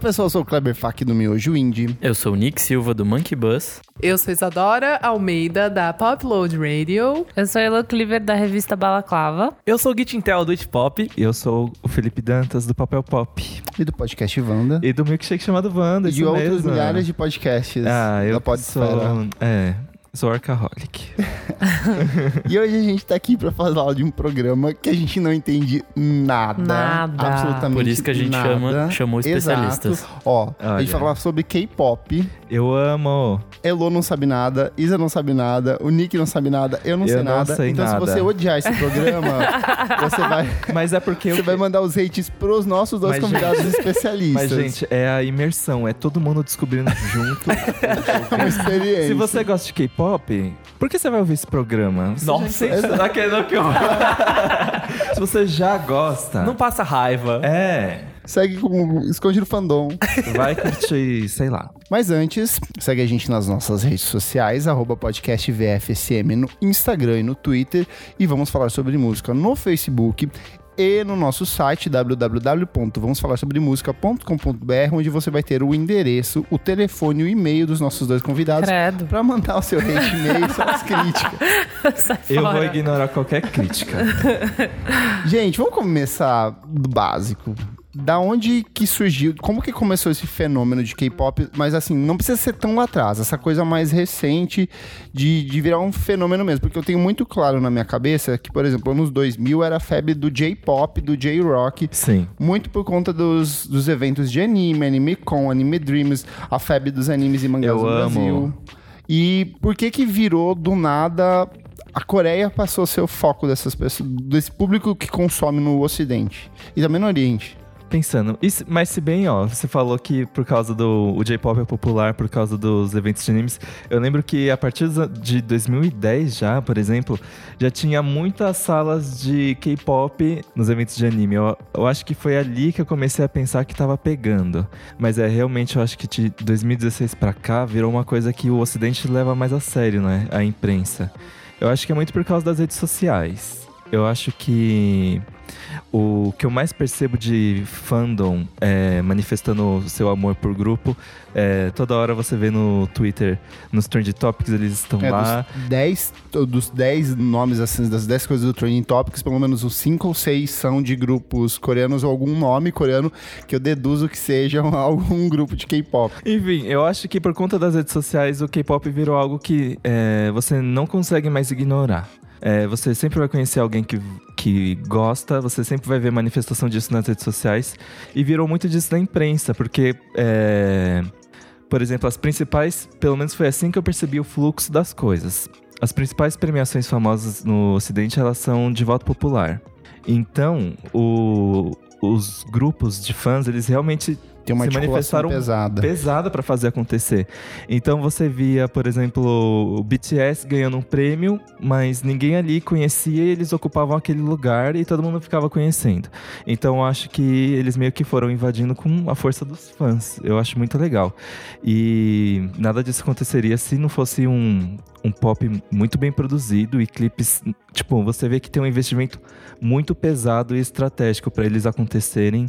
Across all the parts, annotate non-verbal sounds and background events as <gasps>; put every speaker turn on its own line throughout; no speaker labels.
pessoal, eu sou o Kleber Fak do Miojo Indie.
Eu sou o Nick Silva do Monkey Bus.
Eu sou Isadora Almeida, da Popload Radio.
Eu sou a Elo Cleaver, da revista Balaclava.
Eu sou o Git Intel do It Pop.
Eu sou o Felipe Dantas do Papel Pop.
E do podcast Wanda.
E do milkshake chamado Wanda.
E outros mesmo. milhares de podcasts
né? ah, eu
da
sou,
Podesfera.
É, sou arcaholic.
E hoje a gente tá aqui pra falar de um programa que a gente não entende nada.
Nada.
Absolutamente
Por isso que a gente
nada.
chama- chamou especialistas.
Exato. Ó, a gente
Olha.
falar sobre K-pop.
Eu amo.
Elo não sabe nada, Isa não sabe nada, o Nick não sabe nada, eu não
Eu
sei
não
nada.
sei
então se
nada.
você odiar esse programa, você vai...
Mas é porque...
Você
eu...
vai mandar os hates pros nossos dois
Mas,
convidados especialistas.
Mas, gente, é a imersão. É todo
<laughs>
mundo descobrindo junto.
é uma experiência.
Se você gosta de K-pop, por que você vai ouvir esse programa? Você
Nossa, daquele <laughs> que
já- se você já gosta...
Não passa raiva.
É,
Segue com o Escondido Fandom.
vai curtir, sei lá.
Mas antes, segue a gente nas nossas redes sociais, arroba podcast VFSM no Instagram e no Twitter. E vamos falar sobre música no Facebook e no nosso site www.vamosfalarsobremusica.com.br, onde você vai ter o endereço, o telefone e o e-mail dos nossos dois convidados <laughs>
Credo.
para mandar o seu hate e-mail e suas críticas.
Sai
Eu vou
fora.
ignorar qualquer crítica.
<laughs> Gente, vamos começar do básico. Da onde que surgiu, como que começou esse fenômeno de K-pop? Mas assim, não precisa ser tão lá atrás, essa coisa mais recente de, de virar um fenômeno mesmo. Porque eu tenho muito claro na minha cabeça que, por exemplo, anos 2000 era a febre do J-pop, do J-rock.
Sim.
Muito por conta dos, dos eventos de anime, Anime Con, Anime Dreams, a febre dos animes e mangás
Eu
no
amo.
Brasil. E por que que virou do nada... A Coreia passou a ser o foco dessas pessoas, desse público que consome no Ocidente e também no Oriente.
Pensando, e se- mas se bem, ó, você falou que por causa do o J-pop é popular por causa dos eventos de animes. Eu lembro que a partir dos a- de 2010 já, por exemplo, já tinha muitas salas de K-pop nos eventos de anime. Eu, eu acho que foi ali que eu comecei a pensar que tava pegando. Mas é realmente, eu acho que de 2016 pra cá virou uma coisa que o Ocidente leva mais a sério, né? A imprensa. Eu acho que é muito por causa das redes sociais. Eu acho que o que eu mais percebo de fandom é, manifestando o seu amor por grupo, é, toda hora você vê no Twitter, nos Trend Topics, eles estão
É,
lá.
dos 10 to- dos 10 nomes, assim, das 10 coisas do Trending Topics, pelo menos os 5 ou 6 são de grupos coreanos ou algum nome coreano que eu deduzo que sejam <laughs> algum grupo de K-pop.
Enfim, eu acho que por conta das redes sociais, o K-pop virou algo que é, você não consegue mais ignorar. É, você sempre vai conhecer alguém que, que gosta, você sempre vai ver manifestação disso nas redes sociais. E virou muito disso na imprensa, porque, é, por exemplo, as principais, pelo menos foi assim que eu percebi o fluxo das coisas. As principais premiações famosas no Ocidente, elas são de voto popular. Então, o- os grupos de fãs, eles realmente
Tem uma
Se
articulação
manifestaram
pesada.
pesada pra fazer acontecer. Então você via, por exemplo, o BTS ganhando um prêmio, mas ninguém ali conhecia e eles ocupavam aquele lugar e todo mundo ficava conhecendo. Então eu acho que eles meio que foram invadindo com a força dos fãs. Eu acho muito legal. E nada disso aconteceria se não fosse um, um pop muito bem produzido e clipes. Tipo, você vê que tem um investimento muito pesado e estratégico pra eles acontecerem.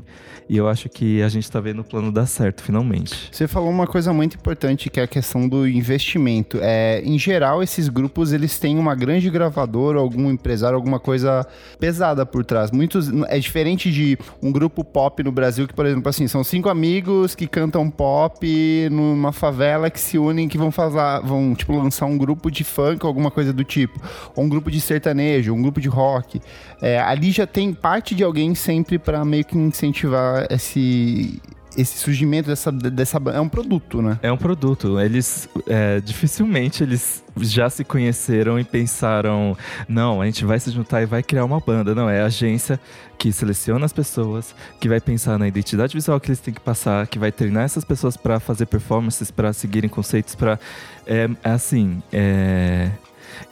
E eu acho que a gente tá vendo o plano dar certo, finalmente.
Você falou uma coisa muito importante que é a questão do investimento. É, em geral, esses grupos eles têm uma grande gravadora, algum empresário, alguma coisa pesada por trás. Muitos é diferente de um grupo pop no Brasil que, por exemplo, assim, são cinco amigos que cantam pop numa favela que se unem que vão falar, vão tipo lançar um grupo de funk ou alguma coisa do tipo, ou um grupo de sertanejo, um grupo de rock. É, ali já tem parte de alguém sempre pra meio que incentivar esse esse surgimento dessa, dessa é um produto, né?
É um produto. Eles é, dificilmente eles já se conheceram e pensaram, não, a gente vai se juntar e vai criar uma banda. Não, é a agência que seleciona as pessoas, que vai pensar na identidade visual que eles têm que passar, que vai treinar essas pessoas pra fazer performances, pra seguirem conceitos, pra é, é assim, é,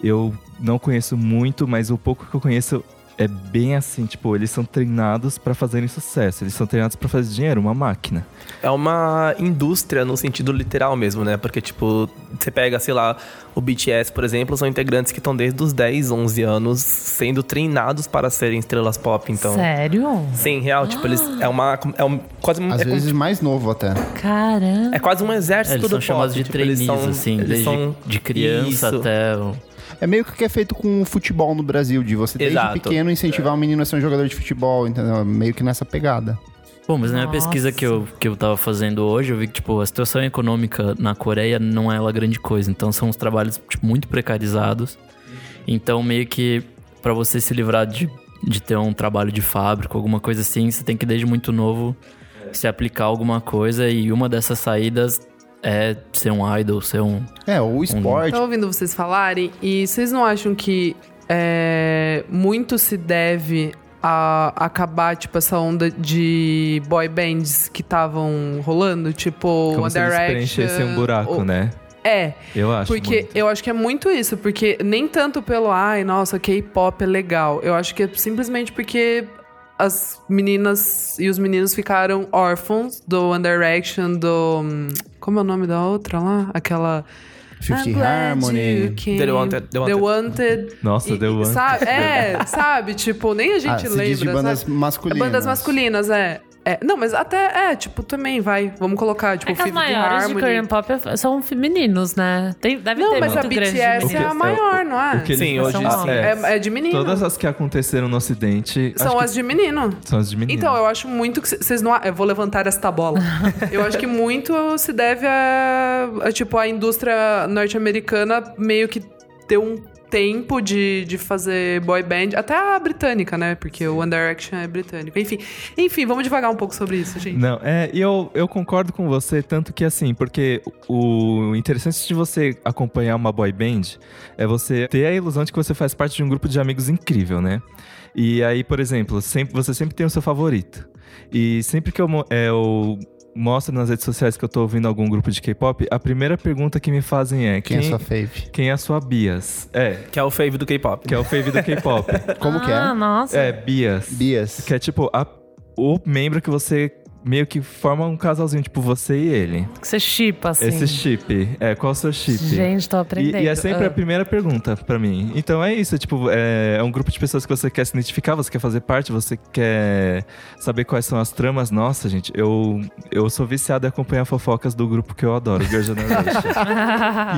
eu não conheço muito, mas o pouco que eu conheço é bem assim, tipo, eles são treinados pra fazerem sucesso, eles são treinados pra fazer dinheiro, uma máquina.
É uma indústria no sentido literal mesmo, né? Porque, tipo, você pega, sei lá, o BTS, por exemplo, são integrantes que estão desde os 10, 11 anos sendo treinados para serem estrelas pop, então.
Sério?
Sim, real, tipo, eles. É uma. É um, quase um.
Ah. Às
é como-
vezes mais novo até.
Caramba.
É quase um
É,
exército
eles
do
são
pop.
chamados de
tipo,
trainees,
eles são,
assim,
eles
desde
são-
de criança
Isso.
até... o-
É meio que o que é feito com o futebol no Brasil, de você desde
Exato.
pequeno incentivar um menino a ser um jogador de futebol, entendeu? Meio que nessa pegada.
Bom, mas na minha
Nossa.
pesquisa que eu, que eu tava fazendo hoje, eu vi que, tipo, a situação econômica na Coreia não é lá grande coisa. Então, são uns trabalhos, tipo, muito precarizados. Então, meio que pra você se livrar de, de ter um trabalho de fábrica, alguma coisa assim, você tem que, desde muito novo, se aplicar a alguma coisa. E uma dessas saídas é ser um idol, ser um...
É, ou esporte.
Tô ouvindo vocês falarem e vocês não acham que é, muito se deve a acabar, tipo, essa onda de boy bands que estavam rolando? Tipo,
Como
One
se eles
Direction...
preenchessem um buraco,
ou-
né?
É,
Eu acho.
porque
muito.
eu acho que é muito isso, porque nem tanto pelo, ai, nossa, K-pop é legal. Eu acho que é simplesmente porque as meninas e os meninos ficaram órfãos do One Direction, do... hum, Como é o nome da outra lá? Aquela...
Fifty
I'm glad you
Harmony.
came.
The Wanted- The
The
Wanted.
Wanted.
Nossa,
E-
The
e
Wanted.
Sabe, é, sabe? Tipo, nem a
Ah,
gente
se
lembra,
diz de bandas
sabe? É
masculinas.
Bandas masculinas, é. É, Não, mas até, é, tipo, também vai. Vamos colocar, tipo,
É que as
Fifth
maiores de Korean
Harmony.
Pop é- são femininos, né? Tem, deve
Não,
ter
mas a
muito grande de
BTS é
meninos.
a maior, não é?
O que eles
Sim, hoje-
fazem-
ah,
é,
É, é de menino.
Todas as que aconteceram no Ocidente
São
acho
as de menino.
que são as de menino.
Então, eu acho muito que. c- Vocês não. a- Eu vou levantar esta
<laughs>
bola. eu acho que muito se deve a. a, tipo, a indústria norte-americana meio que ter um tempo de, de fazer boy band. Até a britânica, né? Porque o One Direction é britânico. Enfim, enfim, vamos devagar um pouco sobre isso, gente.
Não, é, e eu, eu concordo com você, tanto que assim, porque o interessante de você acompanhar uma boy band é você ter a ilusão de que você faz parte de um grupo de amigos incrível, né? E aí, por exemplo, sempre, você sempre tem o seu favorito. E sempre que eu, mo- é, eu mostro nas redes sociais que eu tô ouvindo algum grupo de K-pop, a primeira pergunta que me fazem é:
Quem
quem,
é sua fave?
quem é a sua Bias? É,
Que é o fave do K-pop.
que é o fave do K-pop.
Como que
Ah,
é?
nossa.
é, Bias.
Bias.
Que é tipo a- o membro que você meio que forma um casalzinho, tipo você e ele.
Que você chipa, assim.
Esse chip. É, qual é o seu chip?
Gente, tô
E,
aprendendo.
e é sempre
Ah.
a primeira pergunta pra mim. Então é isso, tipo, é, é um grupo de pessoas que você quer se identificar, você quer fazer parte, você quer saber quais são as tramas. Nossa, gente, eu, eu sou viciado em acompanhar fofocas do grupo que eu adoro, Girl Generation.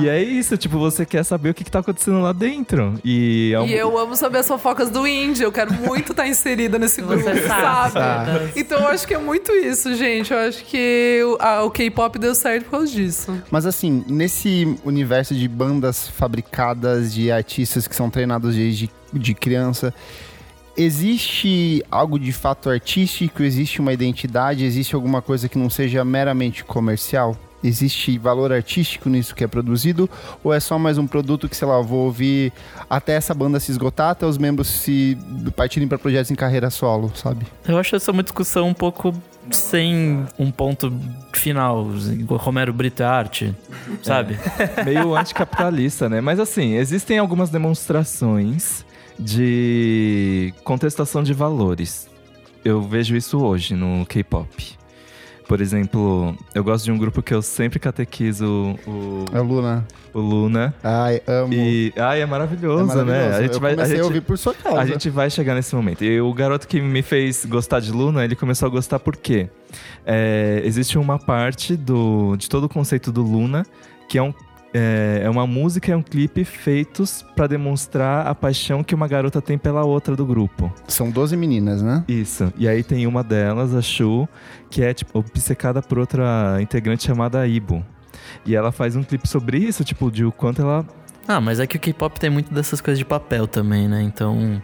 e é isso, tipo, você quer saber o que, que tá acontecendo lá dentro. E, é um-
E eu amo saber as fofocas do índio. Eu quero muito estar inserida nesse grupo,
Você sabe.
sabe? Então eu acho que é muito isso, gente. Eu acho que o, a- o K-pop deu certo por causa disso.
Mas assim, nesse universo de bandas fabricadas, de artistas que são treinados desde de criança, existe algo de fato artístico? Existe uma identidade? Existe alguma coisa que não seja meramente comercial? Existe valor artístico nisso que é produzido? Ou é só mais um produto que, sei lá, eu vou ouvir até essa banda se esgotar, até os membros se partirem para projetos em carreira solo, sabe?
Eu acho essa uma discussão um pouco sem um ponto final. Romero Brito é arte, sabe?
meio anticapitalista, né? Mas assim, existem algumas demonstrações de contestação de valores. Eu vejo isso hoje no K-pop. Por exemplo, eu gosto de um grupo que eu sempre catequizo, o,
É o Luna.
o Luna.
Ai, amo.
E, ai, é
É
maravilhoso,
maravilhoso.
né? A gente
eu
vai, a
comecei
gente,
a ouvir por sua causa.
a gente vai chegar nesse momento. E o garoto que me fez gostar de Luna, ele começou a gostar por quê? É, existe uma parte do, de todo o conceito do Luna que é, um, é, é uma música e um clipe feitos pra demonstrar a paixão que uma garota tem pela outra do grupo.
São 12 meninas, né?
Isso. E aí tem uma delas, a Shu, que é tipo, obcecada por outra integrante chamada Ibo. E ela faz um clipe sobre isso, tipo, de o quanto ela
Ah, mas é que o K-pop tem muito dessas coisas de papel também, né? Então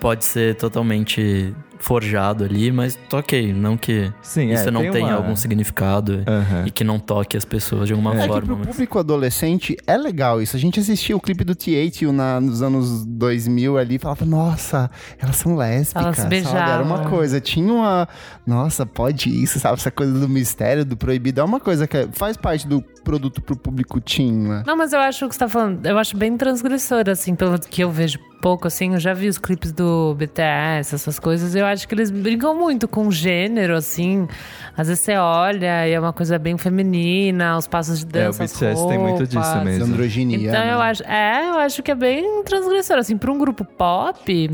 pode ser totalmente forjado ali, mas toquei. Não que
Sim,
isso
é,
não
tem
tenha
uma-
algum significado
Aham.
e que não toque as pessoas de alguma
É que
forma.
pro
mas-
público adolescente é legal isso. A gente assistia o clipe do T8 na, nos anos 2000 ali e falava, nossa, elas são lésbicas.
Elas se
sabe? Era
beijavam.
uma coisa. Tinha uma. Nossa, pode isso, sabe? Essa coisa do mistério, do proibido. É uma coisa que faz parte do produto pro público teen, né?
Não, mas eu acho o que você tá falando, eu acho bem transgressor, assim, pelo que eu vejo pouco, assim, eu já vi os clipes do BTS, essas coisas, eu acho que eles brincam muito com gênero, assim, às vezes você olha e é uma coisa bem feminina, os passos de
É, o
dança, as
BTS tem muito disso
roupas.
mesmo.
Androginia.
Então
né?
eu acho, é, eu acho que é bem transgressor, assim, para um grupo pop,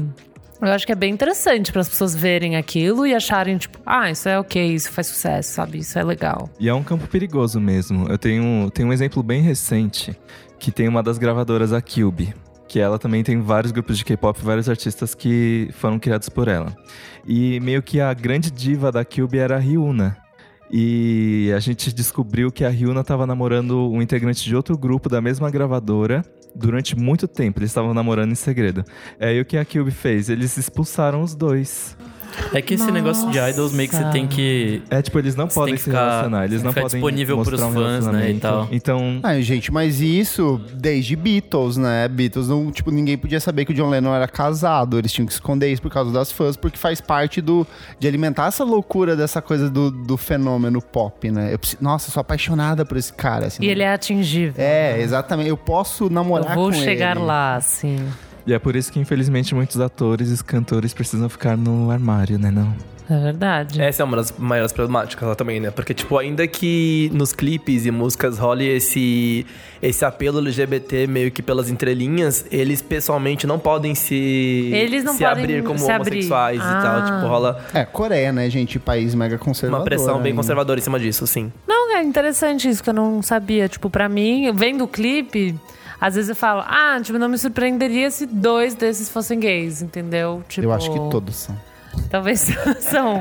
eu acho que é bem interessante para as pessoas verem aquilo e acharem tipo, ah, isso é ok, isso faz sucesso, sabe? Isso é legal.
E é um campo perigoso mesmo. Eu tenho, tenho um exemplo bem recente, que tem uma das gravadoras, a Cube. Que ela também tem vários grupos de K-pop, vários artistas que foram criados por ela. E meio que a grande diva da Cube era a Ryuna. E a gente descobriu que a Ryuna estava namorando um integrante de outro grupo da mesma gravadora durante muito tempo. Eles estavam namorando em segredo. É aí o que a Cube fez? Eles expulsaram os dois.
É que esse negócio de idols meio que você
Nossa.
tem que.
É tipo, eles não
Você tem
podem
que
se
ficar-
relacionar. Eles
tem que
não
ficar
podem
disponível
mostrar
pros
um
fãs, né, e tal.
relacionamento. Então,
Ah, gente, mas isso desde Beatles, né? Beatles, não, tipo, ninguém podia saber que o John Lennon era casado. Eles tinham que esconder isso por causa das fãs, porque faz parte do de alimentar essa loucura dessa coisa do, do fenômeno pop, né? Eu preci- nossa, eu sou apaixonada por esse cara. Assim,
E ele é atingível.
É, exatamente. Eu posso
Eu
namorar com
vou
ele.
chegar lá, assim.
E é por isso que, infelizmente, muitos atores e cantores precisam ficar no armário, né? Não.
É verdade.
Essa é uma das maiores problemáticas lá também, né? Porque, tipo, ainda que nos clipes e músicas role esse, esse apelo LGBT meio que pelas entrelinhas, eles pessoalmente não podem se,
Eles não
se
podem
abrir como
se abrir.
homossexuais
Ah.
e tal. Tipo, rola
É, Coreia, né, gente? País mega conservador. né?
uma pressão bem
ainda.
conservadora em cima disso, sim.
Não, é interessante isso que eu não sabia. Tipo, pra mim, vendo o clipe, às vezes eu falo, ah, tipo, não me surpreenderia se dois desses fossem gays, entendeu? Tipo,
Eu acho que todos são.
<laughs> Talvez <laughs> são.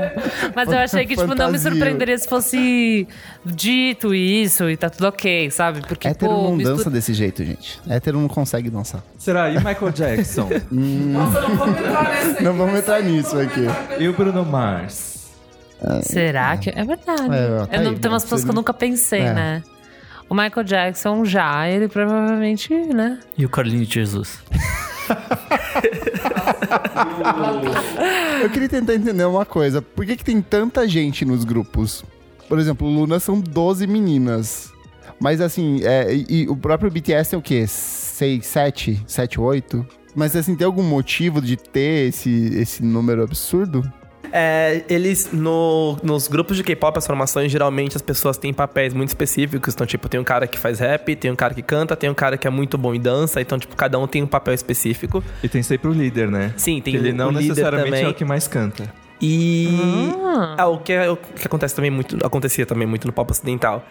Mas eu achei que, tipo, não me
Fantasia.
surpreenderia se fosse dito isso e tá tudo ok, sabe? Porque,
Hétero
pô,
não
mistura-
dança desse jeito, gente. Hétero não consegue dançar.
Será? E Michael Jackson?
Nossa, não vamos entrar nesse aqui.
Não vamos entrar nisso aqui.
<laughs> e o Bruno Mars?
Será que. É verdade.
né? É, tá
Eu não-
aí,
tem umas
né?
pessoas que eu nunca pensei,
É.
né? O Michael Jackson já, ele provavelmente, né?
E o Carlinhos Jesus.
Eu queria tentar entender uma coisa. Por que, que tem tanta gente nos grupos? Por exemplo, Luna são 12 meninas. Mas assim, é, e, e o próprio BTS tem é o quê? 6, 7, 7, 8? Mas assim, tem algum motivo de ter esse, esse número absurdo? Ah,
É, eles, no, nos grupos de K-pop, as formações, geralmente as pessoas têm papéis muito específicos. Então, tipo, tem um cara que faz rap, tem um cara que canta, tem um cara que é muito bom em dança. Então, tipo, cada um tem um papel específico.
E tem sempre o líder, né?
Sim, tem
Ele
o-
não
o líder
necessariamente
também.
é o que mais canta.
E
Ah.
é o que, é o que acontece também muito, acontecia também muito no pop ocidental.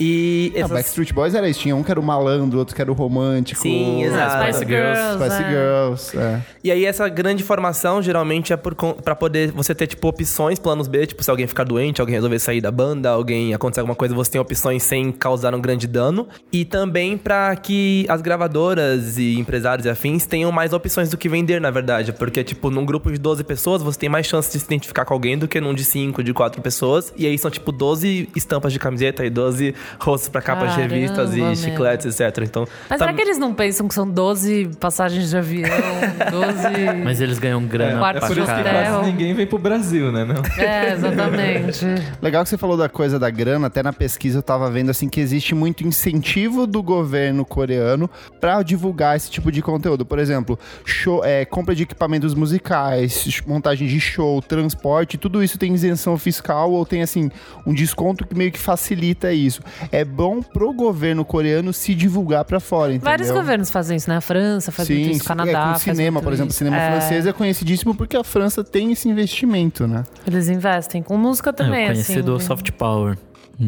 E
Não,
essas-
Backstreet Boys era isso. Tinha um que era o malandro, outro que era o romântico. Ah,
Sim, exato.
Spice Girls.
Spice
é.
Girls, é.
e aí essa grande formação geralmente é por con- pra poder você ter tipo opções, planos B, tipo se alguém ficar doente, alguém resolver sair da banda, alguém acontecer alguma coisa, você tem opções sem causar um grande dano. E também pra que as gravadoras e empresários e afins tenham mais opções do que vender, na verdade, porque tipo num grupo de 12 pessoas, você tem mais chance de se identificar com alguém do que num de 5, de 4 pessoas. E aí são tipo 12 estampas de camiseta e 12 rostos pra capas de
Caramba,
revistas
meu.
e chicletes, etc. Então,
Mas
tá-
será que eles não pensam que são 12 passagens de avião, 12.
Mas eles ganham grana
Quarto
pra
É, por isso que
cara.
caralho.
pastel.
quase ninguém vem pro Brasil, né? Não?
É, exatamente.
Legal que você falou da coisa da grana, até na pesquisa eu tava vendo assim que existe muito incentivo do governo coreano pra divulgar esse tipo de conteúdo. Por exemplo, show, é, compra de equipamentos musicais, montagem de show, transporte, tudo isso tem isenção fiscal ou tem assim um desconto que meio que facilita isso. É bom pro governo coreano se divulgar pra fora, entendeu?
Vários governos fazem isso, né? A França faz muito isso, o
é,
Canadá.
com
faz
cinema,
muito
por exemplo,
isso.
cinema
É,
francês é conhecidíssimo porque a França tem esse investimento, né?
Eles investem com música também,
É, o
assim.
conhecido
né?
soft power.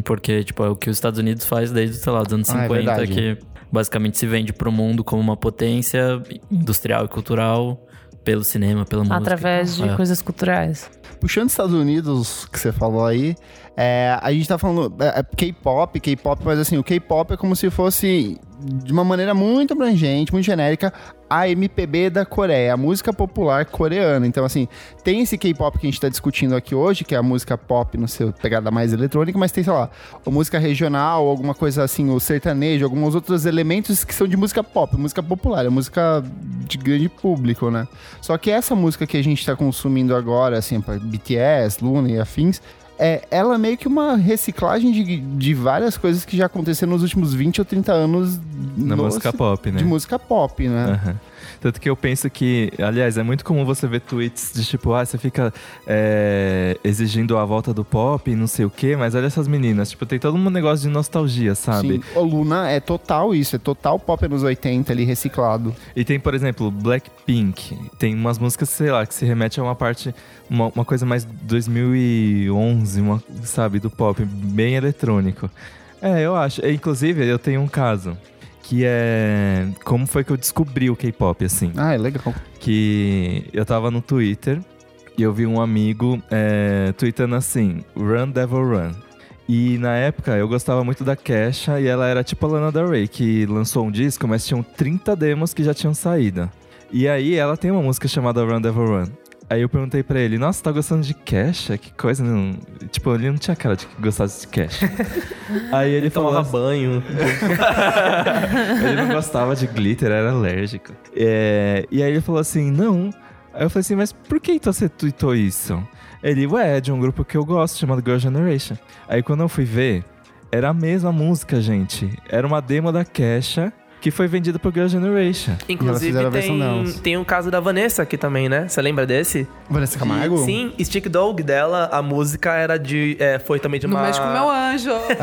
Porque, tipo, é o que os Estados Unidos faz desde, sei lá, os anos
Ah, é
50,
verdade.
que basicamente se vende pro mundo como uma potência industrial e cultural pelo cinema, pela música.
Através
então,
de
é.
coisas culturais.
Puxando Estados Unidos, que você falou aí, é, a gente tá falando é, é K-pop, K-pop, mas assim, o K-pop é como se fosse, de uma maneira muito abrangente, muito genérica, a MPB da Coreia, a música popular coreana. Então, assim, tem esse K-pop que a gente tá discutindo aqui hoje, que é a música pop no seu pegada mais eletrônica, mas tem, sei lá, a música regional, alguma coisa assim, o sertanejo, alguns outros elementos que são de música pop, música popular, é música de grande público, né? Só que essa música que a gente tá consumindo agora, assim, pra BTS, Luna e afins, é, ela é meio que uma reciclagem de, de várias coisas que já aconteceram nos últimos 20 ou 30 anos
Na
no-
música pop, né? É,
de música pop, né?
Aham. Tanto que eu penso que, aliás, é muito comum você ver tweets de tipo, ah, você fica é, exigindo a volta do pop e não sei o quê, mas olha essas meninas, tipo, tem todo um negócio de nostalgia, sabe?
Sim. O Luna é total isso, é total pop anos 80 ali reciclado.
E tem, por exemplo, Blackpink. Tem umas músicas, sei lá, que se remete a uma parte, uma, uma coisa mais 2011, uma, sabe, do pop, bem eletrônico. É, eu acho. E, Inclusive, eu tenho um caso. Que é. Como foi que eu descobri o K-pop, assim?
Ah, é legal.
que eu tava no Twitter e eu vi um amigo é, tweetando assim: Run Devil Run. E na época eu gostava muito da Kesha e ela era tipo a Lana Del Rey, que lançou um disco, mas tinham 30 demos que já tinham saído. E aí ela tem uma música chamada Run Devil Run. Aí eu perguntei pra ele, nossa, tá gostando de Kesha? Que coisa, não... Tipo, ele não tinha cara de que gostasse de
<laughs>
Kesha. aí ele falou... assim
Tomava banho.
Ele não gostava de glitter, era alérgico. É, e aí ele falou assim, não. Aí eu falei assim, mas por que então você tweetou isso? Ele, ué, é de um grupo que eu gosto, chamado Girl Generation. Aí quando eu fui ver, era a mesma música, gente. Era uma demo da Kesha que foi vendida pro Girl Generation.
fizeram a
Inclusive,
versão delas.
tem, tem um caso da Vanessa aqui também, né? Você lembra desse?
Vanessa Camargo?
Sim, Stick Dog dela, a música era de. é, foi também de
No
uma.
México, meu anjo. Você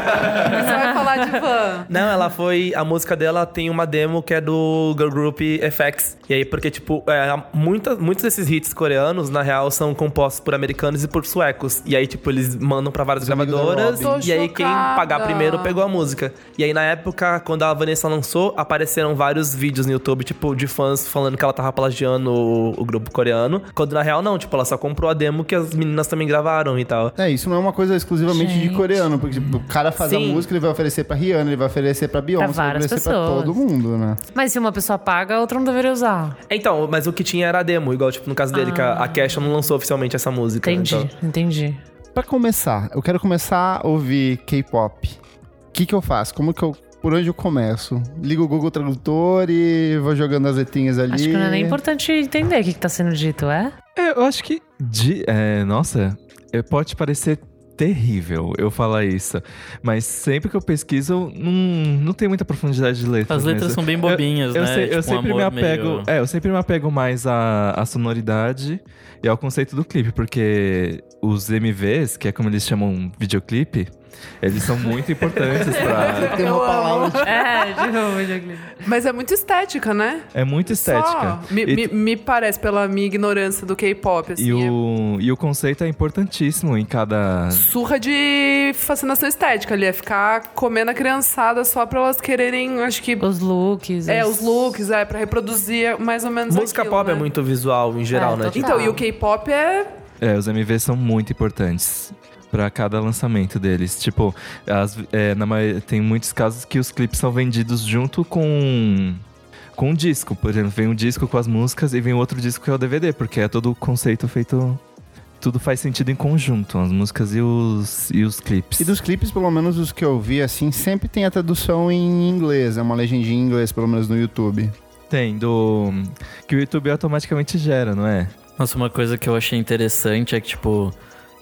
vai falar de van.
Não, ela foi. A música dela tem uma demo que é do Girl Group FX. E aí, porque, tipo, é, muita, muitos desses hits coreanos, na real, são compostos por americanos e por suecos. E aí, tipo, eles mandam pra várias
Os amigos da
gravadoras.
Robin.
Tô
E aí, quem
chocada.
pagar primeiro pegou a música. E aí, na época, quando a Vanessa lançou, apareceram vários vídeos no YouTube, tipo, de fãs falando que ela tava plagiando o, o grupo coreano. Quando na real, não, tipo, ela só comprou a demo que as meninas também gravaram e tal.
É, isso não é uma coisa exclusivamente de
Gente.
coreano, porque tipo, o cara faz a
Sim.
música, ele vai oferecer pra Rihanna, ele vai oferecer pra Beyoncé, ele vai
várias
oferecer pra
pessoas.
todo mundo, né?
Mas se uma pessoa paga, a outra não deveria usar.
Então, mas o que tinha era a demo, igual, tipo, no caso dele, que a, a Kesha não lançou oficialmente essa música.
Ah. Entendi,
então-
entendi.
Pra começar, eu quero começar a ouvir K-pop. O que que eu faço? Como que eu... Por onde eu começo? Ligo o Google Tradutor e vou jogando as letrinhas ali.
Acho que não é nem importante entender o que, que tá sendo dito, é?
É, eu acho que. de- é, nossa, é, pode parecer terrível eu falar isso. Mas sempre que eu pesquiso, não, não tem muita profundidade de letras.
As letras
mesmo.
são bem bobinhas,
Eu,
né?
sei- eu
Tipo, um
sempre me
amor
apego.
meio-
É, eu sempre me apego mais à, à sonoridade e ao conceito do clipe, porque os MVs, que é como eles chamam videoclipe, eles são muito
<laughs>
importantes pra.
Tem uma
Eu amo.
palavra
É, de <laughs> novo, videoclipe.
Mas é muito estética, né?
É muito estética.
Só. Me,
E-
me- me parece, pela minha ignorância do K-pop, assim.
E
é
o, e o conceito é importantíssimo em cada.
Surra de fascinação estética ali. É ficar comendo a criançada só pra elas quererem, acho que.
Os looks.
É, os looks, é, pra reproduzir mais ou menos
Música
aquilo,
pop
né?
é muito visual em geral,
É,
né?
total.
Tipo,
Então, e o K-pop é.
É, os MVs são muito importantes pra cada lançamento deles. Tipo, as- é, na maioria- tem muitos casos que os clipes são vendidos junto com com um disco, por exemplo, vem um disco com as músicas e vem outro disco que é o DVD, porque é todo o conceito feito tudo faz sentido em conjunto, as músicas e os e os clipes.
E dos clipes, pelo menos os que eu vi, assim, sempre tem a tradução em inglês, é uma legendinha em inglês, pelo menos no YouTube.
Tem do que o YouTube automaticamente gera, não é?
Nossa, uma coisa que eu achei interessante é que, tipo,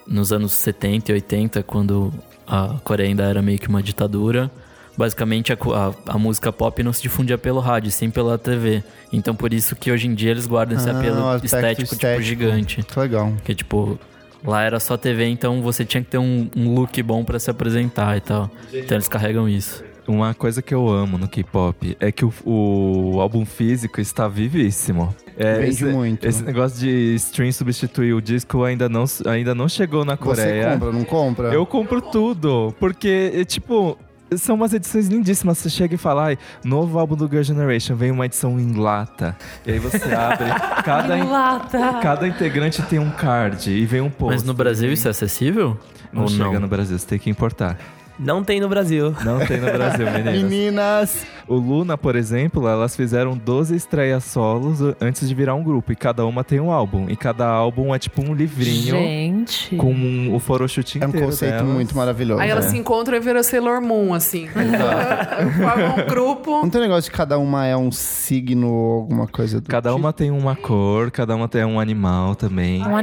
nos anos 70 e 80, quando a Coreia ainda era meio que uma ditadura, basicamente a, co- a- a música pop não se difundia pelo rádio, sim pela TV. Então por isso que hoje em dia eles guardam esse
Ah,
apelo
o aspecto
estético,
estético.
tipo, gigante.
Que legal.
Que, tipo, lá era só TV, então você tinha que ter um, um look bom pra se apresentar e tal. Então eles carregam isso.
Uma coisa que eu amo no K-pop é que o, o álbum físico está vivíssimo. É,
Vende
esse,
muito.
Esse negócio de stream substituir o disco ainda não, ainda não chegou na
Você
Coreia.
compra, não compra?
Eu compro tudo, porque, é, tipo, São umas edições lindíssimas. Você chega e fala, ai, novo álbum do Girl Generation, vem uma edição em lata. E aí você abre. cada,
um.
in-
Lata.
cada integrante tem um card e vem um post.
Mas no Brasil isso é acessível?
Não
Ou
chega
não?
no Brasil, você tem que importar.
Não tem no Brasil.
Não tem
<laughs>
no Brasil, meninas.
Meninas!
O Luna, por exemplo, elas fizeram 12 estreias solos antes de virar um grupo. E cada uma tem um álbum. E cada álbum é tipo um livrinho
Gente.
com um- o photoshoot
É um
inteiro
conceito
delas.
muito maravilhoso.
Aí elas
né?
se encontram e viram Sailor
<laughs>
Moon, assim. <laughs> Formam um
Não
grupo.
tem negócio de cada uma é um signo ou alguma coisa do
Cada uma tem uma cor, cada uma tem um animal também.
Um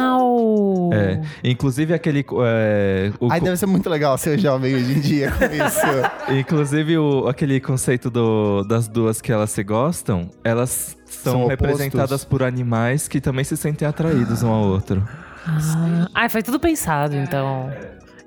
animal.
É, inclusive aquele. é, o
Aí
co-
deve ser muito legal ser jovem hoje em dia com isso.
Inclusive o- aquele conceito do- das duas que elas se gostam, elas são,
São opostos.
representadas por animais que também se sentem atraídos um ao outro.
Ah, ai, foi tudo pensado, então.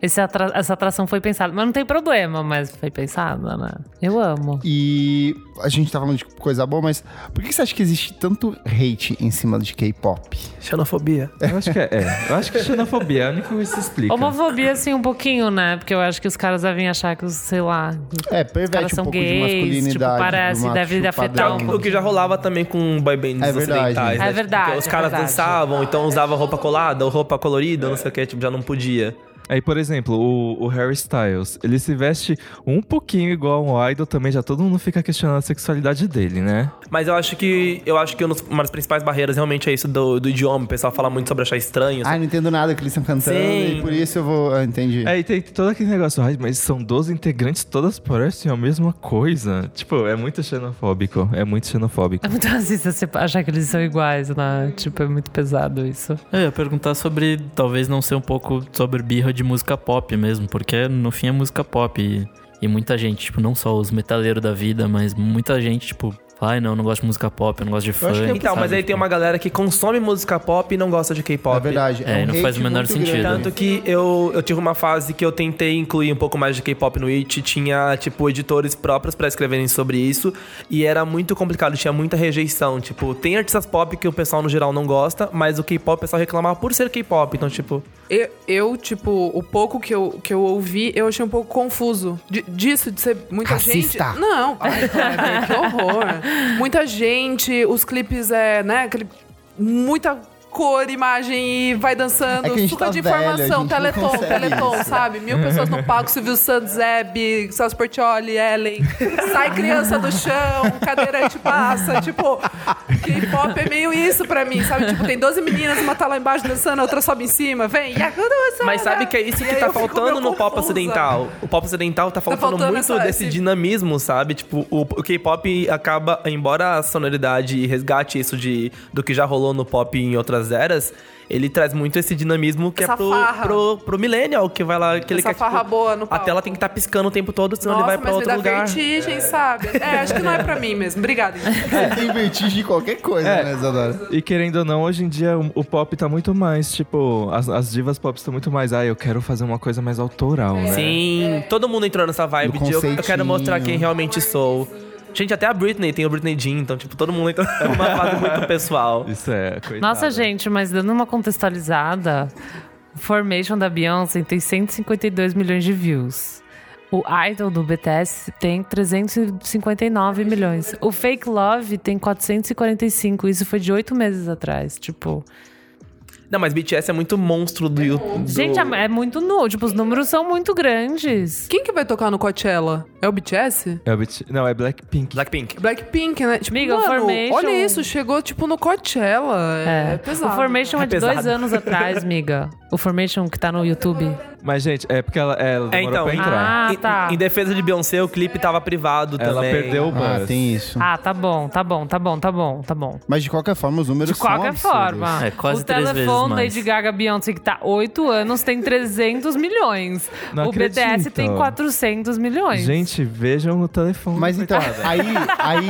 Esse atra- essa atração foi pensada. Mas não tem problema, mas foi pensada, né? Eu amo.
E a gente tá falando de coisa boa, mas por que você acha que existe tanto hate em cima de K-pop?
Xenofobia.
Eu acho que é. é. Eu acho que xenofobia é a única coisa que se explica.
Homofobia, assim, um pouquinho, né? Porque eu acho que os caras devem achar que, os, sei lá. <laughs>
É,
Os caras
perverte um
são
pouco de
gays,
masculinidade.
tipo, parece,
do macho
deve afetar
padrão.
um-
O que já rolava também com boy bands
É verdade.
ocidentais, né?
É verdade,
Porque os
é
caras
verdade.
dançavam, então usava roupa colada ou roupa colorida, não sei o que, tipo, já não podia.
Aí, por exemplo, o, o Harry Styles, ele se veste um pouquinho igual um idol também, já todo mundo fica questionando a sexualidade dele, né?
Mas eu acho que eu acho que um uma das principais barreiras realmente é isso do, do idioma. O pessoal fala muito sobre achar estranho.
Ai, Ah, não entendo nada que eles estão cantando
Sim.
e por isso eu vou. Ah, entendi.
Aí tem todo aquele negócio, "Ai, mas são 12 integrantes, todas parecem a mesma coisa. Tipo, é muito xenofóbico, é muito xenofóbico.
É muito racista você achar que eles são iguais, né? Tipo, é muito pesado isso.
É, Eu ia perguntar sobre, talvez não ser um pouco sobre birra de música pop mesmo, porque no fim é música pop e, e muita gente, tipo, não só os metaleiros da vida, mas muita gente, tipo, ai não, eu não gosto de música pop, eu não gosto de funk.
acho que é-
Então, mas
sabe?
aí tem uma galera que consome música pop e não gosta de K-pop.
Na verdade.
É,
um
não faz
hate
o menor
muito
sentido.
grande.
Tanto que eu, eu tive uma fase que eu tentei incluir um pouco mais de K-pop no It, tinha, tipo, editores próprios pra escreverem sobre isso, e era muito complicado, tinha muita rejeição. Tipo, tem artistas pop que o pessoal no geral não gosta, mas o K-pop o pessoal reclamava por ser K-pop, então, tipo,
Eu, eu, tipo, o pouco que eu, que eu ouvi, eu achei um pouco confuso. De- disso, de ser muita
Racista.
gente. Não,
<laughs>
ai, Kleber, que horror. Muita gente, os clipes é, né, aquele, muita cor, imagem e vai dançando,
É que a gente
super
tá
de
velho, a gente
informação,
não
teleton,
consegue
teleton,
isso.
sabe? Mil pessoas no palco, Silvio Santos, Hebe, Celso Portioli, Ellen, sai criança do chão, cadeirante passa, tipo, K-pop é meio isso pra mim, sabe? Tipo, tem 12 meninas, uma tá lá embaixo dançando, a outra sobe em cima, vem, Yahoo!
Mas sabe que é isso
Tá, né? E
que
aí
tá
eu fico
faltando
meio
no pop
confusa.
ocidental. O pop ocidental tá faltando,
faltando
muito
essa-
desse
esse-
dinamismo, sabe? Tipo, o, o K-pop acaba, embora a sonoridade resgate isso de, do que já rolou no pop em outras eras, ele traz muito esse dinamismo que
Essa
é pro,
farra.
pro, pro millennial, que vai lá, que ele
Essa
quer,
farra
tipo,
boa no
a
palco.
tela tem que estar piscando o tempo todo, senão
Nossa,
ele vai pra
mas
outro
me dá
lugar.
vertigem, sabe? É, acho que não é pra mim mesmo. Obrigada. gente.
Você É, tem vertigem de qualquer coisa,
É.
né, Isadora?
E querendo ou não, hoje em dia o, o pop tá muito mais, tipo, as, as divas pop estão muito mais, ah, eu quero fazer uma coisa mais autoral, né?
Sim,
É.
todo mundo entrou nessa vibe
No
de eu, eu quero mostrar quem
conceitinho.
realmente sou. Gente, até a Britney tem o Britney Jean, então, tipo, todo mundo entrou <laughs> numa fase muito pessoal.
Isso é, coitada.
Nossa, gente, mas dando uma contextualizada, o Formation da Beyoncé tem 152 milhões de views. O Idol do BTS tem 359 milhões. O Fake Love tem 445. Isso foi de oito meses atrás. Tipo.
Não, mas BTS é muito monstro do YouTube.
Gente, é muito nu. Tipo, os números são muito grandes.
Quem que vai tocar no Coachella? É o BTS?
É o BT Não, é Blackpink.
Blackpink.
Blackpink, né? Tipo,
Amiga, o
mano,
Formation-
olha isso, chegou tipo no Coachella. É,
É.
pesado.
O Formation é,
É
de dois
pesado.
anos atrás, miga. O Formation que tá no YouTube.
Hum.
Mas, gente, é porque ela, ela demorou
É, então.
pra entrar.
Ah,
Em-
tá.
Em, defesa de Beyoncé, o clipe tava privado
ela
também.
perdeu o buzz.
Ah, tem isso.
Ah, tá bom, tá bom, tá bom, tá bom, tá bom.
Mas de qualquer forma, os números
De qualquer
são absurdos.
forma,
É, quase
o
três vezes
telefone da
mais.
Lady Gaga Beyoncé, que tá há 8 anos, tem 300 milhões.
Não
o BTS
acredito.
tem 400 milhões.
Gente, vejam o telefone.
Mas então, aí, aí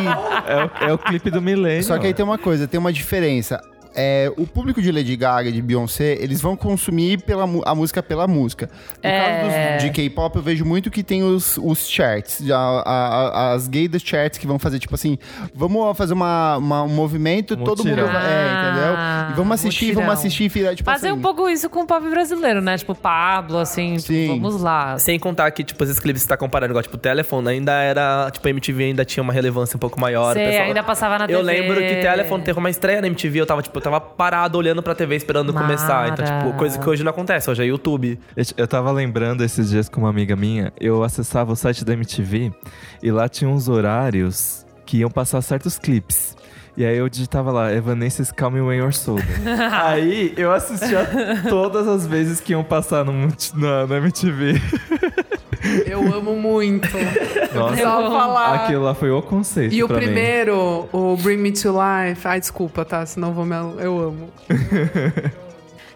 É o, é o clipe do milênio.
Só que aí tem uma coisa, tem uma diferença. é, o público de Lady Gaga, de Beyoncé, eles vão consumir pela, mu- a música pela música. No
É.
caso dos, de K-pop, eu vejo muito que tem os, os charts, a- a- a- as gay das charts que vão fazer, tipo assim, vamos fazer uma, uma- um movimento, todo mundo...
Mutirão.
vai- É, entendeu? E vamos assistir,
mutirão.
vamos assistir e virar, tipo
Fazer
assim...
um pouco isso com o pop brasileiro, né? Tipo, Pablo, assim, tipo,
Sim.
vamos lá.
Sem contar que, tipo, esses clipes que você tá comparando, igual, tipo, Telephone, ainda era... Tipo, a MTV ainda tinha uma relevância um pouco maior. o
Sei,
pessoal-
ainda passava na
Eu
TV.
lembro que Telephone teve uma estreia na MTV, eu tava, tipo, eu tava parado olhando pra TV esperando
Mara.
começar. Então, tipo, coisa que hoje não acontece, hoje é YouTube.
Eu, eu tava lembrando esses dias com uma amiga minha, eu acessava o site da MTV e lá tinha uns horários que iam passar certos clipes. E aí eu digitava lá, Evanescence Calm Me When
<laughs>
You're Sober. aí eu assistia todas as vezes que iam passar no, multi- na, na MTV.
Eu amo muito. Eu
Nossa.
precisava falar.
Aquilo lá foi o conceito
E o
pra mim.
primeiro, o Bring Me to Life. Ai, desculpa, tá? Senão vou me. al- Eu amo.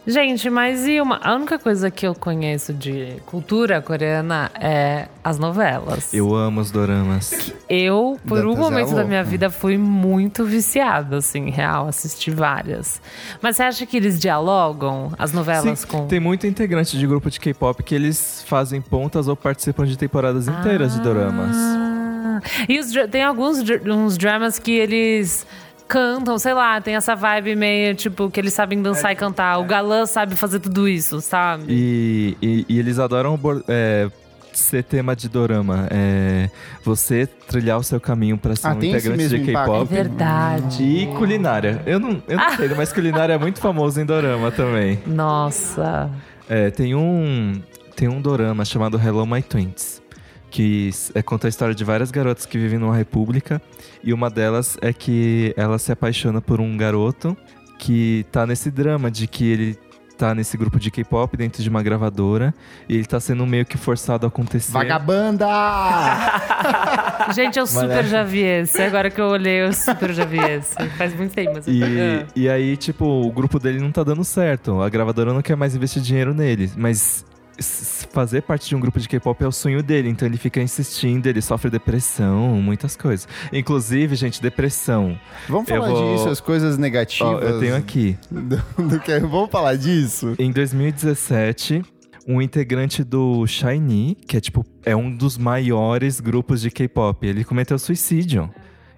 Gente, mas e uma. A única coisa que eu conheço de cultura coreana é as novelas.
Eu amo os doramas.
Eu, por
tá
um
Dantas é
momento da
louco.
minha vida, fui muito viciada, assim, real, assisti várias. Mas você acha que eles dialogam as novelas
Sim,
com.
Tem muito integrante de grupo de K-pop que eles fazem pontas ou participam de temporadas inteiras de doramas.
Ah, E os dra- tem alguns dra- uns dramas que eles cantam, sei lá, tem essa vibe meio tipo que eles sabem dançar e cantar. O galã sabe fazer tudo isso, sabe?
E, e- e eles adoram bor- é, ser tema de dorama. É, você trilhar o seu caminho pra ser
Ah,
um
tem esse
integrante de
mesmo impacto.
K-pop.
É Verdade.
E culinária. Eu não, eu não sei, mas culinária é muito famoso em dorama também.
Nossa.
É, tem um tem um dorama chamado Hello My Twins que s- é, conta a história de várias garotas que vivem numa república e uma delas é que ela se apaixona por um garoto que tá nesse drama de que ele tá nesse grupo de K-pop dentro de uma gravadora e ele tá sendo meio que forçado a acontecer.
<laughs> Vagabanda!
Gente, eu super já vi esse. Agora que eu olhei, eu super já vi esse. Faz muito tempo, mas eu <laughs>
E, e aí, tipo, o grupo dele não tá dando certo. A gravadora não quer mais investir dinheiro nele. Mas s- fazer parte de um grupo de K-pop é o sonho dele. Então ele fica insistindo, ele sofre depressão, muitas coisas. Inclusive, gente, depressão.
Vamos
Eu
falar
vou-
disso, as coisas negativas.
Ó, eu tenho aqui.
do, <laughs> do que... é, Vamos falar disso?
Em 2017, um integrante do SHINee, que é tipo, é um dos maiores grupos de K-pop, ele cometeu suicídio.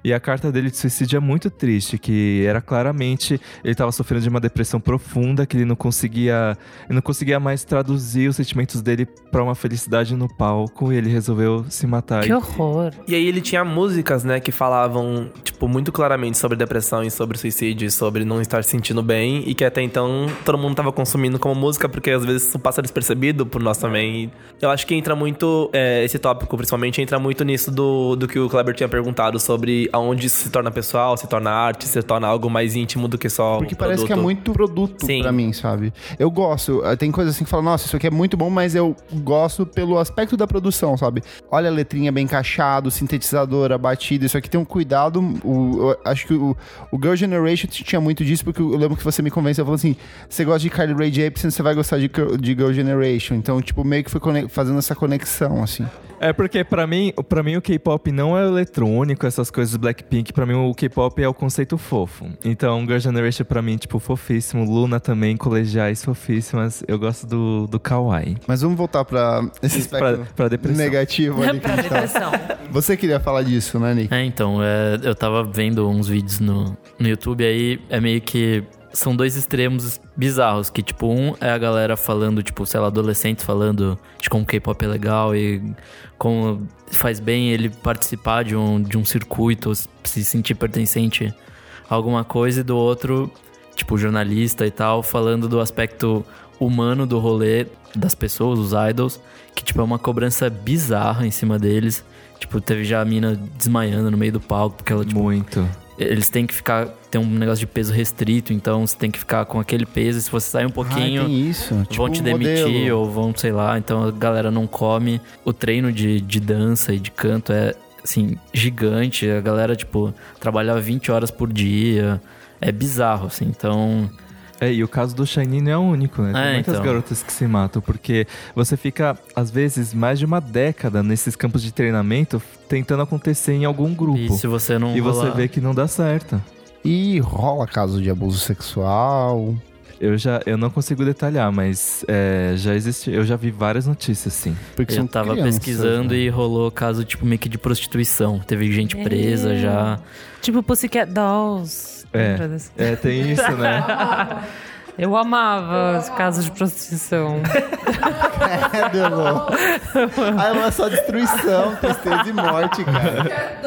E a carta dele de suicídio é muito triste, que era claramente ele estava sofrendo de uma depressão profunda, que ele não conseguia, ele não conseguia mais traduzir os sentimentos dele para uma felicidade no palco, e ele resolveu se matar.
Que horror.
E aí ele tinha músicas, né, que falavam, tipo, muito claramente sobre depressão e sobre suicídio e sobre não estar se sentindo bem e que até então todo mundo tava consumindo como música porque às vezes isso passa despercebido por nós também. Eu acho que entra muito, é, esse tópico principalmente, entra muito nisso do, do que o Kleber tinha perguntado sobre aonde isso se torna pessoal, se torna arte, se torna algo mais íntimo do que só
Porque
um
parece que é
produto.
muito produto
Sim.
pra mim, sabe? Eu gosto, eh, tem coisa assim que fala, nossa, isso aqui é muito bom, mas eu gosto pelo aspecto da produção, sabe? Olha a letrinha bem encaixada, o sintetizador, a batida, isso aqui tem um cuidado. o- eu acho que o, o Girl Generation tinha muito disso, porque eu lembro que você me convenceu falando assim: você gosta de Carly Rae Jepsen, você vai gostar de, Girl- de Girl Generation. Então, tipo, meio que foi cone- fazendo essa conexão, assim.
É porque pra mim, para mim o K-pop não é eletrônico, essas coisas Blackpink, pra mim o K-pop é o conceito fofo. Então, Girl Generation pra mim tipo fofíssimo, Luna também, colegiais fofíssimas. Eu gosto do, do kawaii.
Mas vamos voltar pra esse
Pra,
aspecto
pra depressão.
negativo ali que a
pra
gente
<laughs>
tava.
depressão.
Você queria falar disso, né, Nick?
É, então, é, eu tava vendo uns vídeos no, no YouTube aí, é meio que. São dois extremos bizarros, que, tipo, um é a galera falando, tipo, sei lá, adolescentes falando de como K-pop é legal e como faz bem ele participar de um, de um circuito, se sentir pertencente a alguma coisa, e do outro, tipo, jornalista e tal, falando do aspecto humano do rolê das pessoas, os idols, que, tipo, é uma cobrança bizarra em cima deles. Tipo, teve já a mina desmaiando no meio do palco, porque ela, tipo,
Muito.
eles têm que ficar. Tem um negócio de peso restrito, então você tem que ficar com aquele peso. e Se você sair um pouquinho,
Ah, tem isso.
vão te demitir
modelo.
ou vão, sei lá. Então a galera não come. O treino de, de dança e de canto é, assim, gigante. A galera, tipo, trabalha 20 horas por dia. É bizarro, assim. Então,
É, e o caso do Shiny não é o único, né? Tem
É,
muitas
então.
garotas que se matam, porque você fica, às vezes, mais de uma década nesses campos de treinamento tentando acontecer em algum grupo.
e se você não
E você
rolar-
vê que não dá certo.
E rola caso de abuso sexual.
Eu já eu não consigo detalhar, mas é, já existe. Eu já vi várias notícias, sim.
Porque
Eu
são
tava
crianças,
pesquisando
né?
e rolou caso, tipo, meio que de prostituição. Teve gente presa já.
Tipo Pussycat Dolls.
É.
Lembra desse?
É, tem isso, né?
Eu amava os casos de <laughs> prostituição.
É,
<laughs>
Delon. Aí é uma só destruição, tristeza e morte, cara.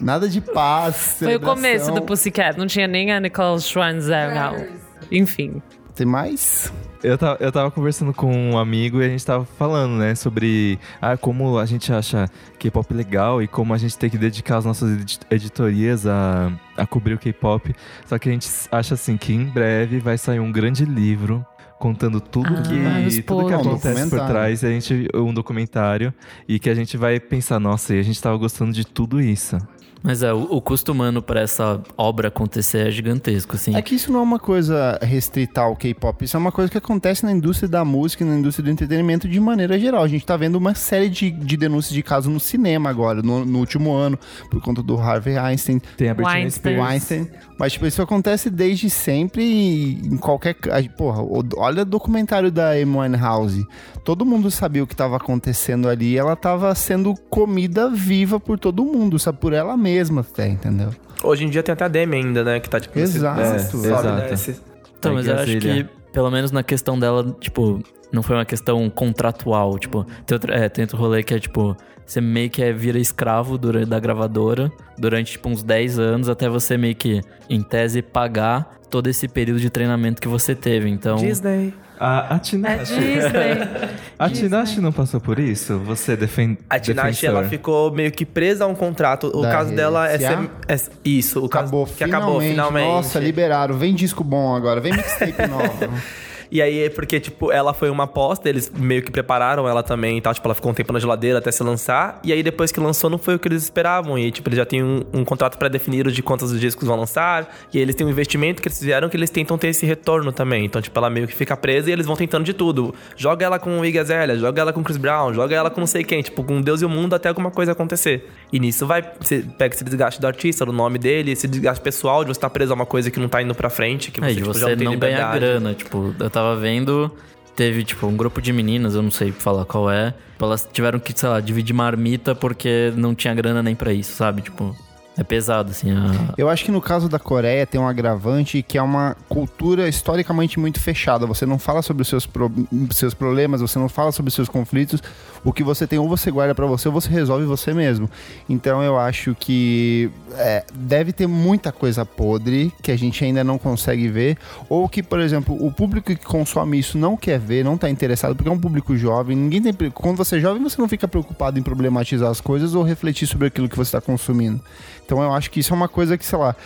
Nada de paz.
Foi o
celebração.
começo do Pussycat. Não tinha nem a Nicole Schwanzer, não. Enfim.
Tem mais?
Eu tava, eu tava conversando com um amigo e a gente tava falando, né, sobre ah, como a gente acha K-pop legal e como a gente tem que dedicar as nossas edi- editorias a, a cobrir o K-pop. Só que a gente acha assim que em breve vai sair um grande livro contando tudo
Ah, vários
que tudo que
podres.
acontece por
Documentário.
trás e a gente um documentário e que a gente vai pensar, nossa, e a gente tava gostando de tudo isso.
Mas é, o, o custo humano pra essa obra acontecer é gigantesco, assim.
É que isso não é uma coisa restrita ao K-pop, isso é uma coisa que acontece na indústria da música e na indústria do entretenimento de maneira geral. A gente tá vendo uma série de, de denúncias de casos no cinema agora, no, no último ano, por conta do Harvey Einstein,
Tem a Britney
Weinstein.
Spears.
Weinstein. Mas, tipo, isso acontece desde sempre e em qualquer. a- Porra, o- olha o documentário da Amy Winehouse. Todo mundo sabia o que estava acontecendo ali e ela tava sendo comida viva por todo mundo, sabe? Por ela mesma até, entendeu?
Hoje em dia tem até a DM ainda, né? Que tá tipo. nesse-
Exato.
é,
Exato.
sobe, né, esse-
Então,
Tem
mas
que
eu
ir à
acho que,
trilha.
pelo menos na questão dela, tipo, não foi uma questão contratual. Tipo, tem outro, é, tem outro rolê que é, tipo, você meio que é, vira escravo dura- da gravadora durante, tipo, uns 10 anos, até você meio que, em tese, pagar todo esse período de treinamento que você teve. Então,
Disney.
A, a Tina
É Disney.
A Tinashe não passou por isso? Você é defende.
A Tinashe, ela ficou meio que presa a um contrato. O
Da
caso dela é,
RCA?
sem- é- Isso, o
Acabou,
caso que
finalmente.
acabou finalmente.
Nossa, liberaram. Vem disco bom agora, vem
<laughs>
mixtape novo.
E aí, é porque, tipo, ela foi uma aposta, eles meio que prepararam ela também e tal. Tipo, ela ficou um tempo na geladeira até se lançar. E aí, depois que lançou, não foi o que eles esperavam. E, tipo, eles já têm um, um contrato pré-definido de quantos discos vão lançar. E aí eles têm um investimento que eles fizeram que eles tentam ter esse retorno também. Então, tipo, ela meio que fica presa e eles vão tentando de tudo. Joga ela com o Iggy Azalea, joga ela com o Chris Brown, joga ela com não sei quem. Tipo, com Deus e o mundo até alguma coisa acontecer. E nisso vai... Você pega esse desgaste do artista, do nome dele, esse desgaste pessoal de você estar preso a uma coisa que não tá indo pra frente. Que você,
É, e
tipo,
você
já não, tem
não ganha
liberdade.
grana, tipo, eu tava vendo, teve, tipo, um grupo de meninas, eu não sei falar qual é, tipo, elas tiveram que, sei lá, dividir marmita porque não tinha grana nem pra isso, sabe? Tipo, é pesado, assim, a-
Eu acho que no caso da Coreia tem um agravante que é uma cultura historicamente muito fechada. Você não fala sobre os seus, pro- seus problemas, você não fala sobre os seus conflitos. O que você tem ou você guarda pra você ou você resolve você mesmo. Então eu acho que é, deve ter muita coisa podre que a gente ainda não consegue ver. Ou que, por exemplo, o público que consome isso não quer ver, não tá interessado, porque é um público jovem. Ninguém tem. pre- Quando você é jovem, você não fica preocupado em problematizar as coisas ou refletir sobre aquilo que você tá consumindo. Então eu acho que isso é uma coisa que, sei lá,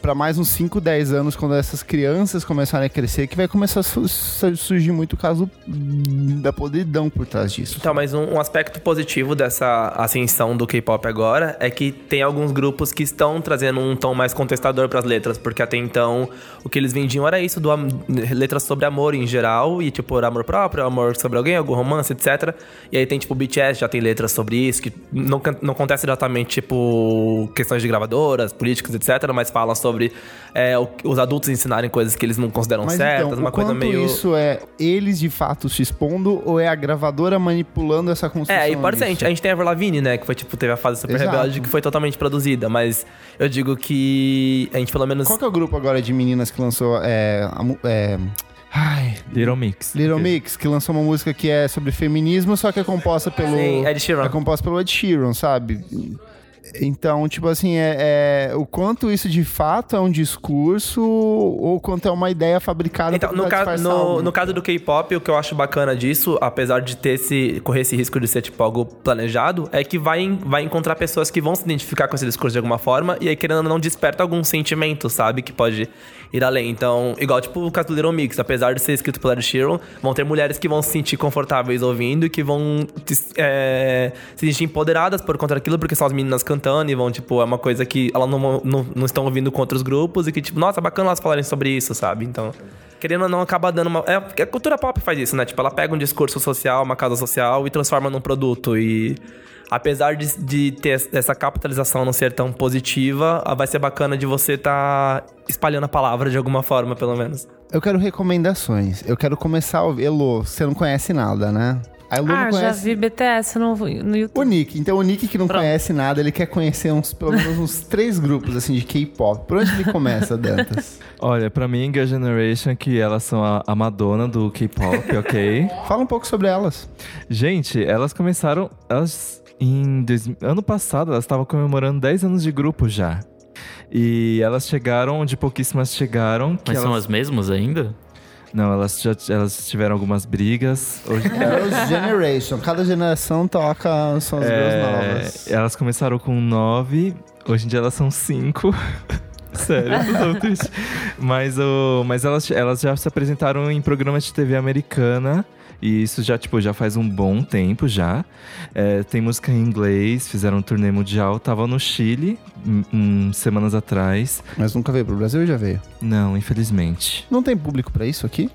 pra mais uns 5, 10 anos, quando essas crianças começarem a crescer, que vai começar a su- su- surgir muito o caso da podridão por trás disso.
Então, mas um, um aspecto positivo dessa ascensão do K-pop agora é que tem alguns grupos que estão trazendo um tom mais contestador pras letras, porque até então o que eles vendiam era isso, do am- letras sobre amor em geral, e tipo, era amor próprio, amor sobre alguém, algum romance, etc. E aí tem tipo o BTS, já tem letras sobre isso, que não, can- não acontece exatamente tipo questões de gravadoras, políticas, etc., mas falam sobre é, o- os adultos ensinarem coisas que eles não consideram
Mas
certas,
então,
uma
o
coisa
quanto
meio.
isso é eles de fato se expondo ou é a gravadora manipulando essa construção?
É, e pode ser, a
disso?
gente, a gente tem a Verlavigne, né? Que foi, tipo, teve a fase super
Exato.
rebelde que foi totalmente produzida. Mas eu digo que a gente pelo menos.
Qual que é o grupo agora de meninas que lançou... É, a mu- é, ai,
Little Mix.
Little Mix, que lançou uma música que é sobre feminismo, só que é composta pelo...
Sim, Ed Sheeran.
É composta pelo Ed Sheeran, sabe? Então, tipo assim, é, é- o quanto isso de fato é um discurso ou o quanto é uma ideia fabricada
Então,
pra
no,
tentar
ca
disfarçar
no,
algo.
no caso do K-pop, o que eu acho bacana disso, apesar de ter esse, correr esse risco de ser tipo algo planejado, é que vai, en- vai encontrar pessoas que vão se identificar com esse discurso de alguma forma e aí, querendo ou não, desperta algum sentimento, sabe? Que pode ir além. Então, igual tipo o caso do Little Mix, apesar de ser escrito pelo Ed Sheeran, vão ter mulheres que vão se sentir confortáveis ouvindo e que vão tes- é, se sentir empoderadas por conta daquilo, porque são as meninas cantando e vão, tipo, é uma coisa que elas não, vão- não, não estão ouvindo com outros grupos e que, tipo, nossa, bacana elas falarem sobre isso, sabe? Então. Querendo ou não, acaba dando uma. É, porque a cultura pop faz isso, né? Tipo, ela pega um discurso social, uma causa social e transforma num produto. E apesar de, de ter essa capitalização não ser tão positiva, ah, vai ser bacana de você estar espalhando a palavra de alguma forma, pelo menos.
Eu quero recomendações. Eu quero começar a ouvir. Elô, você não conhece nada, né? A Elô
Ah,
não
já
conhece.
vi BTS no, no YouTube.
O Nick, então o Nick que não conhece nada, ele quer conhecer uns, pelo menos uns
<laughs>
três grupos assim de K-pop. Por onde ele começa, Dantas?
Olha, pra mim, Girl Generation, que elas são a, a Madonna do K-pop, ok?
Fala um pouco sobre elas.
Gente, elas começaram. Elas, em dois- ano passado, elas estavam comemorando 10 anos de grupo já. E elas chegaram onde pouquíssimas chegaram. que
Mas são
elas-
as mesmas ainda?
Não, elas já elas tiveram algumas brigas. Hoje, é,
Girls Generation. Cada geração toca suas girls
É,
novas.
Elas começaram com nove, hoje em dia elas são cinco. <laughs> Sério, eu tô tão triste. Mas, o, mas elas, elas já se apresentaram em programas de TV americana. E isso já, tipo, já faz um bom tempo já. É, tem música em inglês, fizeram um turnê mundial. Tava no Chile hum, hum, semanas atrás.
Mas nunca veio pro Brasil, já veio.
Não, infelizmente.
Não tem público pra isso aqui?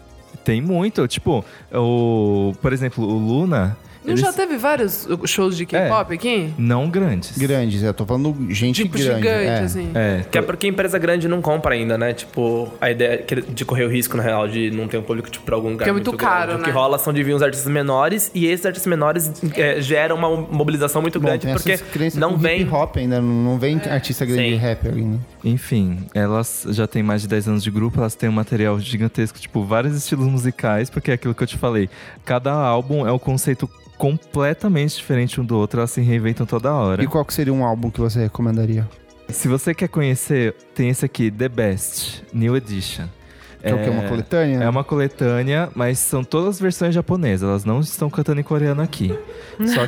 Tem muito. Tipo, o, por exemplo, o Luna.
Não
eles-
já teve vários uh, shows de K-pop aqui?
Não grandes.
Grandes, eu tô falando gente
Tipo
grande.
gigante,
é.
assim.
É,
Que é porque empresa grande não compra ainda, né? Tipo, a ideia que- de correr o risco, na real, de não ter um público tipo, pra algum lugar
Que é muito caro,
grande. O que
né?
rola são de vir uns artistas menores e esses artistas menores é, geram uma mobilização muito
Bom,
grande
tem
tipo, é porque
essas crenças
não
com
vem... É,
hip hop ainda, não- não vem artista grande né?
Sim.
de rap ainda.
Enfim, elas já têm mais de 10 anos de grupo, elas têm um material gigantesco, tipo, vários estilos musicais, porque é aquilo que eu te falei. Cada álbum é um conceito completamente diferente um do outro, elas se reinventam toda hora.
E qual que seria um álbum que você recomendaria?
Se você quer conhecer, tem esse aqui, The Best, New Edition.
Que é o que? Uma coletânea?
É uma coletânea, mas são todas versões japonesas, elas não estão cantando em coreano aqui. Só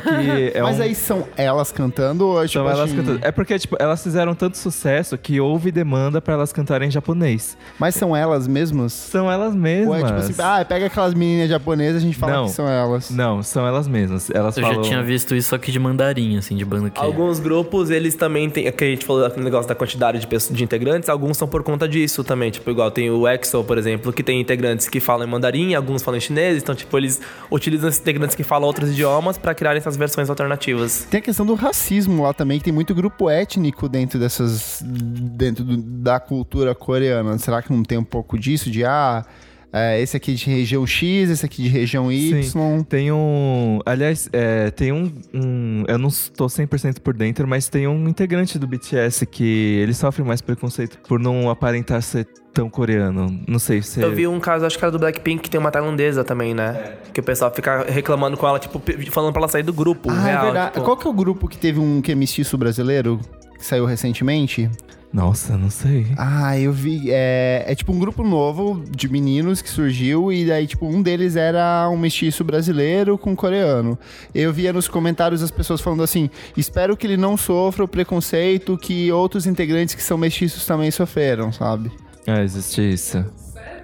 <laughs>
que é
Mas
um...
aí são elas cantando ou é tipo
Então elas
assim-
cantando. É porque, tipo, elas fizeram tanto sucesso que houve demanda pra elas cantarem em japonês.
Mas são elas mesmas?
São elas mesmas.
Ou é tipo assim, ah, pega aquelas meninas japonesas e a gente fala
Não.
que são elas.
Não, são elas mesmas. Elas
Eu
falam.
já tinha visto isso aqui de mandarim, assim, de banda que...
Alguns grupos, eles também têm. é Que a gente falou daquele negócio da quantidade de, pessoas, de integrantes, alguns são por conta disso também. Tipo, igual tem o EXO, por exemplo, que tem integrantes que falam em mandarim, alguns falam em chinês. Então, tipo, eles utilizam esses integrantes que falam outros idiomas pra criar essas versões alternativas.
Tem a questão do racismo lá também, que tem muito grupo étnico dentro dessas. dentro do- da cultura coreana. Será que não tem um pouco disso? De ah, é, esse aqui de região X, esse aqui de região Y.
Tem um. Aliás, é, tem um, um- Eu não estou 100% por dentro, mas tem um integrante do BTS que ele sofre mais preconceito por não aparentar ser tão coreano. Não sei se.
Eu vi um caso, acho que era do Blackpink, que tem uma tailandesa também, né? Que o pessoal fica reclamando com ela, tipo, pe- falando pra ela sair do grupo.
Ah,
real,
é verdade.
tipo.
Qual que é o grupo que teve um que é mestiço brasileiro? Que saiu recentemente?
Nossa, não sei.
Ah, eu vi. É, é tipo um grupo novo de meninos que surgiu e daí, tipo, um deles era um mestiço brasileiro com coreano. Eu via nos comentários as pessoas falando assim: espero que ele não sofra o preconceito que outros integrantes que são mestiços também sofreram, sabe?
Ah, existe isso.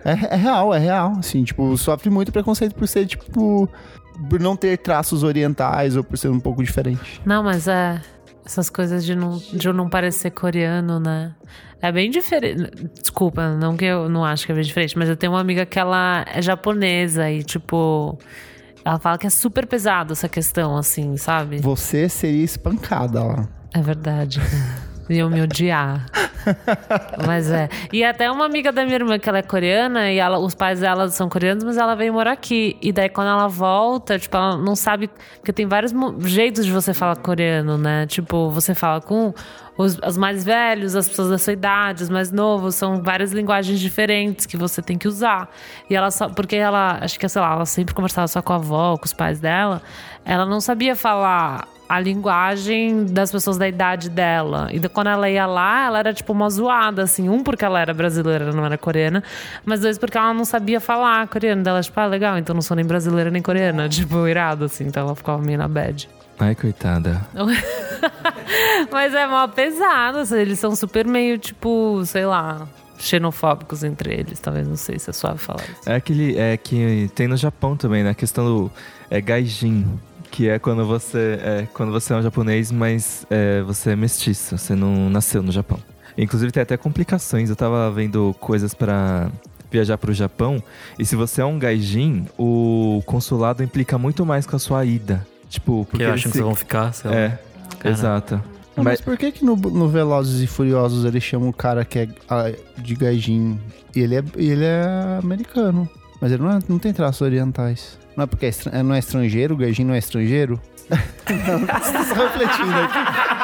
É, é real, é real. Assim, tipo, sofre muito preconceito por ser, tipo. Por não ter traços orientais ou por ser um pouco diferente.
Não, mas é. Essas coisas de não, de eu não parecer coreano, né? É bem diferente. Desculpa, não que eu não acho que é bem diferente, mas eu tenho uma amiga que ela é japonesa e, tipo. Ela fala que é super pesado essa questão, assim, sabe?
Você seria espancada lá.
É verdade. E eu me odiar. mas é. E até uma amiga da minha irmã que ela é coreana e ela, os pais dela são coreanos, mas ela veio morar aqui. E daí quando ela volta, tipo, ela não sabe. Porque tem vários mo- jeitos de você falar coreano, né? Tipo, você fala com os, os mais velhos, as pessoas da sua idade, os mais novos, são várias linguagens diferentes que você tem que usar. E ela só. Porque ela, acho que, sei lá, ela sempre conversava só com a avó, com os pais dela. Ela não sabia falar a linguagem das pessoas da idade dela. E da- quando ela ia lá, ela era tipo uma zoada, assim. Um, porque ela era brasileira, ela não era coreana. Mas dois, porque ela não sabia falar coreano. Daí ela, tipo, ah, legal, então não sou nem brasileira nem coreana. <laughs> Tipo, irado, assim. Então ela ficava meio na bad. <laughs>
Ai, coitada.
Mas é mó pesado, assim, eles são super meio, tipo, sei lá, xenofóbicos entre eles. Talvez, não sei se é suave falar isso.
É aquele é, que tem no Japão também, né? A questão do é, gaijin, que é quando você é, quando você é um japonês, mas é, você é mestiço, você não nasceu no Japão. Inclusive tem até complicações. Eu tava vendo coisas pra viajar pro Japão e se você é um gaijin, o consulado implica muito mais com a sua ida. Tipo, porque
que eu
eles
acho que
se-
vão ficar, sei lá.
É,
Cara.
exato.
Não, Ah, mas
Mas,
por que que no, no Velozes e Furiosos eles chamam o cara que é ah, de gaijin e ele é, e ele é americano? Mas ele não, é- não tem traços orientais. Não é porque é estra- é- não é estrangeiro? O gaijin não é estrangeiro? não, tô <laughs> só refletindo aqui.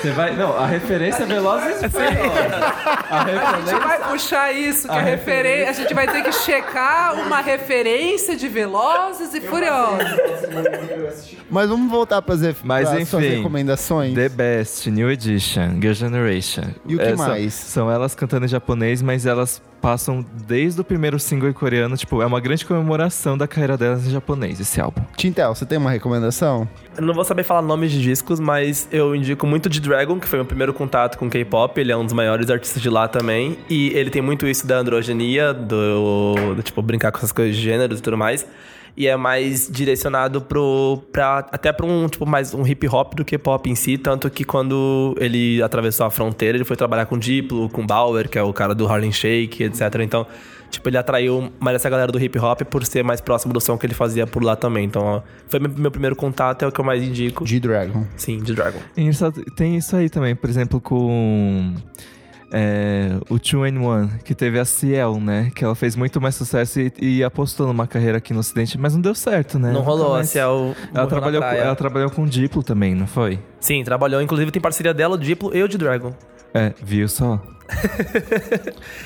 você vai. Não, a referência é Velozes e A
A gente vai puxar isso, que a,
A
referen- a gente vai ter que checar uma referência de Velozes e Furiosos.
Mas vamos voltar para
Mas,
as suas
enfim,
recomendações.
The Best, New Edition, Girl Generation.
E o que
É, são-
mais?
São, elas cantando em japonês, mas elas passam desde o primeiro single em coreano. Tipo, é uma grande comemoração da carreira delas em japonês, esse álbum.
Tintel, você tem uma recomendação?
Eu não vou saber falar nomes de discos, mas eu indico muito de Dragon, que foi meu primeiro contato com K-pop. Ele é um dos maiores artistas de lá também. E ele tem muito isso da androgenia, do, do, tipo, brincar com essas coisas de gêneros e tudo mais. E é mais direcionado pro. Pra, até pra um tipo mais um hip hop do que pop em si. Tanto que quando ele atravessou a fronteira, ele foi trabalhar com Diplo, com Bauer, que é o cara do Harlem Shake, etc. Então, tipo, ele atraiu mais essa galera do hip hop por ser mais próximo do som que ele fazia por lá também. Então, ó, foi meu- meu primeiro contato, é o que eu mais indico.
G-Dragon.
Sim, de Dragon.
E engraçado, Tem isso aí também, por exemplo, com é, o 2N1, que teve a Ciel, né? Que ela fez muito mais sucesso e, e apostou numa carreira aqui no Ocidente, mas não deu certo, né?
Não
Nunca
rolou,
mais.
assim, é o. morreu
Ela
na
trabalhou, com,
praia.
ela trabalhou com o Diplo também, não foi?
Sim, trabalhou. Inclusive tem parceria dela, o Diplo e o de Dragon.
É, viu só?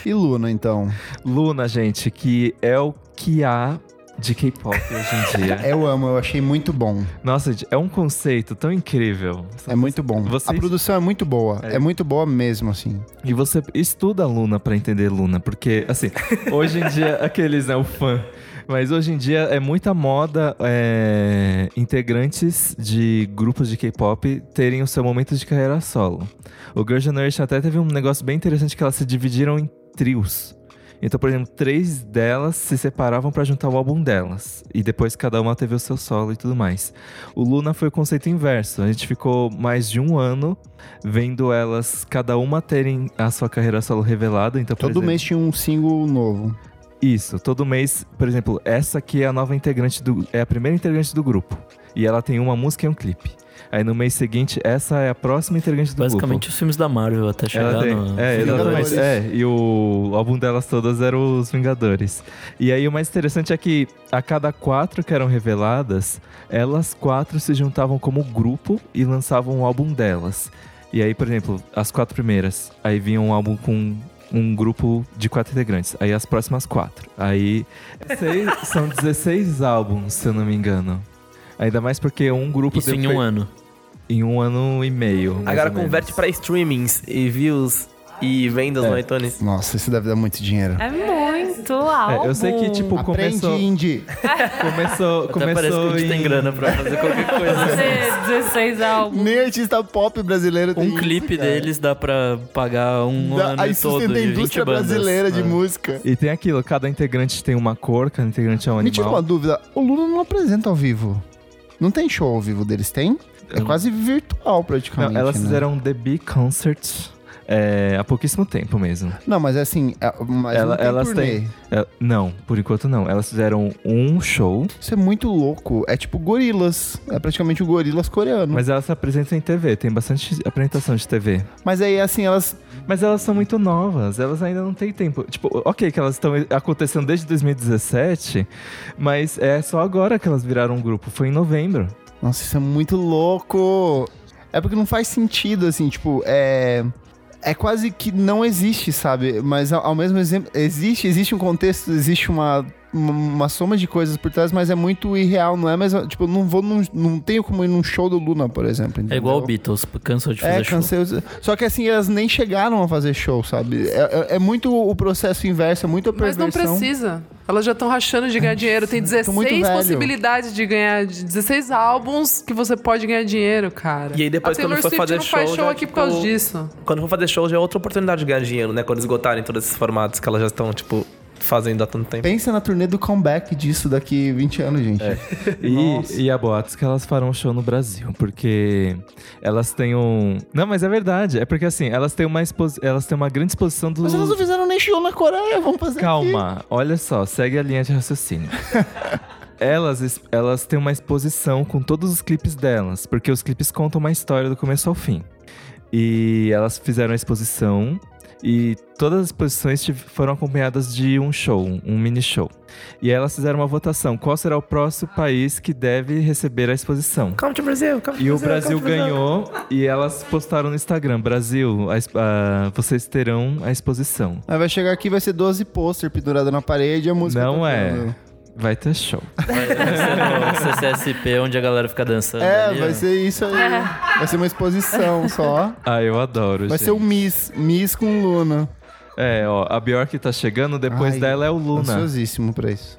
E Luna, então?
Luna, gente, que é o que há de K-pop hoje
<laughs>
em dia.
Eu amo, eu achei muito bom.
Nossa, gente, é um conceito tão incrível.
É muito bom. A
Vocês-
produção é muito boa. É.
É.
muito boa mesmo, assim.
E você estuda a Luna pra entender Luna, porque, assim, hoje em dia, aqueles, né, o fã. Mas hoje em dia é muita moda é, integrantes de grupos de K-pop terem o seu momento de carreira solo. O Girl Generation até teve um negócio bem interessante que elas se dividiram em trios. Então, por exemplo, três delas se separavam pra juntar o álbum delas. E depois cada uma teve o seu solo e tudo mais. O Luna foi o conceito inverso. A gente ficou mais de um ano vendo elas, cada uma terem a sua carreira solo revelada. Então, por
Todo
exemplo,
mês tinha um single novo.
Isso, todo mês, por exemplo, essa aqui é a nova integrante do. É a primeira integrante do grupo. E ela tem uma música e um clipe. Aí no mês seguinte, essa é a próxima integrante do
Basicamente
grupo.
os filmes da Marvel até chegar
Ela tem,
no...
é,
Vingadores.
exatamente. É, e o álbum delas todas era os Vingadores. E aí o mais interessante é que a cada quatro que eram reveladas, elas quatro se juntavam como grupo e lançavam o álbum delas. E aí, por exemplo, as quatro primeiras, aí vinha um álbum com um grupo de quatro integrantes. Aí as próximas quatro. Aí seis- <laughs> são 16 álbuns, se eu não me engano. Ainda mais porque um grupo
Isso
deu
em
fe-
um ano.
em um ano e meio. mais
Agora
ou menos.
converte pra streamings e views e vendas né, no iTunes.
Nossa, isso deve dar muito dinheiro.
É muito álbum.
É, eu sei que, tipo,
Aprende,
começou.
Indy.
Começou,
Até parece que
começou
a gente
em...
tem grana pra fazer
<laughs>
qualquer coisa.
Dezesseis- 16
<laughs>
álbuns.
Nem artista pop brasileiro tem
Um
isso,
clipe
cara.
deles dá pra pagar um
Da-
ano
aí
todo
sustenta a
de 20
indústria
bandas.
brasileira de
É.
música.
E tem aquilo, cada integrante tem uma cor, cada integrante é um
Me tira uma
animal.
dúvida. O Lula não apresenta ao vivo. Não tem show ao vivo deles, tem? É quase virtual praticamente.
Não, elas
né?
fizeram um The Big Concert é, há pouquíssimo tempo mesmo.
Não, mas é assim, é, mas
Ela-
não tem
elas
turnê.
têm- É, não, por enquanto não. Elas fizeram um show,
Isso é muito louco. É tipo gorilas. É praticamente o gorilas coreano. Mas,
mas elas se apresentam em TV, tem bastante apresentação de TV.
aí, assim, elas.
Mas elas são muito novas, elas ainda não têm tempo. Tipo, ok que elas estão acontecendo desde 2017, mas é só agora que elas viraram um grupo, foi em novembro.
Nossa, isso é muito louco. É porque não faz sentido, assim, tipo, é. É quase que não existe, sabe? Mas ao, ao mesmo exemplo. Existe, existe um contexto, existe uma. Uma uma soma de coisas por trás, mas é muito irreal, não é? Mas, tipo, eu não vou, num, não tenho como ir num show do Luna, por exemplo.
É igual o
entendeu?
Beatles, cansou de fazer
É,
<laughs> show.
cansei. os- Só que assim, elas nem chegaram a fazer show, sabe? É, é- é muito o processo inverso, é muito a
Mas
perversão.
não precisa. Elas já estão rachando de ganhar dinheiro. Tem 16
velho.
possibilidades de ganhar, de 16 álbuns que você pode ganhar dinheiro, cara.
E aí depois,
a
quando
Taylor
for
Swift
fazer
não faz
show,
show
já
aqui por causa
ficou-
disso.
Quando for fazer show, já é outra oportunidade de ganhar dinheiro, né? Quando esgotarem todos esses formatos que elas já estão, tipo, fazendo há tanto tempo.
Pensa na turnê do comeback disso daqui 20 anos, gente.
É.
E, e há boatos que elas farão show no Brasil, porque elas têm um. Não, mas é verdade. É porque assim, elas têm uma, exposi... elas têm uma grande exposição do.
Mas elas
<laughs>
não fizeram nem show na Coreia, vamos fazer aqui.
Calma, olha só, segue a linha de raciocínio. elas, es- elas têm uma exposição com todos os clipes delas, porque os clipes contam uma história do começo ao fim. E elas fizeram a exposição e todas as exposições tive- foram acompanhadas de um show, um- um mini show. E elas fizeram uma votação, qual será o próximo país que deve receber a exposição?
Come to Brazil, come to
E o
come to
Brasil ganhou e elas postaram no Instagram, Brasil, a, exp- a- vocês terão a exposição.
Aí vai chegar aqui vai ser 12 pôster pendurado na parede e a música. tá
Não
tocando.
é. Vai ter show.
Vai ser no CCSP, onde a galera fica dançando.
É,
ali, né? ó.
vai ser isso aí.
É.
Vai ser uma
<laughs>
exposição só.
Ah, eu adoro,
Vai
gente.
ser o Miss. Miss com Luna.
É, ó, a Bjork tá chegando, depois
Ai,
dela é o Luna.
Ansiosíssimo pra isso.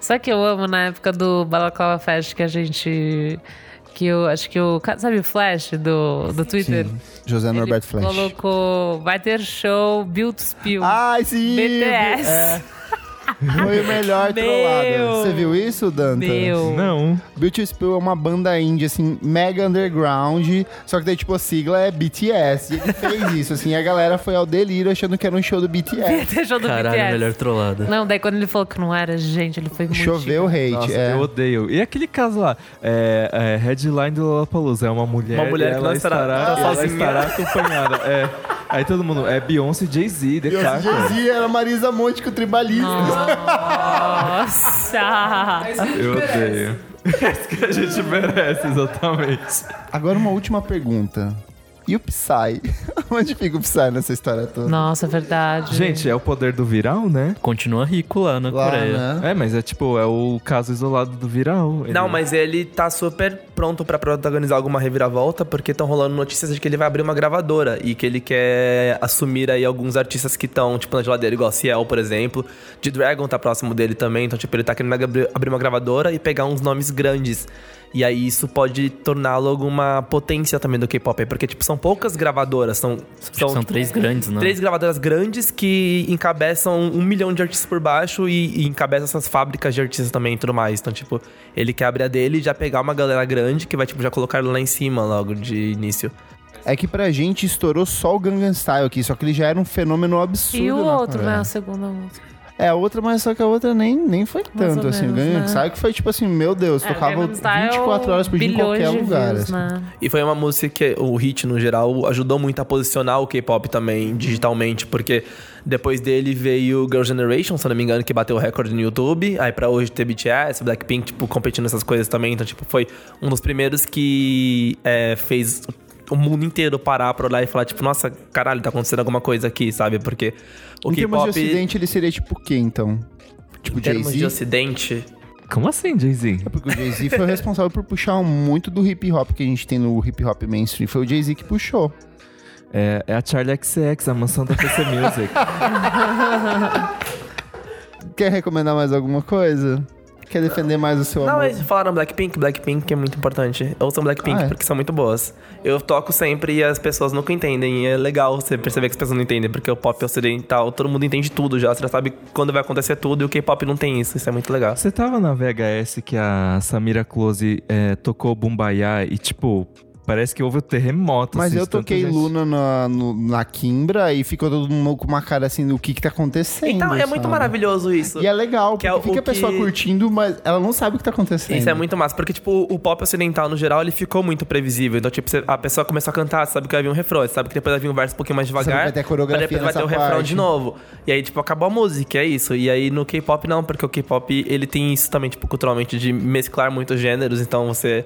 Sabe que eu amo na época do Balaclava Fest que a gente. Que eu acho que o. Sabe o Flash do, do Twitter?
Sim. José
Ele
Norberto Flash. Ah,
Colocou. Vai ter show, Built Spill.
Ai, sim!
BTS.
É. Foi o melhor
<laughs> Meu.
trollado. Você viu isso, Danta?
Meu.
Não.
Beauty Spill é uma banda indie, assim, mega underground. Só que daí, tipo, a sigla é BTS. E ele fez isso, assim. E a galera foi ao delírio achando que era um show do BTS.
Vai ter show do
Caralho,
BTS.
melhor trollada.
Não, daí quando ele falou que não era, gente, ele foi muito.
Choveu hate.
Nossa,
é.
eu odeio. E aquele caso lá, é, é, headline do Lollapalooza, é uma mulher
Uma mulher
e
que
ela
não estará-
estará,
tá
ela
sozinha.
estará acompanhada. É. Aí todo mundo, é Beyoncé, Jay-Z, The
E o
Carter.
Jay-Z era Marisa Monte com o tribalista.
Nossa!
Eu odeio. <laughs> É isso que a gente merece, exatamente.
Agora uma última pergunta. E o Psy? <laughs> Onde fica o Psy nessa história toda?
Nossa, é verdade.
Gente, é o poder do viral, né?
Continua rico lá na
Lá,
Coreia.
né?
É, mas é tipo, é o caso isolado do viral. Ele-
Não, mas ele tá super pronto pra protagonizar alguma reviravolta, porque estão rolando notícias de que ele vai abrir uma gravadora e que ele quer assumir aí alguns artistas que estão, tipo, na geladeira, igual Ciel, por exemplo. De Dragon tá próximo dele também, então, tipo, ele tá querendo abrir abrir uma gravadora e pegar uns nomes grandes. E aí isso pode torná-lo alguma potência também do K-pop, aí, porque, tipo, são poucas gravadoras, são.
Tipo, são três grandes, né?
Três gravadoras grandes que encabeçam um milhão de artistas por baixo e, e encabeçam essas fábricas de artistas também e tudo mais. Então, tipo, ele quer abrir a dele e já pegar uma galera grande que vai, tipo, já colocar ele lá em cima logo de início.
É que pra gente estourou só o Gangnam Style aqui, só que ele já era um fenômeno absurdo.
E o
na
outro,
Coreia.
né? A segunda música.
É, a outra, mas só que a outra nem, nem foi
Mais
tanto,
ou
assim. O
menos,
Gangnam
né?
Style que foi tipo assim, meu Deus,
É,
tocava
Gangnam Style,
24 horas por dia em
bilhões
qualquer
de
lugar.
views,
assim.
né?
E foi uma música que o hit, no geral, ajudou muito a posicionar o K-pop também digitalmente, porque depois dele veio Girl Generation, se eu não me engano, que bateu o recorde no YouTube. Aí pra hoje ter BTS, Blackpink, tipo, competindo essas coisas também. Então, tipo, foi um dos primeiros que é, fez o mundo inteiro parar pra olhar e falar, tipo, nossa, caralho, tá acontecendo alguma coisa aqui, sabe? Porque o
Em termos de
K-pop.
ocidente, ele seria tipo o quê, então? Tipo
Em termos de
Jay-Z?
ocidente.
Como assim, Jay-Z?
É porque o Jay-Z foi o responsável por puxar muito do hip hop que a gente tem no hip hop mainstream. Foi o Jay-Z que puxou.
É, é a Charlie XX, a mansão da PC Music.
Quer recomendar mais alguma coisa? Quer defender mais o seu
Não,
amor?
eles falaram Blackpink, Blackpink é muito importante. Ouçam Blackpink,
Ah, é?
porque são muito boas. Eu toco sempre e as pessoas nunca entendem. E é legal você perceber que as pessoas não entendem, porque o pop ocidental, todo mundo entende tudo já. Você já sabe quando vai acontecer tudo e o K-pop não tem isso. Isso é muito legal.
Você tava na VHS que a Samira Close é, tocou Bumbaiá e, tipo, parece que houve um terremoto.
Mas
assim,
eu
de tanta
toquei
gente.
Luna na, no- na Kimbra e ficou todo mundo com uma cara assim do que que tá acontecendo.
Então, é
sabe?
muito maravilhoso isso.
E é legal,
Que é
porque
o
fica a pessoa
que-
curtindo, mas ela não sabe o que tá acontecendo.
Isso é muito massa, porque, tipo, o pop ocidental, no geral, ele ficou muito previsível. Então, tipo, você- a pessoa começou a cantar, sabe que vai vir um refrão, sabe que depois vai vir um verso um pouquinho mais
que
devagar.
vai ter a coreografia
mas depois vai ter
nessa
o refrão
parte.
de novo. E aí, tipo, acabou a música, é isso. E aí no K-pop não, porque o K-pop ele tem isso também, tipo, culturalmente, de mesclar muitos gêneros. Então você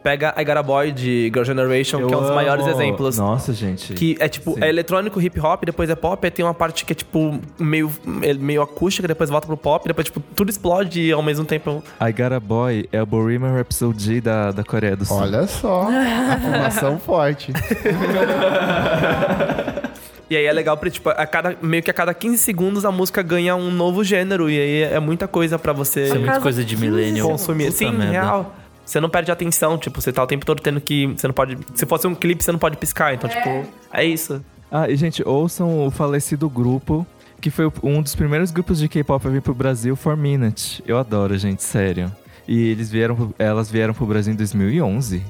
pega I Got a Boy de Girl Generation, que é um dos
amo.
maiores exemplos.
Nossa, gente.
Que é tipo,
Sim.
é eletrônico, hip hop, depois é pop, aí tem uma parte que é tipo meio, meio acústica, depois volta pro pop, depois tipo, tudo explode e ao mesmo tempo
I Got a Boy é o Bohemian Rhapsody da, da Coreia do Sul.
Olha só, afirmação forte.
E aí é legal porque, tipo, a cada, meio que a cada 15 segundos a música ganha um novo gênero. E aí é muita coisa pra
Isso é
você
muita coisa de millennial.
consumir.
Puta
Sim,
merda.
real. Você não perde atenção, tipo, você tá o tempo todo tendo que. Você não pode. Se fosse um clipe, você não pode piscar. Então, tipo, é isso.
Ah, e gente, ouçam o falecido grupo, que foi um dos primeiros grupos de K-pop a vir pro Brasil, For Minute. Eu adoro, gente, sério. E eles vieram, pro- elas vieram pro Brasil em 2011.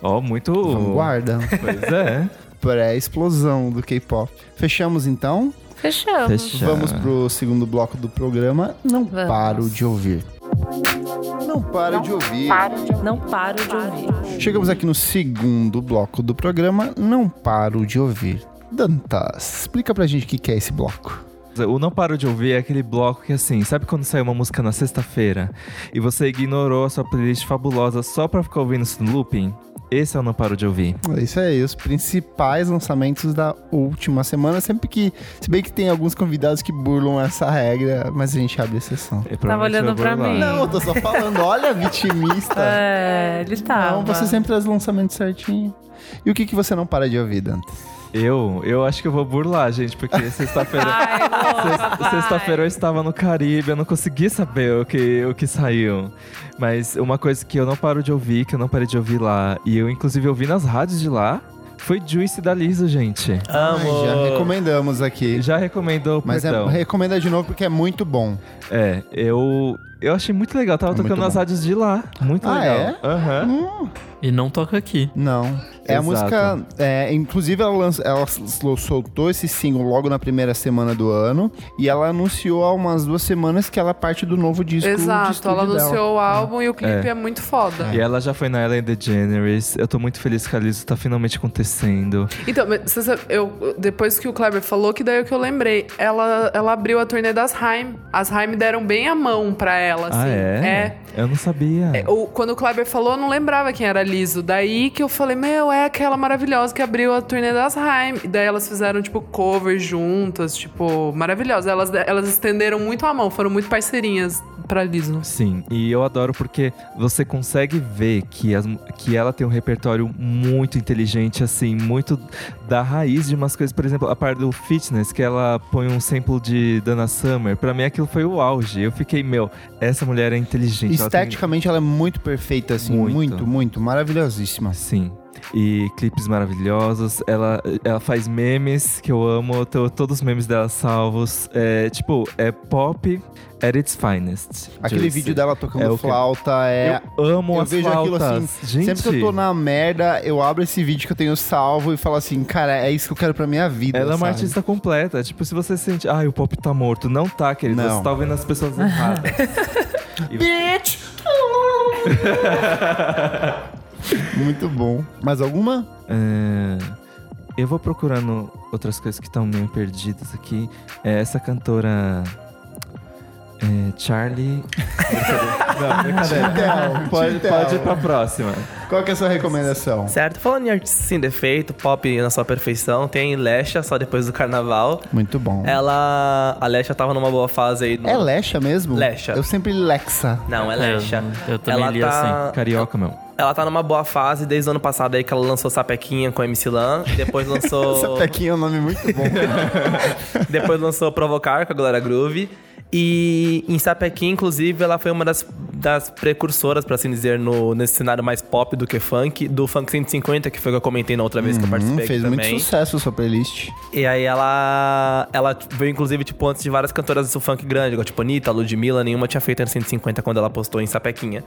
Ó, muito...
Vanguarda.
Pois
<laughs>
é.
Pré-explosão do K-pop. Fechamos então?
Fechamos.
Fechado.
Vamos pro segundo bloco do programa. Não
Vamos.
paro de ouvir.
Não
Não para de ouvir.
Não paro de ouvir.
Chegamos aqui no segundo bloco do programa Não Paro de Ouvir. Dantas, explica pra gente o que que é esse bloco.
O Não Paro de Ouvir é aquele bloco que, assim, sabe quando sai uma música na sexta-feira e você ignorou a sua playlist fabulosa só pra ficar ouvindo isso no looping? Esse é o Não Paro de Ouvir.
Isso aí, os principais lançamentos da última semana, sempre que. Se bem que tem alguns convidados que burlam essa regra, mas a gente abre exceção.
É,
Tava
provavelmente
olhando
eu vou
pra
lá.
mim.
Não, eu tô só falando, olha, vitimista.
<laughs> É, ele tá.
Não, você sempre traz o lançamento certinho. E o que, que você não para de ouvir, Dantas?
Eu, eu acho que eu vou burlar, gente,
<laughs>
porque sexta-feira.
Ah,
Sex- Sexta-feira eu estava no Caribe, eu não consegui saber o que, o que saiu. Mas uma coisa que eu não paro de ouvir, que eu não parei de ouvir lá, e eu inclusive ouvi nas rádios de lá, foi Juice da Lizzo, gente.
Ai, já recomendamos aqui.
Já recomendou,
Mas é-
perdão.
recomenda de novo porque é muito bom.
É, eu, eu achei muito legal, tava
É muito
tocando nas
bom.
rádios de lá. Muito
Ah,
legal.
é?
Aham.
E não toca aqui.
Não. É a
Exato.
música. é, inclusive, ela, lança- ela s- s- soltou esse single logo na primeira semana do ano. E ela anunciou há umas duas semanas que ela é parte do novo disco. de
Exato,
estúdio
ela
dela.
anunciou o álbum e o clipe é,
É.
muito foda.
E ela já foi na Ellen DeGeneres. Eu tô muito feliz que a Lizzo tá finalmente acontecendo.
Então, mas você sabe, eu, depois que o Kleber falou, que daí é que eu lembrei. Ela, ela abriu a turnê das Haim. As Haim deram bem a mão pra ela, assim.
ah, é? Eu não sabia.
É, o- quando o Kleber falou, eu não lembrava quem era a Liso. Daí que eu falei, meu, é aquela maravilhosa que abriu a turnê das Haim. E daí elas fizeram, tipo, cover juntas, tipo, maravilhosa. Elas, elas estenderam muito a mão, foram muito parceirinhas pra Liso.
Sim, e eu adoro porque você consegue ver que, as, que ela tem um repertório muito inteligente, assim, muito da raiz de umas coisas. Por exemplo, a parte do fitness, que ela põe um sample de Dana Summer. Pra mim, aquilo foi o auge. Eu fiquei, meu, essa mulher é inteligente. ela tem-
Esteticamente, ela é muito perfeita, assim. Muito,
Muito.
muito. maravilhosíssima.
Sim. E clipes maravilhosos. Ela, ela faz memes que eu amo. Eu Tô, todos os memes dela salvos. É, tipo, é pop at its finest.
Aquele
Juicy.
vídeo dela tocando
É o que-
flauta é.
Eu amo
eu
as
vejo aquilo assim,
flautas. Gente,
Sempre que eu tô na merda, eu abro esse vídeo que eu tenho salvo e falo assim, cara, é isso que eu quero pra minha vida.
Ela é uma
sabe?
artista completa. Tipo, se você sente, ai, o pop tá morto. Não tá, querido.
Não.
Você tá ouvindo as pessoas erradas.
Bitch! Muito bom. Mais alguma?
É, eu vou procurando outras coisas que estão meio perdidas aqui. É, essa cantora. é, Charlie.
Tá, né,
Não, brincadeira.
Então,
Pode,
então.
pode ir pra próxima.
Qual que é a sua recomendação?
Certo, falando em artista sem defeito, pop na sua perfeição, tem Lesha só depois do carnaval.
Muito bom.
Ela. A Lesha tava numa boa fase aí. No...
É Lecha mesmo?
Lecha.
Eu sempre Lexa.
Não, é Lesha.
É, eu também
ela
li
tá...
Carioca, meu.
Ela tá numa boa fase desde o ano passado aí que ela lançou Sapequinha com MC Lan. e Depois lançou.
<laughs> Sapequinha é um nome muito <laughs> bom.
depois lançou Provocar com a Glória Groove. E em Sapequinha, inclusive, ela foi uma das, das precursoras, pra assim dizer, no, nesse cenário mais pop do que funk, do Funk 150, que foi o que eu comentei na outra vez que eu
Hum,
participei.
fez
aqui
muito
também.
sucesso a sua playlist.
E aí ela. Ela veio, inclusive, tipo, antes de várias cantoras do funk grande, igual tipo Anitta, Ludmilla, nenhuma tinha feito em 150 quando ela postou em Sapequinha.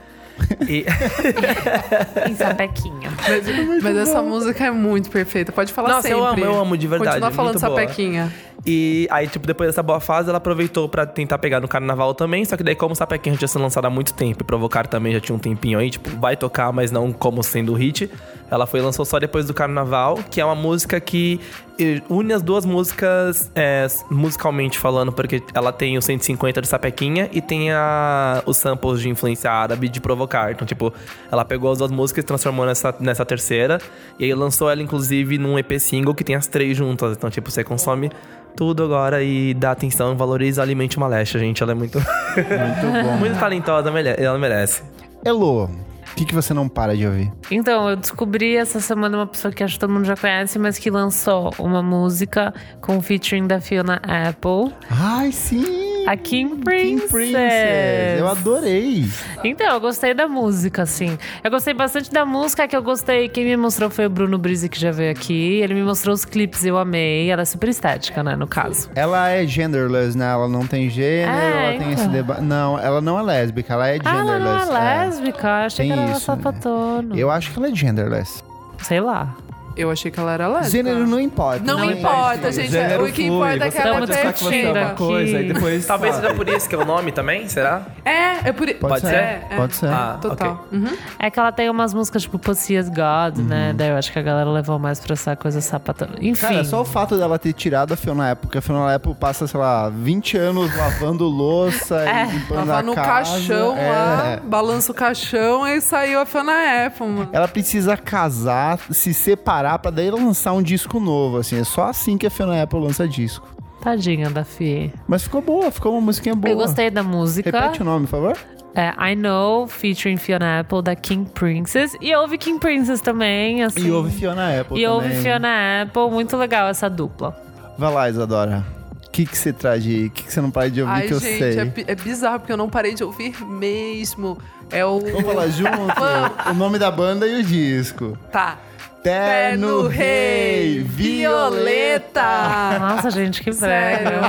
E <laughs>
Em sapequinho.
Mas, mas essa música é muito perfeita. Pode falar
Nossa,
sempre.
eu amo, eu amo de verdade,
Continua
é
falando
muito boa.
sapequinha.
E aí, tipo, depois dessa boa fase, ela aproveitou pra tentar pegar no carnaval também. Só que daí, como o Sapequinha já tinha sido lançado há muito tempo e provocar também já tinha um tempinho aí, tipo, vai tocar, mas não como sendo hit. Ela foi e lançou só depois do carnaval, que é uma música que eh, une as duas músicas eh, musicalmente falando, porque ela tem o 150 de Sapequinha e tem a, os samples de influência árabe de provocar. Então, tipo, ela pegou as duas músicas e transformou nessa, nessa terceira. E aí lançou ela, inclusive, num EP single que tem as três juntas. Então, tipo, você consome tudo agora e dá atenção, valoriza, alimente uma lecha, gente. Ela é muito,
Muito bom.
<laughs>
né?
muito talentosa, mere- ela merece.
Elo, o que, que você não para de ouvir?
Então, eu descobri essa semana uma pessoa que acho que todo mundo já conhece, mas que lançou uma música com featuring da Fiona Apple,
Ai, sim!
a Kim
King
Princess.
Princess. Eu adorei.
Então, eu gostei da música, assim. Eu gostei bastante da música, que eu gostei. Quem me mostrou foi o Bruno Brise, que já veio aqui. Ele me mostrou os clipes, eu amei. Ela é super estética, né, no caso.
Ela é genderless, né? Ela não tem gênero,
É,
ela tem esse
então.
debate. Não, ela não é lésbica, ela é
Ah, ela não é
genderless. é.
lésbica? Eu Achei
Tem
que ela era
isso, né?
sapatona.
Eu acho que ela é genderless.
Sei lá.
Eu achei que ela era lésbica.
Gênero não importa. né?
Não,
Não
importa,
importa.
gente.
Gênero
o que
flui,
importa é que
você
ela é
pode estar
discutir né?
discutindo
perfeita.
uma coisa e depois.
Talvez
sabe.
seja por isso que é o nome também, será?
É, é por isso.
Pode, ser.
É,
Pode ser.
Ah,
Total.
ok.
Uhum.
É que ela tem umas músicas tipo Pussy is God, né? Daí eu acho que a galera levou mais pra essa coisa sapatão. Enfim.
Uhum. Cara, só o fato dela ter tirado a Fiona Apple, porque a Fiona Apple passa, sei lá, 20 anos lavando
<laughs>
louça
É,
e limpando
Tava
a
no
casa.
caixão
É.
lá, balança o caixão e saiu a Fiona Apple, mano.
Ela precisa casar, se separar, pra daí lançar um disco novo, assim. É só assim que a Fiona Apple lança disco.
Tadinha da Fie.
Mas ficou boa, ficou uma musiquinha boa.
Eu gostei da música.
Repete um. o nome, por favor.
É, I Know, featuring Fiona Apple, da King Princess. E houve King Princess também, assim.
E houve Fiona Apple
E houve
também.
Fiona Apple. Muito legal essa dupla.
Vai lá, Isadora. O que que você traz de... O que que você não para de ouvir
Ai,
que eu
gente,
sei?
É, bi- é bizarro porque eu não parei de ouvir mesmo. É o.
Vamos falar junto? o nome da banda e o disco.
Tá.
Terno Rei, Violeta.
<laughs>
Nossa, gente, que
Sério.
brega.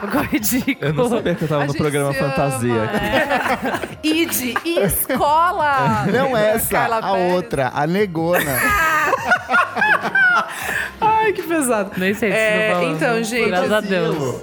Ficou ridículo.
Eu não sabia que eu tava
A
no
gente
programa
se
Fantasia.
ama, é. <laughs> Id, escola!
Não é essa,
Carla
a
Pérez.
outra, a
<laughs>
negona.
Ai, que pesado.
<laughs> Nem sei o que vocês
É,
estão falando.
então, gente,
Graças
assim,
a Deus.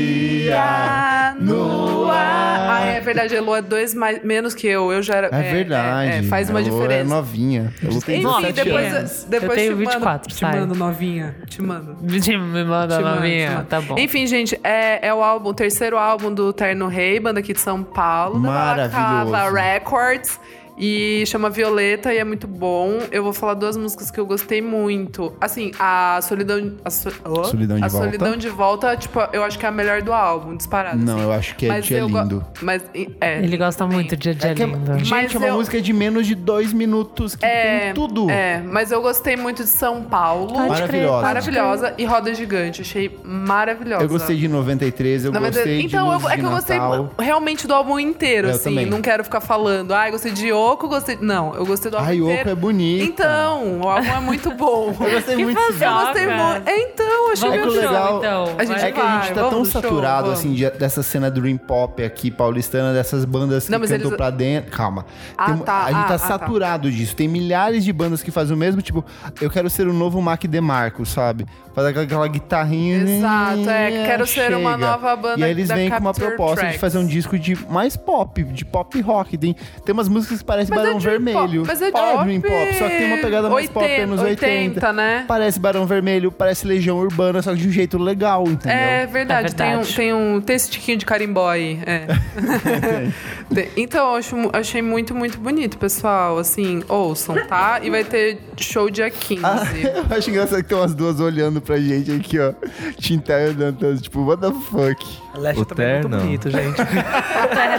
Fantasia no ar. Ah, é verdade, a Elô é dois mais, menos que eu. Eu já era.
É verdade.
é, é, faz uma
a Lô É
diferença.
novinha. Eu lutei
Enfim,
Nossa,
17
depois,
anos.
anos.
depois
Eu tenho
te
24,
mando,
sai.
Te mando novinha. Te mando.
Me me manda
Te mando, te
novinha.
mando.
Tá bom.
Enfim, gente, é, é o álbum, o terceiro álbum do Terno Rei, banda aqui de São Paulo. da
Maravilhoso.
Balaclava Records. E chama Violeta e é muito bom. Eu vou falar duas músicas que eu gostei muito. Assim, a Solidão. A so- oh,
Solidão de
a
Volta.
Solidão de Volta, tipo, eu acho que é a melhor do álbum, disparado.
Não,
assim.
eu acho que é
Mas
Dia
eu go-
Lindo.
Mas, é,
Ele gosta
também.
muito de
É
Adia
que é,
Lindo.
gente,
Mas
é uma
eu-
música de menos de dois minutos que tem tudo.
É, mas eu gostei muito de São Paulo.
Pode crer,
Maravilhosa.
pode
Maravilhosa. E Roda Gigante, achei maravilhosa.
Eu gostei de 93, eu
Na verdade-
gostei
então,
de
eu-
Luz
é que
de
eu gostei
Natal.
realmente do álbum inteiro,
Eu
assim.
também.
Não quero ficar falando, ah, eu gostei de Oco, gostei. Não, eu gostei do álbum
Ai, Yoko
inteiro.
é bonita.
Então, o álbum é muito bom.
<laughs> Eu gostei
Que
muito
fazão.
desse
eu gostei
Joga.
muito. É, então, achei
É
Vamos
que o
muito
pro show,
legal
então.
A gente
é
Vai.
que a gente
vai,
tá tão
vamos pro show,
saturado
vamos.
assim de- dessa cena dream pop aqui paulistana dessas bandas que
Não, mas
cantam
eles-
pra dentro. Calma.
Ah,
Tem-
tá.
A gente
Ah,
tá
ah, tá.
saturado disso. Tem milhares de bandas que fazem o mesmo, tipo, eu quero ser o novo Mac DeMarco, sabe? Faz aquela, aquela guitarrinha. né,
Exato, é, quero ser uma nova banda
E aí eles
da
vêm com uma
Capture
proposta de
Tracks.
fazer um disco de mais pop, de pop rock. Tem, tem umas músicas que parecem
Mas é
Barão
dream pop,
Vermelho.
mas é
dream
pop
pop, só que tem uma pegada mais pop
80,
anos 80.
né?
Parece Barão Vermelho, parece Legião Urbana, só que de um jeito legal, entendeu?
É verdade,
É
Tem, um,
verdade.
tem, um, tem esse tiquinho de carimbó aí.
<laughs>
é. Tem. então, eu acho mu- achei muito, muito bonito, pessoal. Assim, ouçam, tá? E vai ter show dia 15.
Ah, eu acho engraçado que tem umas duas olhando pra gente aqui, ó. Tintai olhando, então, tipo, what the fuck?
A Leste
O
também é muito
terno.
bonito, gente.
<laughs>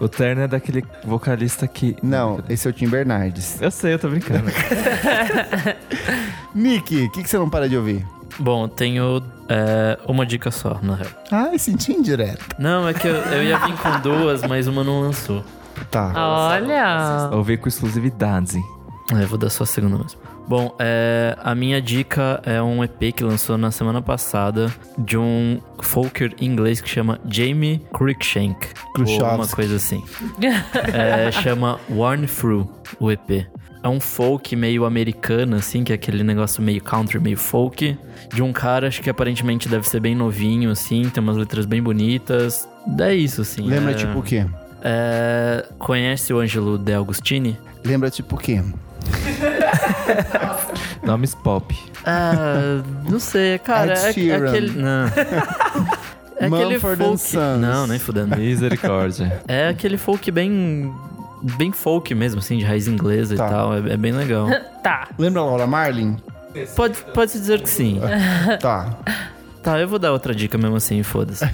O Terno é daquele vocalista que.
Não, esse é o Tim Bernardes.
Eu sei, eu tô brincando.
Nick, o que, que você não para de ouvir?
Bom, eu tenho é, uma dica só, na real.
Ah, senti indireto.
Não, é que eu, eu ia vir com duas, mas uma não lançou.
Tá.
Olha.
Ouvi com exclusividade.
É, vou dar só a segunda mesmo. Bom, é, a minha dica é um EP que lançou na semana passada de um folker inglês que chama Jamie Cruikshank. Ou alguma
Khrushchevsky.
coisa assim. É, chama Warn Through, o EP. É um folk meio americano, assim, que é aquele negócio meio country, meio folk. De um cara, acho que aparentemente deve ser bem novinho, assim, tem umas letras bem bonitas. É isso, assim.
Lembra
é-
tipo o quê?
é, conhece o Ângelo De Agostini?
Lembra tipo o quê?
Nomes pop.
Ah, não sei, cara.
Ed
É, é
Sheeran.
aquele. Não. <laughs> É aquele
Mumford and
folk.
Sons.
Não, nem fudendo.
Misericórdia.
É aquele folk bem. Bem folk mesmo, assim, de raiz inglesa
Tá.
e tal. É, é bem legal.
<laughs> Tá.
Lembra a Laura Marlin?
<laughs> Pode, pode se dizer que sim.
Tá.
Tá, eu vou dar outra dica mesmo assim, foda-se.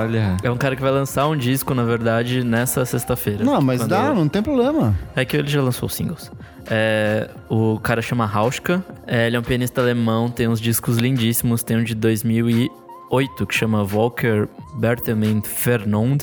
Olha.
É um cara que vai lançar um disco, na verdade, nessa sexta-feira.
Não, mas
Quando
dá,
eu-
não tem problema.
É que ele já lançou singles. É, o cara chama Hauschka. É, ele é um pianista alemão, tem uns discos lindíssimos. Tem um de 2008 que chama Volker Bertelmann Fernand.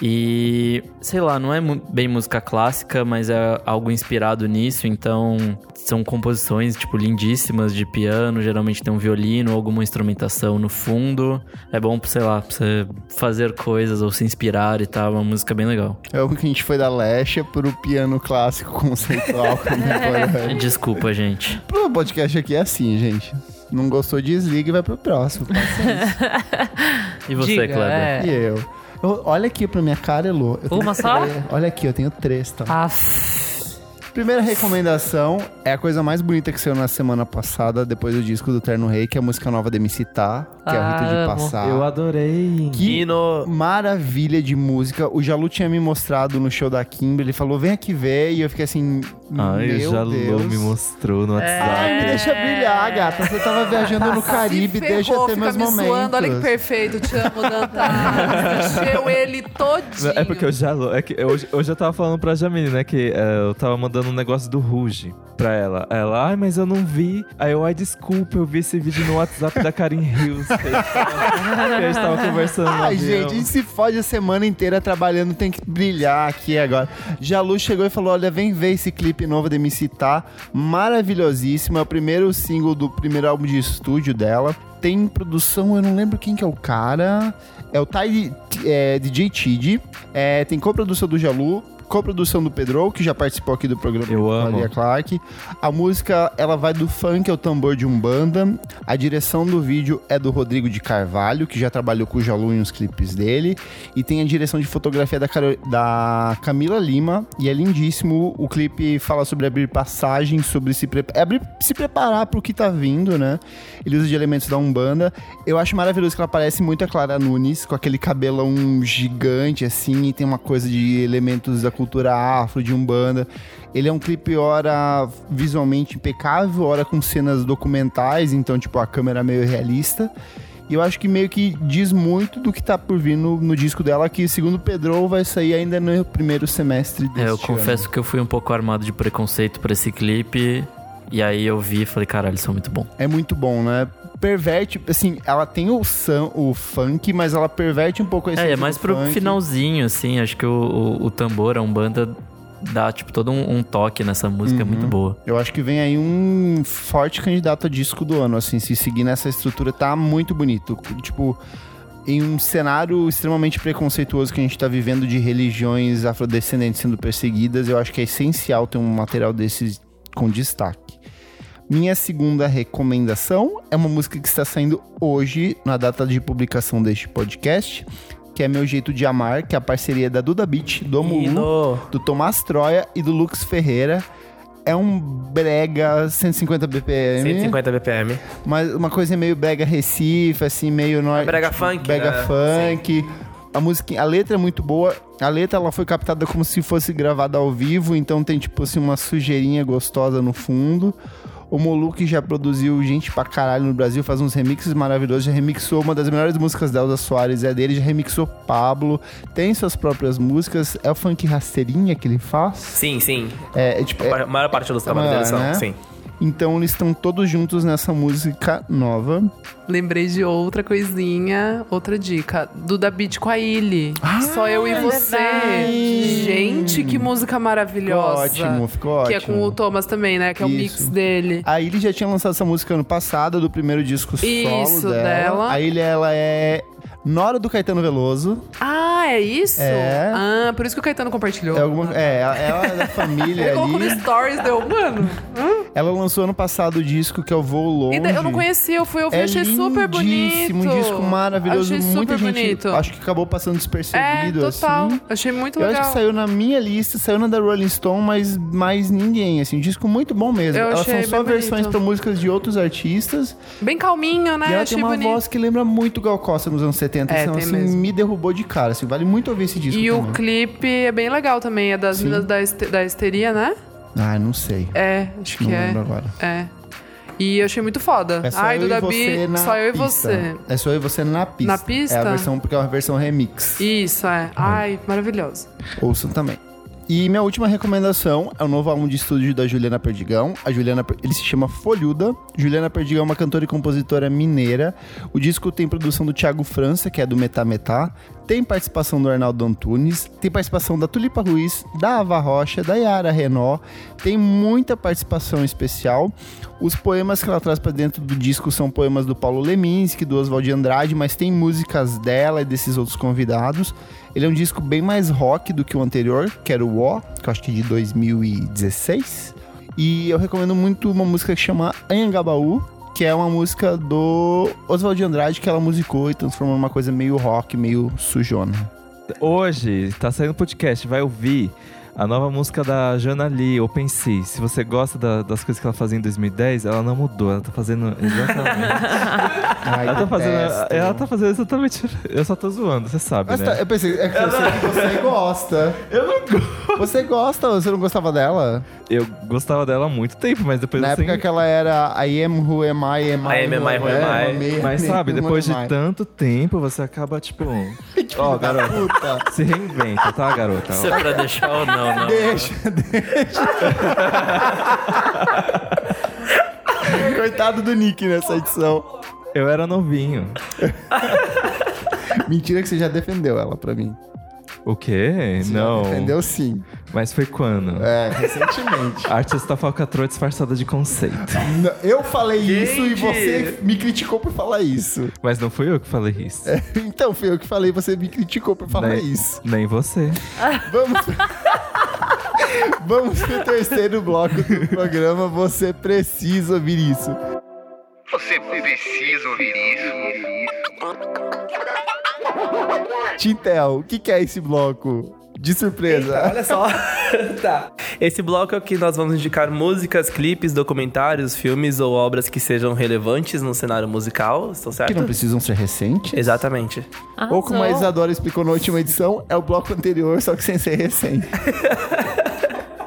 E, sei lá, não é mu- bem música clássica, mas é algo inspirado nisso, então são composições, tipo, lindíssimas de piano, geralmente tem um violino, alguma instrumentação no fundo. É bom, pra, sei lá, pra você fazer coisas ou se inspirar e tal, é uma música bem legal.
É o que a gente foi da Lesha pro piano clássico conceitual contemporâneo.
Desculpa, gente.
O podcast aqui é assim, gente. Não gostou, desliga e vai pro próximo.
E você,
Diga,
Kleber?
é.
E eu? Eu- olha aqui pra minha cara, Elô. Eu tenho
Uma só?
três. Olha aqui, eu tenho três, tá?
Aff.
Primeira recomendação é a coisa mais bonita que saiu na semana passada, depois do disco do Terno Rei, que é a música nova de MC Tá, que é o
Ah,
Rito de
amo.
Passar.
Eu adorei.
Que
Hino.
maravilha de música. O Jalu tinha me mostrado no show da Kimber, ele falou, vem aqui ver, e eu fiquei assim,
Ai,
meu
o Jalu
Deus. É.
me mostrou no WhatsApp.
Ai, me deixa brilhar, gata. Você tava viajando no Caribe,
<laughs> Se
deixa eu
ferrou,
ter
fica
meus
me
momentos.
Zoando. Olha que perfeito, te amo, Dantas. Encheu ele todinho.
É porque o Jalu. É que hoje, hoje eu tava falando pra Jamile, né? Que eh, eu tava mandando um negócio do Ruge pra ela. Ela, ai, mas eu não vi. Aí eu, ai, desculpa, eu vi esse vídeo no WhatsApp da Karen Hills. <laughs> que a gente tava conversando. no
Ai,
avião.
gente, a gente se fode a semana inteira trabalhando, tem que brilhar aqui agora. Jalu chegou e falou: Olha, vem ver esse clipe novo de me citar. tá Maravilhosíssimo. É o primeiro single do primeiro álbum de estúdio dela. Tem produção, eu não lembro quem que é o cara. É o Ty, é, DJ Tid. É, tem coprodução do Jalu. Coprodução do Pedro, que já participou aqui do programa
Eu
com a
amo.
Lia Clark. A música, ela vai do funk ao tambor de Umbanda. A direção do vídeo é do Rodrigo de Carvalho, que já trabalhou com o Jalu em uns clipes dele. E tem a direção de fotografia da, Caro- da Camila Lima. E é lindíssimo. O clipe fala sobre abrir passagem, sobre se, pre- é abrir, se preparar pro que tá vindo, né? Ele usa de elementos da Umbanda. Eu acho maravilhoso que ela parece muito a Clara Nunes, com aquele cabelão gigante, assim, e tem uma coisa de elementos da cultura afro, de Umbanda. Ele é um clipe, ora visualmente impecável, ora com cenas documentais, então, tipo, a câmera meio realista. E eu acho que meio que diz muito do que tá por vir no, no disco dela, que segundo o Pedro vai sair ainda no primeiro semestre deste
É, eu
ano.
confesso que eu fui um pouco armado de preconceito pra esse clipe. E aí eu vi e falei, caralho, eles são muito bom.
É muito bom, né? Perverte, assim, ela tem o, san, o funk, mas ela perverte um pouco a
É,
essência
é mais
do
pro
funk.
finalzinho, assim. Acho que o, o, o tambor, a Umbanda, dá, tipo, todo um, um toque nessa música muito boa.
Eu acho que vem aí um forte candidato a disco do ano, assim, se seguir nessa estrutura, tá muito bonito. Tipo, em um cenário extremamente preconceituoso que a gente tá vivendo de religiões afrodescendentes sendo perseguidas, eu acho que é essencial ter um material desses com destaque. Minha segunda recomendação é uma música que está saindo hoje, na data de publicação deste podcast, que é Meu Jeito de Amar, que é a parceria da Duda Beat, do Mulu
Hino.
do Tomás Troia e do Lux Ferreira. É um brega 150 BPM,
150 BPM.
mas uma coisa meio brega Recife, assim, meio norte.
É brega funk,
Brega
né?
funk. A música, a letra é muito boa. A letra ela foi captada como se fosse gravada ao vivo, então tem tipo assim uma sujeirinha gostosa no fundo. O Molu que já produziu gente pra caralho no Brasil, faz uns remixes maravilhosos, já remixou uma das melhores músicas da Elza Soares, é dele, já remixou Pablo, tem suas próprias músicas, é o funk rasteirinha que ele faz.
Sim, sim.
É, é, tipo, é-
A maior parte dos trabalhos
Ah,
deles são,
né?
sim.
então eles estão todos juntos nessa música nova.
Lembrei de outra coisinha, outra dica. Do Da Beat com a Illy. Só eu e você.
Ah, é verdade.
Gente, que música
Ficou
maravilhosa.
ótimo, ficou
Que
ótimo.
é com o Thomas também, né? Que é o mix
Isso.
dele.
A Illy já tinha lançado essa música ano passado, do primeiro disco solo
Isso,
dela.
dela.
A Illy, ela é nora do Caetano Veloso.
Ah, é isso?
É.
Ah, por isso que o Caetano compartilhou.
É, alguma, é, ela- ela é da família
<laughs> Ele colocou no
ali.
stories, deu, mano.
Ela lançou ano passado o disco que é o Voo
E
Longe.
daí eu não conhecia, eu fui ouvir,
É
achei super bonito.
lindíssimo, um disco maravilhoso.
Achei
Muita
super
gente,
bonito.
acho que acabou passando
é,
despercebido,
total.
assim.
Achei muito
eu
legal.
acho que saiu na minha lista, saiu na da Rolling Stone, mas mais ninguém, assim, um disco muito bom mesmo.
Eu
Elas
achei
são só
bem
versões
bonito.
pra músicas de outros artistas,
Bem calminho, né?
e ela
achei
tem uma
bonito.
voz que lembra muito Gal Costa nos anos 70,
É,
então
tem
assim,
mesmo.
me derrubou de cara, assim, vale muito ouvir esse disco
E o
também.
clipe é bem legal também, é das
Sim.
meninas da, este- da histeria, né?
Ah, não sei,
É, acho
não
que
lembro agora.
é. É. E eu achei muito foda.
É só
Ai,
eu
do
e
Dabi,
você na
só eu e
pista.
você.
É só eu e você na pista.
Na pista?
É a versão, porque é uma versão remix.
Isso, é. Ai, maravilhoso.
Ouçam também. E minha última recomendação é o novo álbum de estúdio da Juliana Perdigão. A Juliana, Per- ele se chama Folhuda. Juliana Perdigão é uma cantora e compositora mineira. O disco tem produção do Thiago França, que é do Metá Metá. Tem participação do Arnaldo Antunes, tem participação da Tulipa Ruiz, da Ava Rocha, da Yara Renault, tem muita participação especial. Os poemas que ela traz pra dentro do disco são poemas do Paulo Leminski, do Oswald de Andrade, mas tem músicas dela e desses outros convidados. Ele é um disco bem mais rock do que o anterior, que era o O, que eu acho que é de 2016. E eu recomendo muito uma música que chama Anhangabaú, que é uma música do Oswald de Andrade que ela musicou e transformou numa coisa meio rock, meio sujona.
Hoje tá saindo podcast, vai ouvir a nova música da Jana Lee, Open Sea. Se você gosta da- das coisas que ela fazia em 2010, ela não mudou, ela tá fazendo exatamente.
Ai,
ela, tá fazendo,
detesto.
ela tá fazendo exatamente. Eu só tô zoando, você sabe,
Mas
né?
tá, eu pensei, é que eu sei que você
<laughs>
gosta. Eu não gosto. Você gosta, você não gostava dela?
Eu gostava dela há muito tempo, mas depois
Na
assim.
época que ela era I am who am I, am I, É,
I am
who
am I, who am I.
am
Mas
am
sabe,
am I,
depois de
am I.
tanto tempo, você acaba, tipo. Ó, garota,
Puta,
se reinventa, tá, garota?
Isso é pra deixar ou não, não?
deixa, <laughs> deixa. Coitado do Nick nessa edição.
Eu era novinho.
Mentira que você já defendeu ela pra mim.
O quê?
Você já
não.
Defendeu sim.
Mas foi quando?
É, recentemente.
Artista falcatrua disfarçada de conceito.
Não, Eu falei isso e
Gente!
você me criticou por falar isso.
Mas não fui eu que falei isso.
Então, foi eu que falei, você me criticou por falar
nem,
isso.
Nem você.
Vamos. <laughs> Vamos pro terceiro bloco do programa. Você precisa ouvir isso.
Você precisa ouvir isso.
Tintel, o que, que é esse bloco? De surpresa.
<laughs> Olha só. <laughs> tá. Esse bloco é o que nós vamos indicar músicas, clipes, documentários, filmes ou obras que sejam relevantes no cenário musical, estão certo?
precisam ser recentes.
Exatamente.
Ou como a
Arrasou.
Isadora explicou na última edição, é o bloco anterior, só que sem ser recente.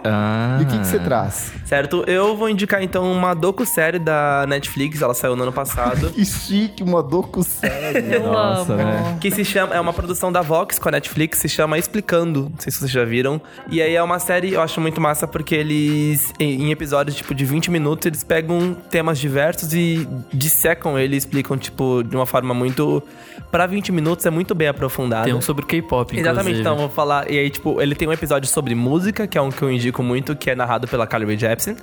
Ah.
E o que, que você traz?
Certo? Eu vou indicar então uma docu-série da Netflix, ela saiu no ano passado.
Que chique, uma docu série.
Eu
Nossa,
amo.
né?
Que se chama. É uma produção da Vox com a Netflix, se chama Explicando. Não sei se vocês já viram. E aí é uma série, eu acho muito massa, porque eles, em em episódios tipo de 20 minutos, eles pegam temas diversos e dissecam ele, explicam, tipo, de uma forma muito. Pra 20 minutos é muito bem aprofundada.
Tem um sobre K-pop, inclusive.
Exatamente, então vou falar. E aí, tipo, ele tem um episódio sobre música, que é um que eu indico muito, que é narrado pela Carly Jepsen.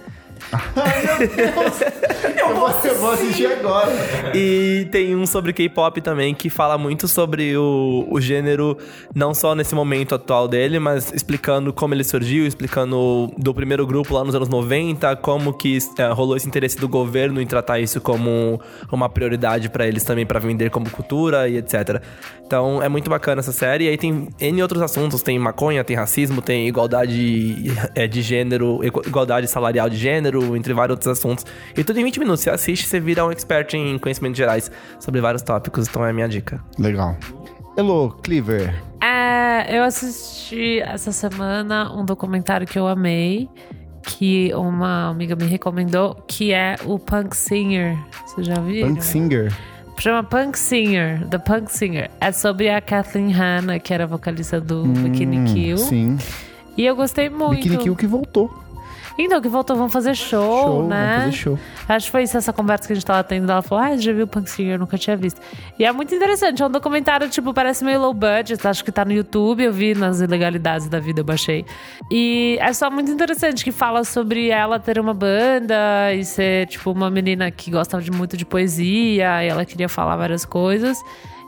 Eu vou- eu vou assistir agora.
E tem um sobre K-pop também que fala muito sobre o, o gênero, não só nesse momento atual dele, mas explicando como ele surgiu, explicando do primeiro grupo lá nos anos 90, como que eh, rolou esse interesse do governo em tratar isso como uma prioridade pra eles também, pra vender como cultura e etc. Então é muito bacana essa série. E aí tem N outros assuntos: tem maconha, tem racismo, tem igualdade eh, de gênero, igu- igualdade salarial de gênero, entre vários outros assuntos. E tudo em 20 minutos. Você assiste, você vira um expert em conhecimentos gerais sobre vários tópicos. Então é a minha dica.
Legal. Hello, Cleaver.
É, eu assisti essa semana um documentário que eu amei, que uma amiga me recomendou, que é o Punk Singer. Você já viu?
Punk Singer.
Chama Punk Singer, The Punk Singer. É sobre a Kathleen Hanna, que era vocalista do Bikini Kill.
Hum, Sim.
E eu gostei muito.
Bikini Kill que voltou.
Então, que voltou, vão fazer show,
show,
né?
vamos fazer show.
Acho que foi isso, essa conversa que a gente tava tendo. Ela falou, ah, já viu o Punk Singer, eu nunca tinha visto. E é muito interessante, é um documentário, tipo, parece meio low budget. Acho que tá no YouTube, eu vi nas ilegalidades da vida, eu baixei. E é só muito interessante, que fala sobre ela ter uma banda e ser, tipo, uma menina que gosta de- muito de poesia. E ela queria falar várias coisas.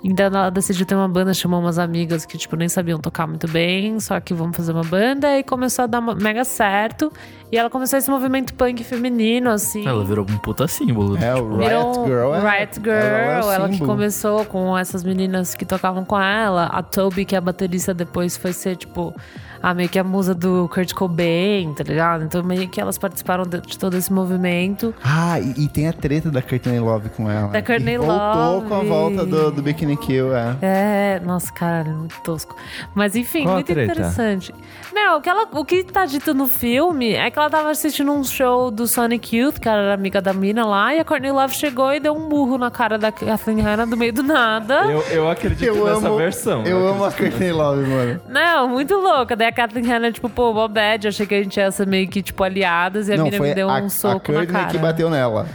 Então ela decidiu ter uma banda, chamou umas amigas que, tipo, nem sabiam tocar muito bem, só que vamos fazer uma banda, e começou a dar uma- mega certo. E ela começou esse movimento punk feminino, assim.
Ela virou um puta símbolo.
É, o Riot
Virou
Girl. é-
Riot Girl,
é
ela,
o
que
símbolo.
começou com essas meninas que tocavam com ela. A Toby, que é a baterista, depois foi ser, tipo, a, meio que a musa do Kurt Cobain, tá ligado? Então meio que elas participaram de, de todo esse movimento.
Ah, e, e tem a treta da Courtney Love com ela.
Da
que
Courtney
Voltou
Love.
com a volta do, do Bikini Destiny Kill, é.
É, nossa, caralho, muito tosco. Mas enfim,
Qual a
muito
treta?
interessante. Não, o que, ela, o que tá dito no filme é que ela tava assistindo um show do Sonic Youth, que ela era amiga da mina lá, e a Courtney Love chegou e deu um burro na cara da Kathleen Hanna do meio do nada.
Eu, eu acredito
Eu
nessa
amo,
versão.
eu
né?
amo a Courtney Love, mano.
Não, muito louca. Daí a Kathleen Hanna, tipo, pô, mó bad, achei que a gente ia ser meio que, tipo, aliadas, e a
Não,
mina
foi
me deu
a,
um
a
soco na
Courtney
cara.
que bateu nela.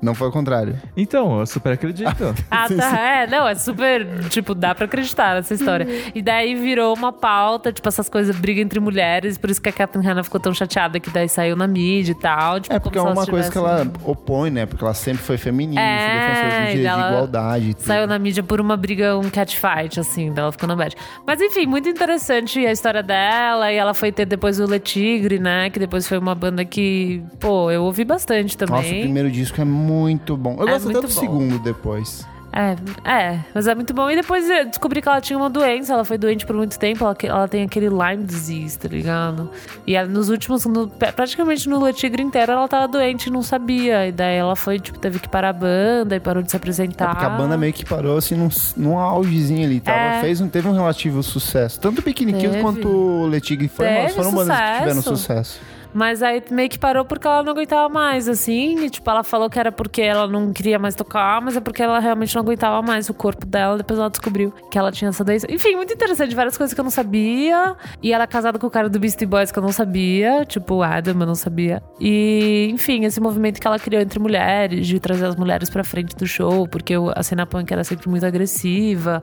Não foi o contrário.
Então, eu super acredito.
Ah, tá.
<laughs>
É, não, é super. Tipo, dá pra acreditar nessa história. E daí virou uma pauta, tipo, essas coisas, briga entre mulheres, por isso que a Catherine Hanna ficou tão chateada que daí saiu na mídia e tal. Tipo,
É porque é
como se
uma
elas
coisa que ela
tivessem-
opõe, né? Porque ela sempre foi feminista,
É,
defensora de,
e
direitos de
ela
igualdade. e tudo.
Saiu na mídia por uma briga, um catfight, assim, dela ficou na bad. Mas enfim, muito interessante a história dela. E ela foi ter depois o Le Tigre, né? Que depois foi uma banda que, pô, eu ouvi bastante também.
Nossa, o primeiro disco é muito bom. Eu
É
gosto tanto
muito
do
bom.
segundo depois.
É, é, mas é muito bom. E depois eu descobri que ela tinha uma doença, ela foi doente por muito tempo, ela, que- ela tem aquele Lyme disease, tá ligado? E ela, nos últimos, no- pra- praticamente no Le Tigre inteiro, ela tava doente e não sabia. E daí ela foi, tipo, teve que parar a banda e parou de se apresentar.
É porque a banda meio que parou assim num, num augezinho ali. Tá? Ela
É.
fez um, teve um relativo sucesso. Tanto o Bikini Kill
Teve.
quanto o Letig foram,
Teve
foram bandas que tiveram
sucesso.
sucesso.
Mas aí meio que parou porque ela não aguentava mais, assim. E, tipo, ela falou que era porque ela não queria mais tocar, mas é porque ela realmente não aguentava mais o corpo dela. Depois ela descobriu que ela tinha essa doença. Enfim, muito interessante. Várias coisas que eu não sabia. E ela é casada com o cara do Beastie Boys que eu não sabia. Tipo, o Adam, eu não sabia. E, enfim, esse movimento que ela criou entre mulheres, de trazer as mulheres pra frente do show, porque o- a cena punk era sempre muito agressiva.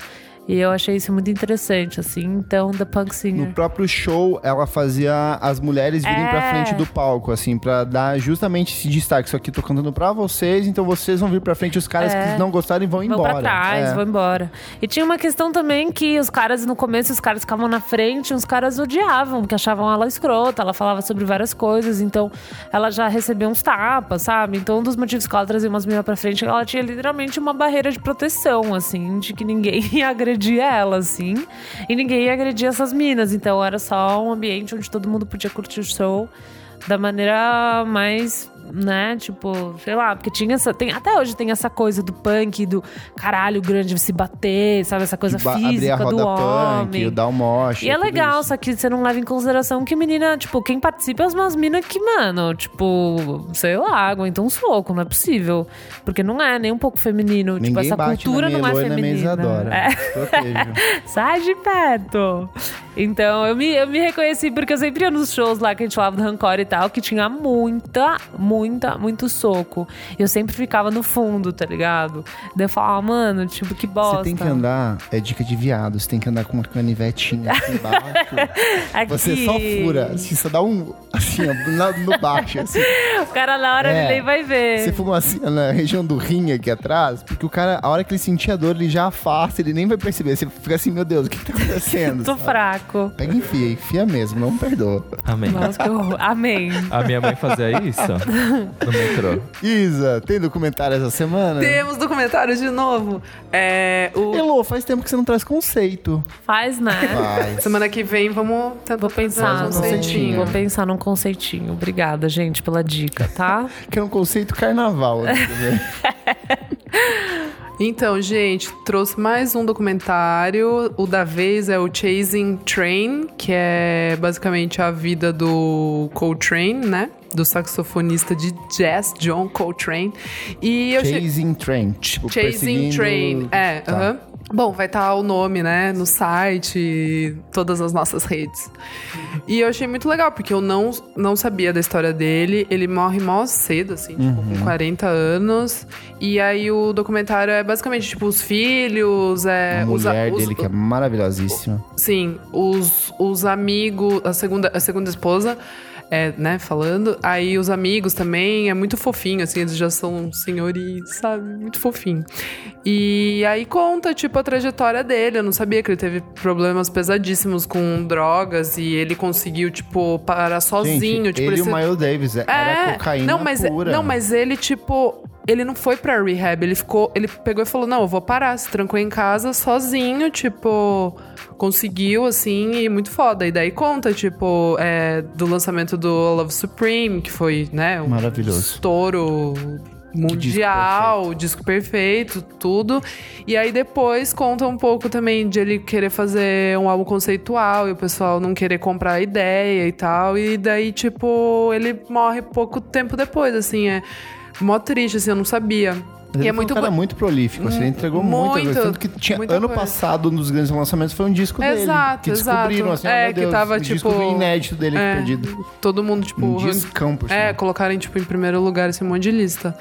E eu achei isso muito interessante, assim. Então, The Punk Singer.
No próprio show, ela fazia as mulheres virem pra
É.
frente do palco, assim, pra dar justamente esse destaque. Isso aqui tô cantando pra vocês, então vocês vão vir pra frente. Os caras que não gostarem vão
É. Vão
embora.
pra trás,
É.
vão embora. E tinha uma questão também que os caras, no começo, os caras ficavam na frente, os caras odiavam, porque achavam ela escrota, ela falava sobre várias coisas, então ela já recebeu uns tapas, sabe? Então, um dos motivos que ela trazia umas meninas pra frente, ela tinha literalmente uma barreira de proteção, assim, de que ninguém <laughs> ia agredir ela, assim, e ninguém ia agredir essas minas. Então, era só um ambiente onde todo mundo podia curtir o show da maneira mais, né, tipo, sei lá, porque tinha essa, tem, até hoje tem essa coisa do punk, do caralho, o grande se bater, sabe, essa coisa
De ba- abrir
física
a
do
roda punk,
homem.
o dar o mosh,
E é
tudo
legal,
isso.
só que você não leva em consideração que menina, tipo, quem participa é umas minas que, mano, tipo, sei lá, aguenta um soco, não é possível. Porque não é nem um pouco feminino. tipo,
Ninguém
essa
bate
cultura
na
não é
Meloy, na
feminina.
Meisadora.
É.
Protejo.
<laughs> Sai de perto! Então, eu me, eu me reconheci, porque eu sempre ia nos shows lá que a gente falava do Rancor e tal, que tinha muita, muita, muito soco. Eu sempre ficava no fundo, tá ligado? Daí eu falava, mano, tipo, que bosta.
Você tem que andar, é dica de viado, você tem que andar com uma canivetinha aqui embaixo.
<laughs> Aqui.
Você só fura, assim, só dá um, assim, ó, na- no baixo, assim.
O cara na hora
É.
ele nem vai ver.
Você fuma assim, ó, na região do rim aqui atrás, porque o cara, a hora que ele sentir a dor, ele já afasta, ele nem vai perceber. Você fica assim, meu Deus, o que que tá acontecendo?
<laughs> Tô fraco.
Pega e enfia, enfia mesmo, não perdoa.
Amém.
Nossa, que horror. Amém.
A minha mãe fazia isso no metrô.
Isa, tem documentário essa semana?
Temos documentário de novo. É, o-
Elô, faz tempo que você não traz conceito.
Faz, né?
Faz.
Semana que vem vamos tentar
Vou
fazer
pensar,
um
num-
conceitinho.
vou pensar num conceitinho. Obrigada, gente, pela dica,
<laughs>
tá?
Que é um conceito carnaval.
É.
né?
Então, gente, trouxe mais um documentário. O da vez é o Chasing Train, que é basicamente a vida do Coltrane, né? Do saxofonista de jazz, John Coltrane. E eu che-
Chasing Train. Tipo,
Chasing
perseguindo-
Train. É,
Tá.
aham. Bom, vai estar o nome, né, no site, todas as nossas redes. E eu achei muito legal, porque eu não, não sabia da história dele. Ele morre mó cedo, assim, tipo,
Uhum.
com 40 anos. E aí o documentário é basicamente, tipo, os filhos, é.
A
os a-
mulher
os,
dele que é maravilhosíssima.
Sim, os, os amigos, a segunda, a segunda esposa, é, né, falando. Aí os amigos também, é muito fofinho, assim, eles já são senhores, sabe? Muito fofinho. E aí conta, tipo, a trajetória dele. Eu não sabia que ele teve problemas pesadíssimos com drogas e ele conseguiu, tipo, parar sozinho.
Gente,
tipo,
ele e
se-
o Miles Davis. é, Era cocaína
É. não, mas,
pura.
Não, mas ele, tipo, ele não foi pra rehab. Ele ficou. Ele pegou e falou: não, eu vou parar. Se trancou em casa sozinho, tipo. Conseguiu, assim, e muito foda. E daí conta, tipo, é, do lançamento do Love Supreme, que foi, né? Um
Maravilhoso.
estouro mundial, disco perfeito. tudo. E aí depois conta um pouco também de ele querer fazer um álbum conceitual e o pessoal não querer comprar a ideia e tal. E daí, tipo, ele morre pouco tempo depois, assim, é mó triste, assim, eu não sabia.
Mas
e
ele
é
foi
muito
um cara
bo-
muito prolífico, assim, ele entregou
Muito,
muita coisa. Tanto que tinha,
muita
ano
coisa.
passado, um dos grandes lançamentos foi um disco dele.
Exato,
que descobriram,
exato.
assim,
É,
oh, meu
que
Deus,
tava,
o disco
tipo,
inédito dele
é,
perdido.
Todo mundo, tipo,
Um
ran-
discão, por
É,
sinal.
colocarem, tipo, em primeiro lugar esse monte de lista.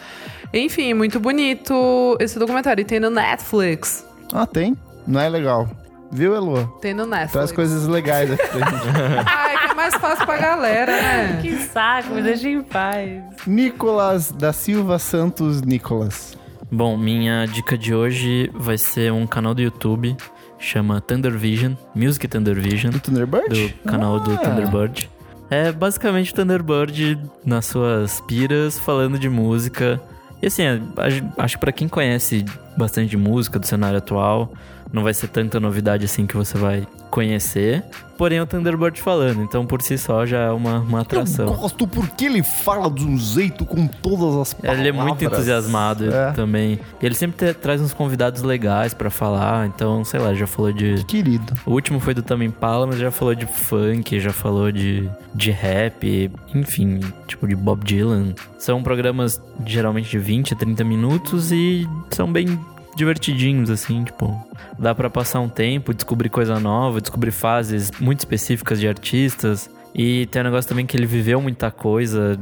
Enfim, muito bonito esse documentário. E tem no Netflix.
Ah, tem? Não é legal. Viu, Elô?
Tem no Netflix.
Traz coisas legais aqui pra gente.
Ah, é que é mais fácil pra galera,
<laughs>
né?
Que saco, me deixa em paz.
Nicolas da Silva Santos Nicolas.
Bom, minha dica de hoje vai ser um canal do YouTube, chama Thunder Vision, Music Thunder Vision.
Do Thunderbird?
do canal do
Ah.
Thunderbird. É basicamente o Thunderbird nas suas piras, falando de música. E assim, é, a- acho que pra quem conhece bastante de música do cenário atual, não vai ser tanta novidade assim que você vai conhecer. Porém, é o Thunderbird falando, então por si só já é uma, uma atração.
gosto porque ele fala de um jeito com todas as
Ele é muito entusiasmado
É.
também. E ele sempre te- traz uns convidados legais pra falar, então, sei lá, já falou de
Querido.
O último foi do Tame Impala, mas já falou de funk, já falou de, de rap, enfim, tipo de Bob Dylan. São programas geralmente de 20 a 30 minutos e são bem divertidinhos, assim, tipo, dá pra passar um tempo, descobrir coisa nova, descobrir fases muito específicas de artistas. E tem um negócio também que ele viveu muita coisa,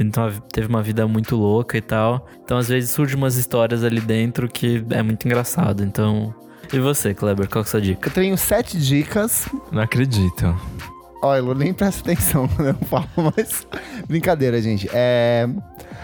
então teve uma vida muito louca e tal. Então às vezes surgem umas histórias ali dentro que é muito engraçado. Então. E você, Kleber, qual que é a sua dica?
Eu tenho sete dicas.
Não acredito.
Olha, Elô, nem presta atenção <laughs> quando eu falo, mas. Brincadeira, gente. É.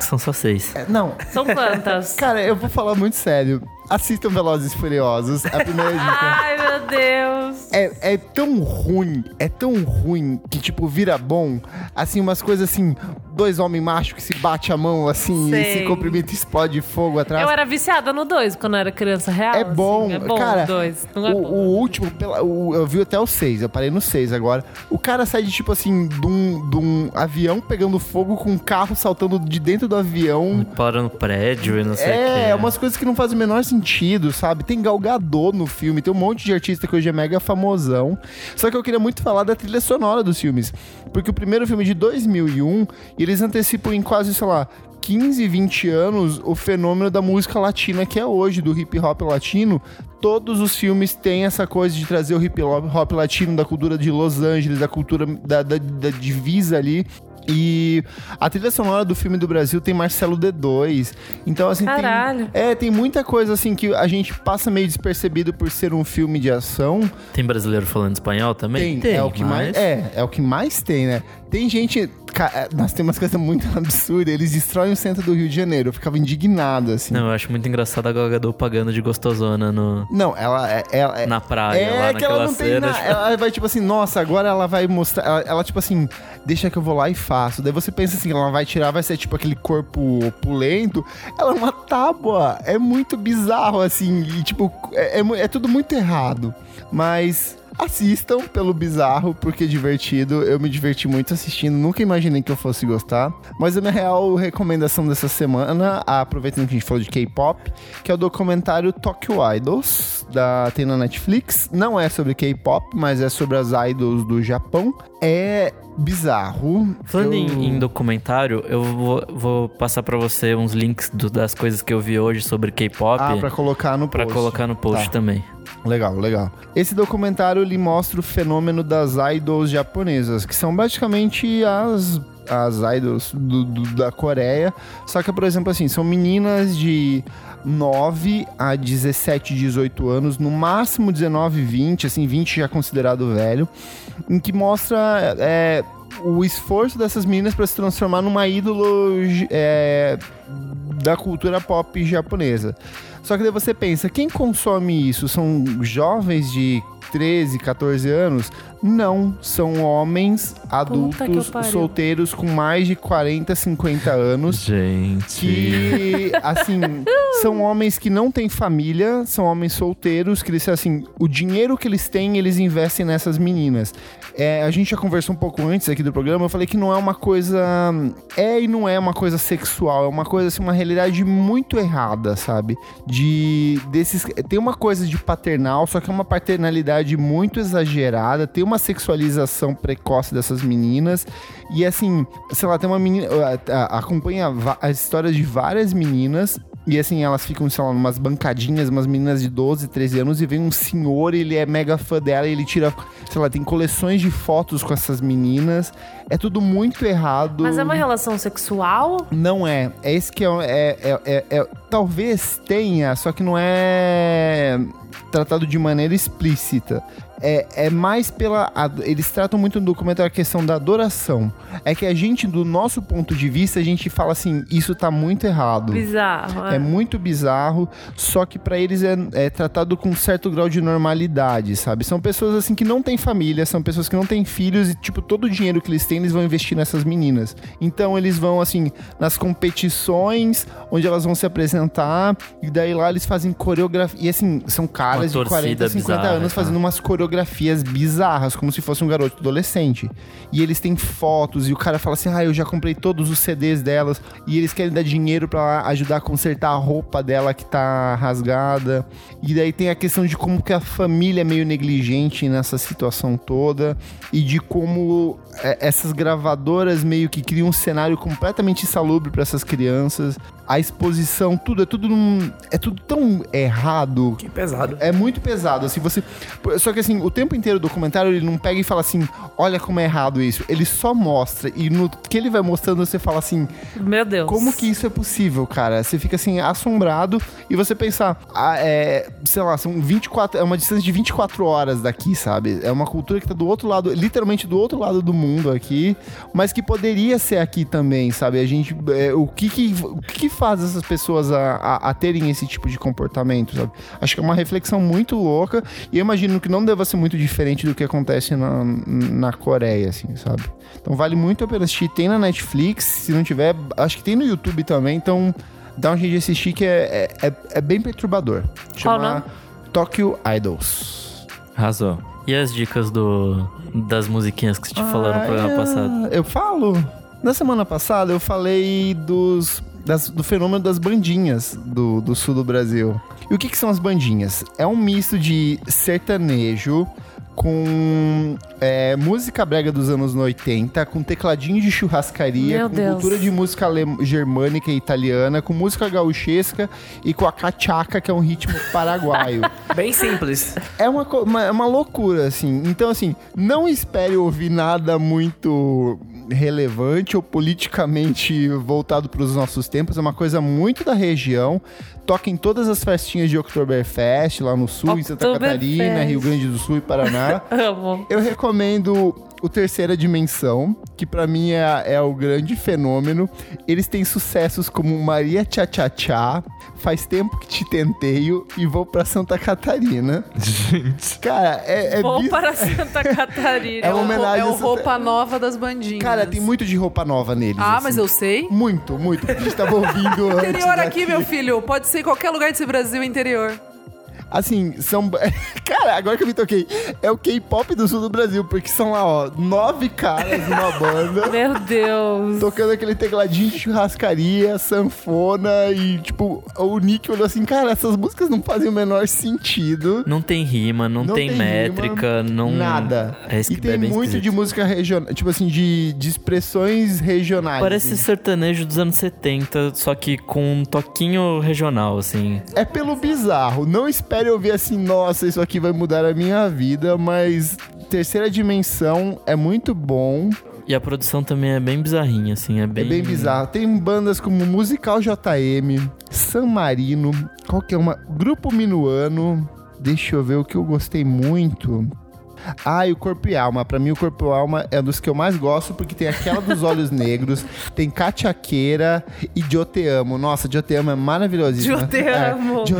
São só seis.
é, Não,
São quantas?
cara, eu vou falar muito sério. Assistam Velozes e Furiosos. A primeira dica.
Ai, meu Deus.
É, é tão ruim, é tão ruim que, tipo, vira bom. Assim, umas coisas assim, dois homens machos que se bate a mão, assim, e
Sei.
se cumprimenta e explode fogo atrás.
Eu era viciada no 2 quando eu era criança real.
É bom,
assim, é bom
cara.
o 2. Não é
O,
bom.
o último, pela- o- eu vi até o 6, eu parei no 6 agora. O cara sai de tipo assim, de um, de um avião pegando fogo com um carro saltando de dentro do avião.
Para no prédio e não sei o que.
É, umas coisas que não fazem o menor sentido, sabe? Tem Galgador no filme, tem um monte de artista que hoje é mega famosão. Só que eu queria muito falar da trilha sonora dos filmes. Porque o primeiro filme é de 2001, e eles antecipam em quase, sei lá, 15, 20 anos o fenômeno da música latina que é hoje, do hip hop latino. Todos os filmes têm essa coisa de trazer o hip hop latino da cultura de Los Angeles, da cultura da- da- da divisa ali. E a trilha sonora do filme do Brasil tem Marcelo D2. Então, assim,
Caralho.
tem. É, tem muita coisa assim que a gente passa meio despercebido por ser um filme de ação.
Tem brasileiro falando espanhol também?
Tem, é o que mais. É, é o que mais tem, né? Tem gente. ca- é, Nós temos umas coisas muito <laughs> absurdas. Eles destroem o centro do Rio de Janeiro. Eu ficava indignado, assim. Não,
Não, eu acho muito engraçado a Gagador pagando de gostosona no,
ela é. Ela, é-
na praia,
é
lá
que ela
naquela
não tem
cena.
nada.
tipo,
Ela vai tipo assim, nossa, agora ela vai mostrar. Ela, ela, tipo assim, deixa que eu vou lá e faço. Daí você pensa assim, ela vai tirar, vai ser tipo aquele corpo opulento. Ela é uma tábua. É muito bizarro, assim. E, tipo, é, é mu- é tudo muito errado. Mas. Assistam pelo bizarro, porque é divertido. Eu me diverti muito assistindo, nunca imaginei que eu fosse gostar. Mas a minha real recomendação dessa semana, ah, aproveitando que a gente falou de K-pop, que é o documentário Tokyo Idols, da, tem na Netflix. Não é sobre K-pop, mas é sobre as idols do Japão. É bizarro.
Falando
Eu-
em, em documentário, eu vou, vou passar pra você uns links do- das coisas que eu vi hoje sobre K-pop
Ah, pra colocar no
pra
post.
colocar no post
Tá.
também.
Legal, legal. Esse documentário ele mostra o fenômeno das idols japonesas, que são basicamente as, as idols do- do- da Coreia. Só que, por exemplo, assim, são meninas de 9 a 17, 18 anos, no máximo 19, 20, assim, 20 já considerado velho, em que mostra é, o esforço dessas meninas para se transformar numa ídolo j- é, da cultura pop japonesa. Só que daí você pensa, quem consome isso? São jovens de 13, 14 anos, não são homens adultos
que pariu.
solteiros com mais de 40, 50 anos.
Gente.
Que, assim, são homens que não têm família, são homens solteiros, que eles, assim, o dinheiro que eles têm, eles investem nessas meninas. É, a gente já conversou um pouco antes aqui do programa, eu falei que não é uma coisa. É e não é uma coisa sexual, é uma coisa, assim, uma realidade muito errada, sabe? De. desses. Tem uma coisa de paternal, só que é uma paternalidade muito exagerada, tem uma sexualização precoce dessas meninas. E assim, sei lá, tem uma menina. a- a- Acompanha va- as histórias de várias meninas. E assim, elas ficam, sei lá, umas bancadinhas, umas meninas de 12, 13 anos, e vem um senhor, ele é mega fã dela, e ele tira, sei lá, tem coleções de fotos com essas meninas. É tudo muito errado.
Mas é uma relação sexual?
Não é. É esse que é, o- é, é- é- é- Talvez tenha, só que não é tratado de maneira explícita. É, é mais pela. a- Eles tratam muito no documentário a questão da adoração. É que a gente, do nosso ponto de vista, a gente fala assim: isso tá muito errado.
Bizarro. né?
É muito bizarro, só que pra eles é, é tratado com um certo grau de normalidade, sabe? São pessoas assim que não têm família, são pessoas que não têm filhos e tipo todo o dinheiro que eles têm eles vão investir nessas meninas. Então eles vão assim nas competições onde elas vão se apresentar e daí lá eles fazem coreografia e assim são caras
Uma
de 40,
torcida
50
bizarra,
anos
tá?
fazendo umas coreografias bizarras, como se fosse um garoto adolescente. E eles têm fotos, e o cara fala assim: ah, eu já comprei todos os CDs delas, e eles querem dar dinheiro pra ajudar a consertar a roupa dela que tá rasgada. E daí tem a questão de como que a família é meio negligente nessa situação toda, e de como é, essas gravadoras meio que criam um cenário completamente insalubre pra essas crianças. A exposição, tudo, é tudo num- é tudo tão errado
Que pesado.
é muito pesado, assim, você... Só que, assim, o tempo inteiro do documentário, ele não pega e fala assim, olha como é errado isso. Ele só mostra, e no que ele vai mostrando, você fala assim,
Meu Deus.
como que isso é possível, cara? Você fica, assim, assombrado, e você pensar, ah, é, sei lá, são 24... É uma distância de 24 horas daqui, sabe? É uma cultura que tá do outro lado, literalmente do outro lado do mundo aqui, mas que poderia ser aqui também, sabe? A gente... é, o, que que, o que que faz essas pessoas a, a- a terem esse tipo de comportamento, sabe? Acho que é uma reflexão muito louca e eu imagino que não deva ser muito diferente do que acontece na, na Coreia, assim, sabe? Então vale muito a pena assistir. Tem na Netflix, se não tiver, acho que tem no YouTube também, então dá um jeito de assistir que é, é, é- é bem perturbador.
Qual o nome?
Tokyo Idols.
Arrasou.
E as dicas do, das musiquinhas que te falaram no programa
Ah,
passado?
Eu falo. Na semana passada eu falei dos. das- do fenômeno das bandinhas do, do sul do Brasil. E o que, que são as bandinhas? É um misto de sertanejo com é, música brega dos anos 80, com tecladinho de churrascaria,
Meu
com
Deus.
cultura de música alem- germânica e italiana, com música gauchesca e com a cachaca, que é um ritmo <laughs> paraguaio.
Bem simples.
É uma, co- uma, é uma loucura, assim. Então, assim, não espere ouvir nada muito relevante ou politicamente voltado para os nossos tempos. É uma coisa muito da região. Toca em todas as festinhas de Oktoberfest, lá no sul, em Santa
Oktoberfest.
Catarina, Rio Grande do Sul e Paraná.
Amo.
Eu recomendo o Terceira Dimensão, que pra mim é, é o grande fenômeno. Eles têm sucessos como Maria Tchá Tchá Tchá, Faz Tempo Que Te Tenteio e Vou Pra Santa Catarina. Gente. Cara, é, é
Vou
bis-
para
<laughs>
Santa Catarina.
É uma homenagem
É o
a Santa-
roupa nova das bandinhas.
Cara, tem muito de roupa nova neles.
Ah,
assim.
mas eu sei.
Muito, muito. A gente tava ouvindo
<laughs>
antes
Interior
daqui.
aqui, meu filho. Pode ser em qualquer lugar desse Brasil interior.
Assim, são. <laughs> Cara, agora que eu me toquei, é o K-pop do sul do Brasil, porque são lá, ó, nove caras numa banda.
Meu Deus.
tocando aquele tecladinho de churrascaria, sanfona e, tipo, o Nick olhou assim, cara, essas músicas não fazem o menor sentido.
Não tem rima, não,
Não
tem,
tem
métrica, não.
Nada.
É isso
e
que é
tem
bem
muito
esquisito.
de música regional, tipo assim, de, de expressões regionais.
Parece
assim.
sertanejo dos anos 70, só que com um toquinho regional, assim.
É pelo bizarro. Não espere ouvir assim, nossa, isso aqui vai mudar a minha vida, mas Terceira Dimensão é muito bom.
E a produção também é bem bizarrinha, assim, é bem...
É bem bizarro. Tem bandas como Musical JM, San Marino, qual que é uma? Grupo Minuano. Deixa eu ver o que eu gostei muito. Ah, e o Corpo e Alma. Pra mim, o Corpo e Alma é um dos que eu mais gosto, porque tem aquela dos
<laughs>
Olhos Negros, tem Cachaqueira e Eu Te Amo. Nossa, Eu Te Amo é maravilhosíssima.
Eu Te
É,
Amo.
Eu Te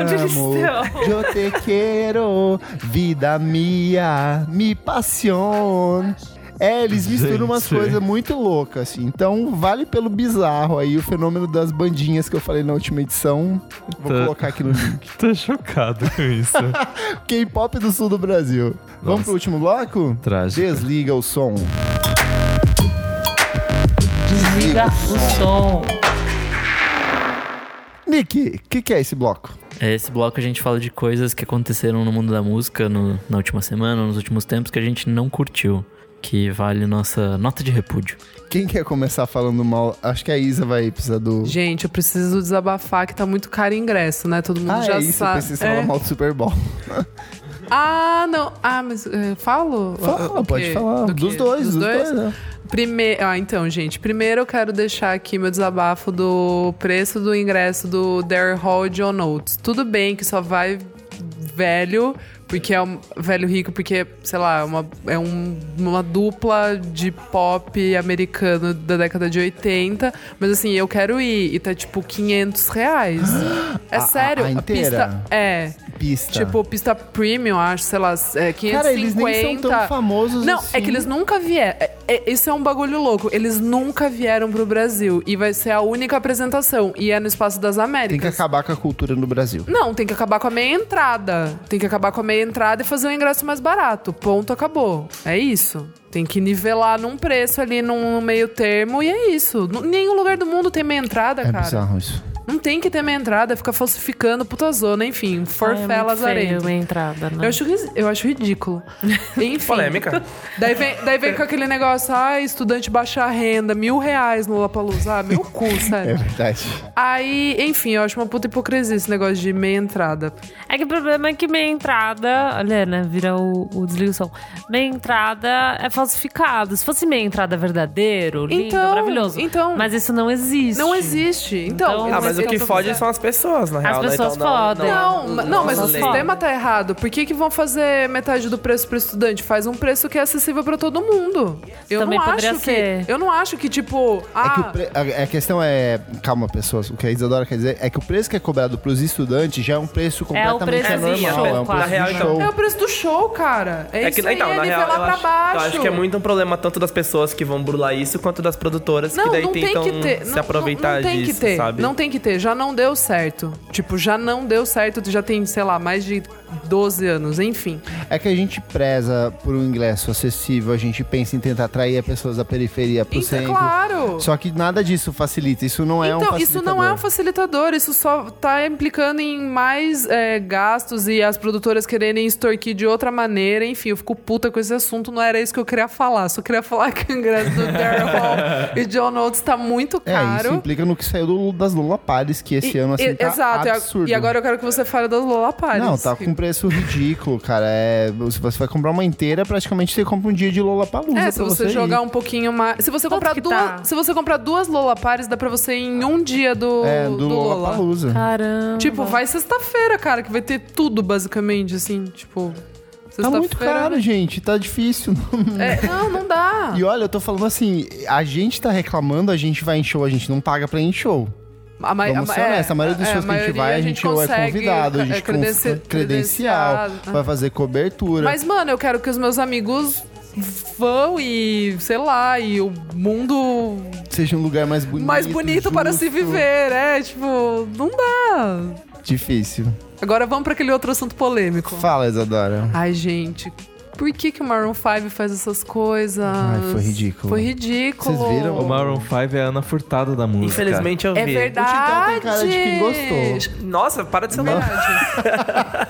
<laughs> Onde eles
Amo.
estão?
Eu Te Quero, vida minha, me passion. É, eles misturam umas
Gente.
coisas é muito loucas, assim. Então, vale pelo bizarro aí, o fenômeno das bandinhas que eu falei na última edição. Vou
Tá.
colocar aqui no link.
Tô chocado com isso.
K-pop do sul do Brasil. Vamos
Nossa.
pro último bloco?
Trágico.
Desliga o som.
Desliga o som.
Nick, o que, que é esse bloco?
É, Esse bloco a gente fala de coisas que aconteceram no mundo da música no- na última semana, nos últimos tempos, que a gente não curtiu. Que vale nossa nota de repúdio.
Quem quer começar falando mal? Acho que a Isa vai precisar do.
Gente, eu preciso desabafar que tá muito caro o ingresso, né? Todo mundo
Ah,
já
é isso, eu
sabe.
preciso
É.
falar mal do Super Bowl.
Ah, não. Ah, mas eh, falo?
Fala,
O
pode
quê?
falar.
Do
dos
quê?
dois, dos, dois. né?
Primeiro, ah, então, gente, primeiro eu quero deixar aqui meu desabafo do preço do ingresso do Derry Hall e John Oates. Tudo bem que só vai velho, porque é um velho rico, porque, sei lá, é uma, é um- uma dupla de pop americano da década de 80, mas assim, eu quero ir e tá tipo
<gasps>
500 reais. É
A- a-
sério,
a inteira?
pista. É.
Pista.
Tipo, pista premium, acho, sei lá, é
Tá.
550.
Cara, eles nem são tão famosos
Não,
assim.
é que eles nunca vieram. É, é- isso é um bagulho louco. Eles nunca vieram pro Brasil. E vai ser a única apresentação. E é no Espaço das
Tem que
Américas.
acabar com a cultura no Brasil.
Não, tem que acabar com a meia entrada. Tem que acabar com a meia entrada e fazer um ingresso mais barato. Ponto, acabou. É isso. Tem que nivelar num preço ali, num meio termo, e é isso. N- Nenhum lugar do mundo tem meia entrada,
É
cara.
bizarro isso.
Não tem que ter meia entrada, fica falsificando puta zona, enfim. Forfelas
Ai, é muito feio
arenas.
minha entrada, né?
Eu acho, ris- eu acho
<laughs>
ridículo. Enfim.
Polêmica.
<laughs> Daí vem, daí vem com aquele negócio, ah, estudante baixa renda, mil reais no Lapalooza. Ah, meu
<laughs>
cu,
É
sério.
verdade.
Aí, enfim, eu acho uma puta hipocrisia esse negócio de meia entrada.
É que o problema é que minha entrada. Olha, né? Vira o, o desliga o som. Minha entrada é falsificada. Se fosse minha entrada verdadeiro, lindo,
Então,
maravilhoso.
então.
Mas isso não existe.
Não existe. Então,
Então,
Ah,
eles
mas o
tentam
que
fazer-
fode são as pessoas, na real. né?
pessoas
então, não-
fodem.
Não, ma- não, mas o
não
lei.
fodem.
sistema tá errado. Por que, que vão fazer metade do preço pro estudante? Faz um preço que é acessível pra todo mundo. Eu
Também
não
poderia
acho
ser.
que. Eu não acho que,
É
tipo.
que o
Ah,
pre- a, a questão é. Calma, pessoas. O que a Isadora quer dizer é que o preço que é cobrado pros estudantes já é um preço completamente
preço do
anormal.
show,
é um preço
quase.
do
Na real, então,
show.
é o preço do show, cara. É,
É
isso
que, então,
aí, é
na
nivelar
real, eu
pra
acho,
baixo.
eu acho que é muito um problema tanto das pessoas que vão burlar isso, quanto das produtoras que daí tentam se aproveitar
não, não tem
disso,
que ter,
sabe?
Não tem que ter, já não deu certo. Tipo, já não deu certo, tu já tem, sei lá, mais de 12 anos, enfim.
É que a gente preza por um ingresso acessível, a gente pensa em tentar atrair as pessoas da periferia pro
Então,
centro.
claro.
Só que nada disso facilita, isso não é um
então, isso não é um
facilitador.
facilitador, isso só tá implicando em mais é, gastos e as produtoras quererem extorquir de outra maneira. Enfim, eu fico puta com esse assunto, não era isso que eu queria falar. Só queria falar que o ingresso do Daryl
<laughs>
Hall e John Oates tá muito
É, isso
caro.
implica no que saiu do, das Lula Pares, que esse
E-
ano, assim,
e-
tá
Exato, e a-
absurdo.
e agora eu quero que você fale das Lola Pares.
Não, tá com preço ridículo, cara. É, se você vai comprar uma inteira, praticamente você compra um dia de Lola Palusa.
É, se você, jogar um pouquinho mais. Se você
Quanto
comprar
que
duas,
tá?
se você comprar duas Lola Pares, dá pra você ir em um dia do,
É,
do,
do Lola
Lola.
Palusa.
Caramba.
Tipo, vai sexta-feira, cara, que vai ter tudo basicamente assim, tipo,
Tá muito
sexta-feira-
caro, gente. Tá difícil.
É, não, não dá.
E olha, eu tô falando assim, a gente tá reclamando, a gente vai em show, a gente não paga pra ir em show.
A ma- é,
Vamos
a-
ser honestos, a maioria dos shows que a gente
maioria
vai, a gente, ou é
consegue,
convidado, a
é,
gente
credenci-
credencial, credencial,
credenciado.
vai fazer cobertura.
Mas, mano, eu quero que os meus amigos vão e, sei lá, e o mundo
Seja um lugar mais bonito.
mais bonito para se
justo.
viver, é, tipo, não dá.
Difícil.
Agora vamos pra aquele outro assunto polêmico.
Fala, Isadora.
Ai, gente, por que, que o Maroon 5 faz essas coisas?
Ai, foi ridículo.
Foi ridículo.
Vocês viram?
O Maroon 5 é a Ana Furtada da música.
Infelizmente eu vi.
É verdade.
tem cara de quem gostou.
Nossa, para de ser louco. <laughs>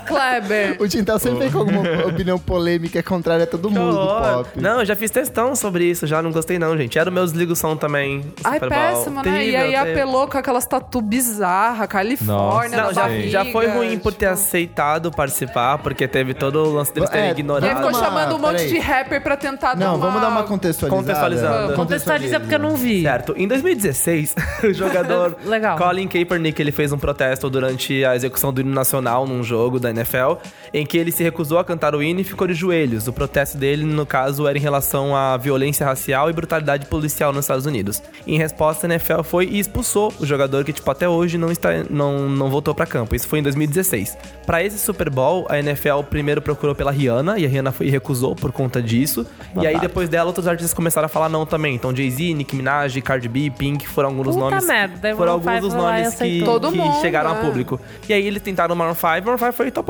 Kleber.
O Tintal sempre vem com alguma opinião polêmica contrária a todo
Que
mundo do
horror.
pop.
Não, eu já fiz textão sobre isso, já não gostei não, gente. Era o meu desligo som também.
Ai,
Super Bowl.
péssimo, né? e
Terrível,
aí
terrível.
apelou com aquelas tatu bizarra, Califórnia,
Não,
na
já,
barriga,
já foi ruim por ter
tipo.
aceitado participar, porque teve todo o lance deles terem
É,
E aí
ignorado.
ficou chamando um monte
peraí.
de rapper pra tentar dar
Não,
uma...
vamos dar uma contextualizada.
Contextualizada.
Contextualiza porque eu não vi.
Certo. Em 2016, <laughs> o jogador
Legal.
Colin Kaepernick ele fez um protesto durante a execução do hino nacional num jogo da NFL, em que ele se recusou a cantar o hino e ficou de joelhos. O protesto dele, no caso, era em relação à violência racial e brutalidade policial nos Estados Unidos. Em resposta, a NFL foi e expulsou o jogador que, tipo, até hoje não, está, não, não voltou pra campo. Isso foi em 2016. Pra esse Super Bowl, a NFL primeiro procurou pela Rihanna e a Rihanna foi, recusou por conta disso. E aí, depois dela, outros artistas começaram a falar não também. Então, Jay-Z, Nicki Minaj, Cardi B, Pink foram alguns dos
Puta
nomes.
merda, daí
foram
Maroon
alguns
five
dos
foi lá e
nomes que,
aceitou.
Todo
que
mundo,
chegaram
né?
a público. E aí, eles tentaram o Maroon 5, o Maroon 5 foi e topou.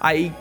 Aí,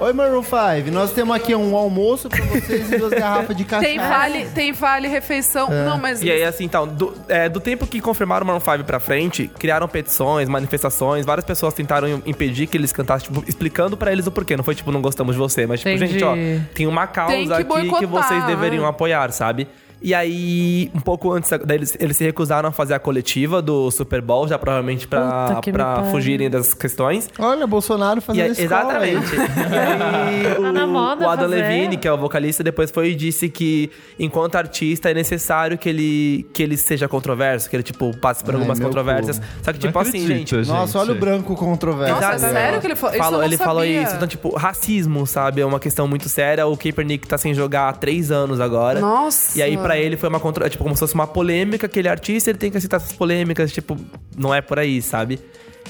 Oi, Maroon 5. Nós temos aqui um almoço pra vocês e duas garrafas de café.
Tem vale, tem vale refeição.
É.
Não, mas
E aí, assim, então, do, é, do tempo que confirmaram o Maroon 5 pra frente, criaram petições, manifestações, várias pessoas tentaram im- impedir que eles cantassem, tipo, explicando pra eles o porquê. Não foi, tipo, não gostamos de você, mas, tipo,
Entendi.
gente, ó, tem uma causa
Tem que
aqui que
boicotar,
vocês
né?
deveriam apoiar, sabe? E aí, um pouco antes, da- daí eles, eles se recusaram a fazer a coletiva do Super Bowl, já provavelmente pra,
Puta que me
pra
pariu.
fugirem das questões.
Olha, Bolsonaro
E
fazendo
aí-
escola.
exatamente. E aí,
na moda
o Adam
fazer.
Levine, que é o vocalista, depois foi e disse que, enquanto artista, é necessário que ele, que ele seja controverso, que ele, tipo, passe por
Ai,
algumas
meu
controvérsias.
cu.
Só que, tipo,
Não
assim,
acredito,
gente.
Nossa, olha o branco controverso.
Nossa,
Exato.
sério que ele falou? Isso eu não
ele falou
sabia.
isso. Então, tipo, racismo, sabe? É uma questão muito séria. O Kaepernick tá sem jogar há três anos agora.
Nossa.
E aí, pra ele, foi uma contra... Tipo, como se fosse uma polêmica. Aquele artista, ele tem que aceitar essas polêmicas. Tipo, não é por aí, sabe?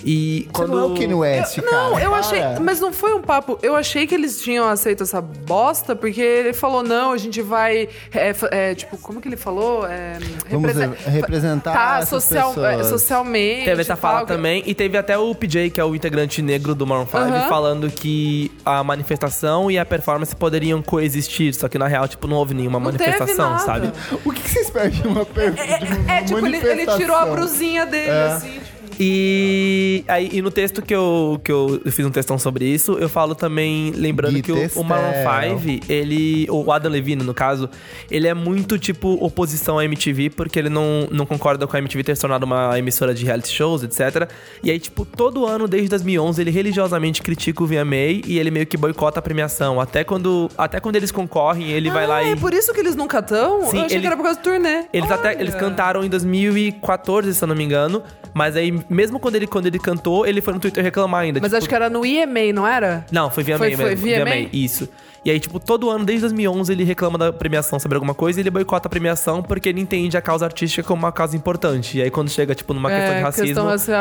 E
Você
quando...
não é o Kanye West, cara.
Não, eu
Para.
achei. Mas não foi um papo. Eu achei que eles tinham aceito essa bosta, porque ele falou: não, a gente vai. é, fa- é, tipo, como que ele falou? É,
Vamos
represe-
representar
Tá,
essas
social,
pessoas.
é, socialmente.
Teve essa fala
tal, que- é?
também. E teve até o PJ, que é o integrante negro do Maroon 5,
Aham.
falando que a manifestação e a performance poderiam coexistir. Só que na real, tipo, não houve nenhuma
Não teve
manifestação,
nada.
sabe?
O que que vocês perdem de uma pergunta?
É, tipo, ele, ele tirou a brusinha dele,
É.
assim. tipo,
E aí, e no texto que eu, que eu eu fiz um textão sobre isso, eu falo também, lembrando
Gui
que o, o Maroon
Testero.
5, ele. O Adam Levine, no caso, ele é muito tipo oposição à MTV, porque ele não, não concorda com a MTV ter se tornado uma emissora de reality shows, etc. E aí, tipo, todo ano, desde 2011, ele religiosamente critica o VMA e ele meio que boicota a premiação. Até quando, até quando eles concorrem, ele vai lá
ah,
e.
é por isso que eles nunca estão? Eu
Sim,
achei que
ele-
era por causa do turnê.
Eles até
Olha.
eles cantaram em 2014, se eu não me engano. Mas aí, mesmo quando ele, quando ele cantou, ele foi no Twitter reclamar ainda.
Mas
tipo,
acho que era no EMA, não era?
Não, foi VMA
Foi- foi
mesmo.
VMA?
tipo,
É, questão racial,
tipo, questão de racismo,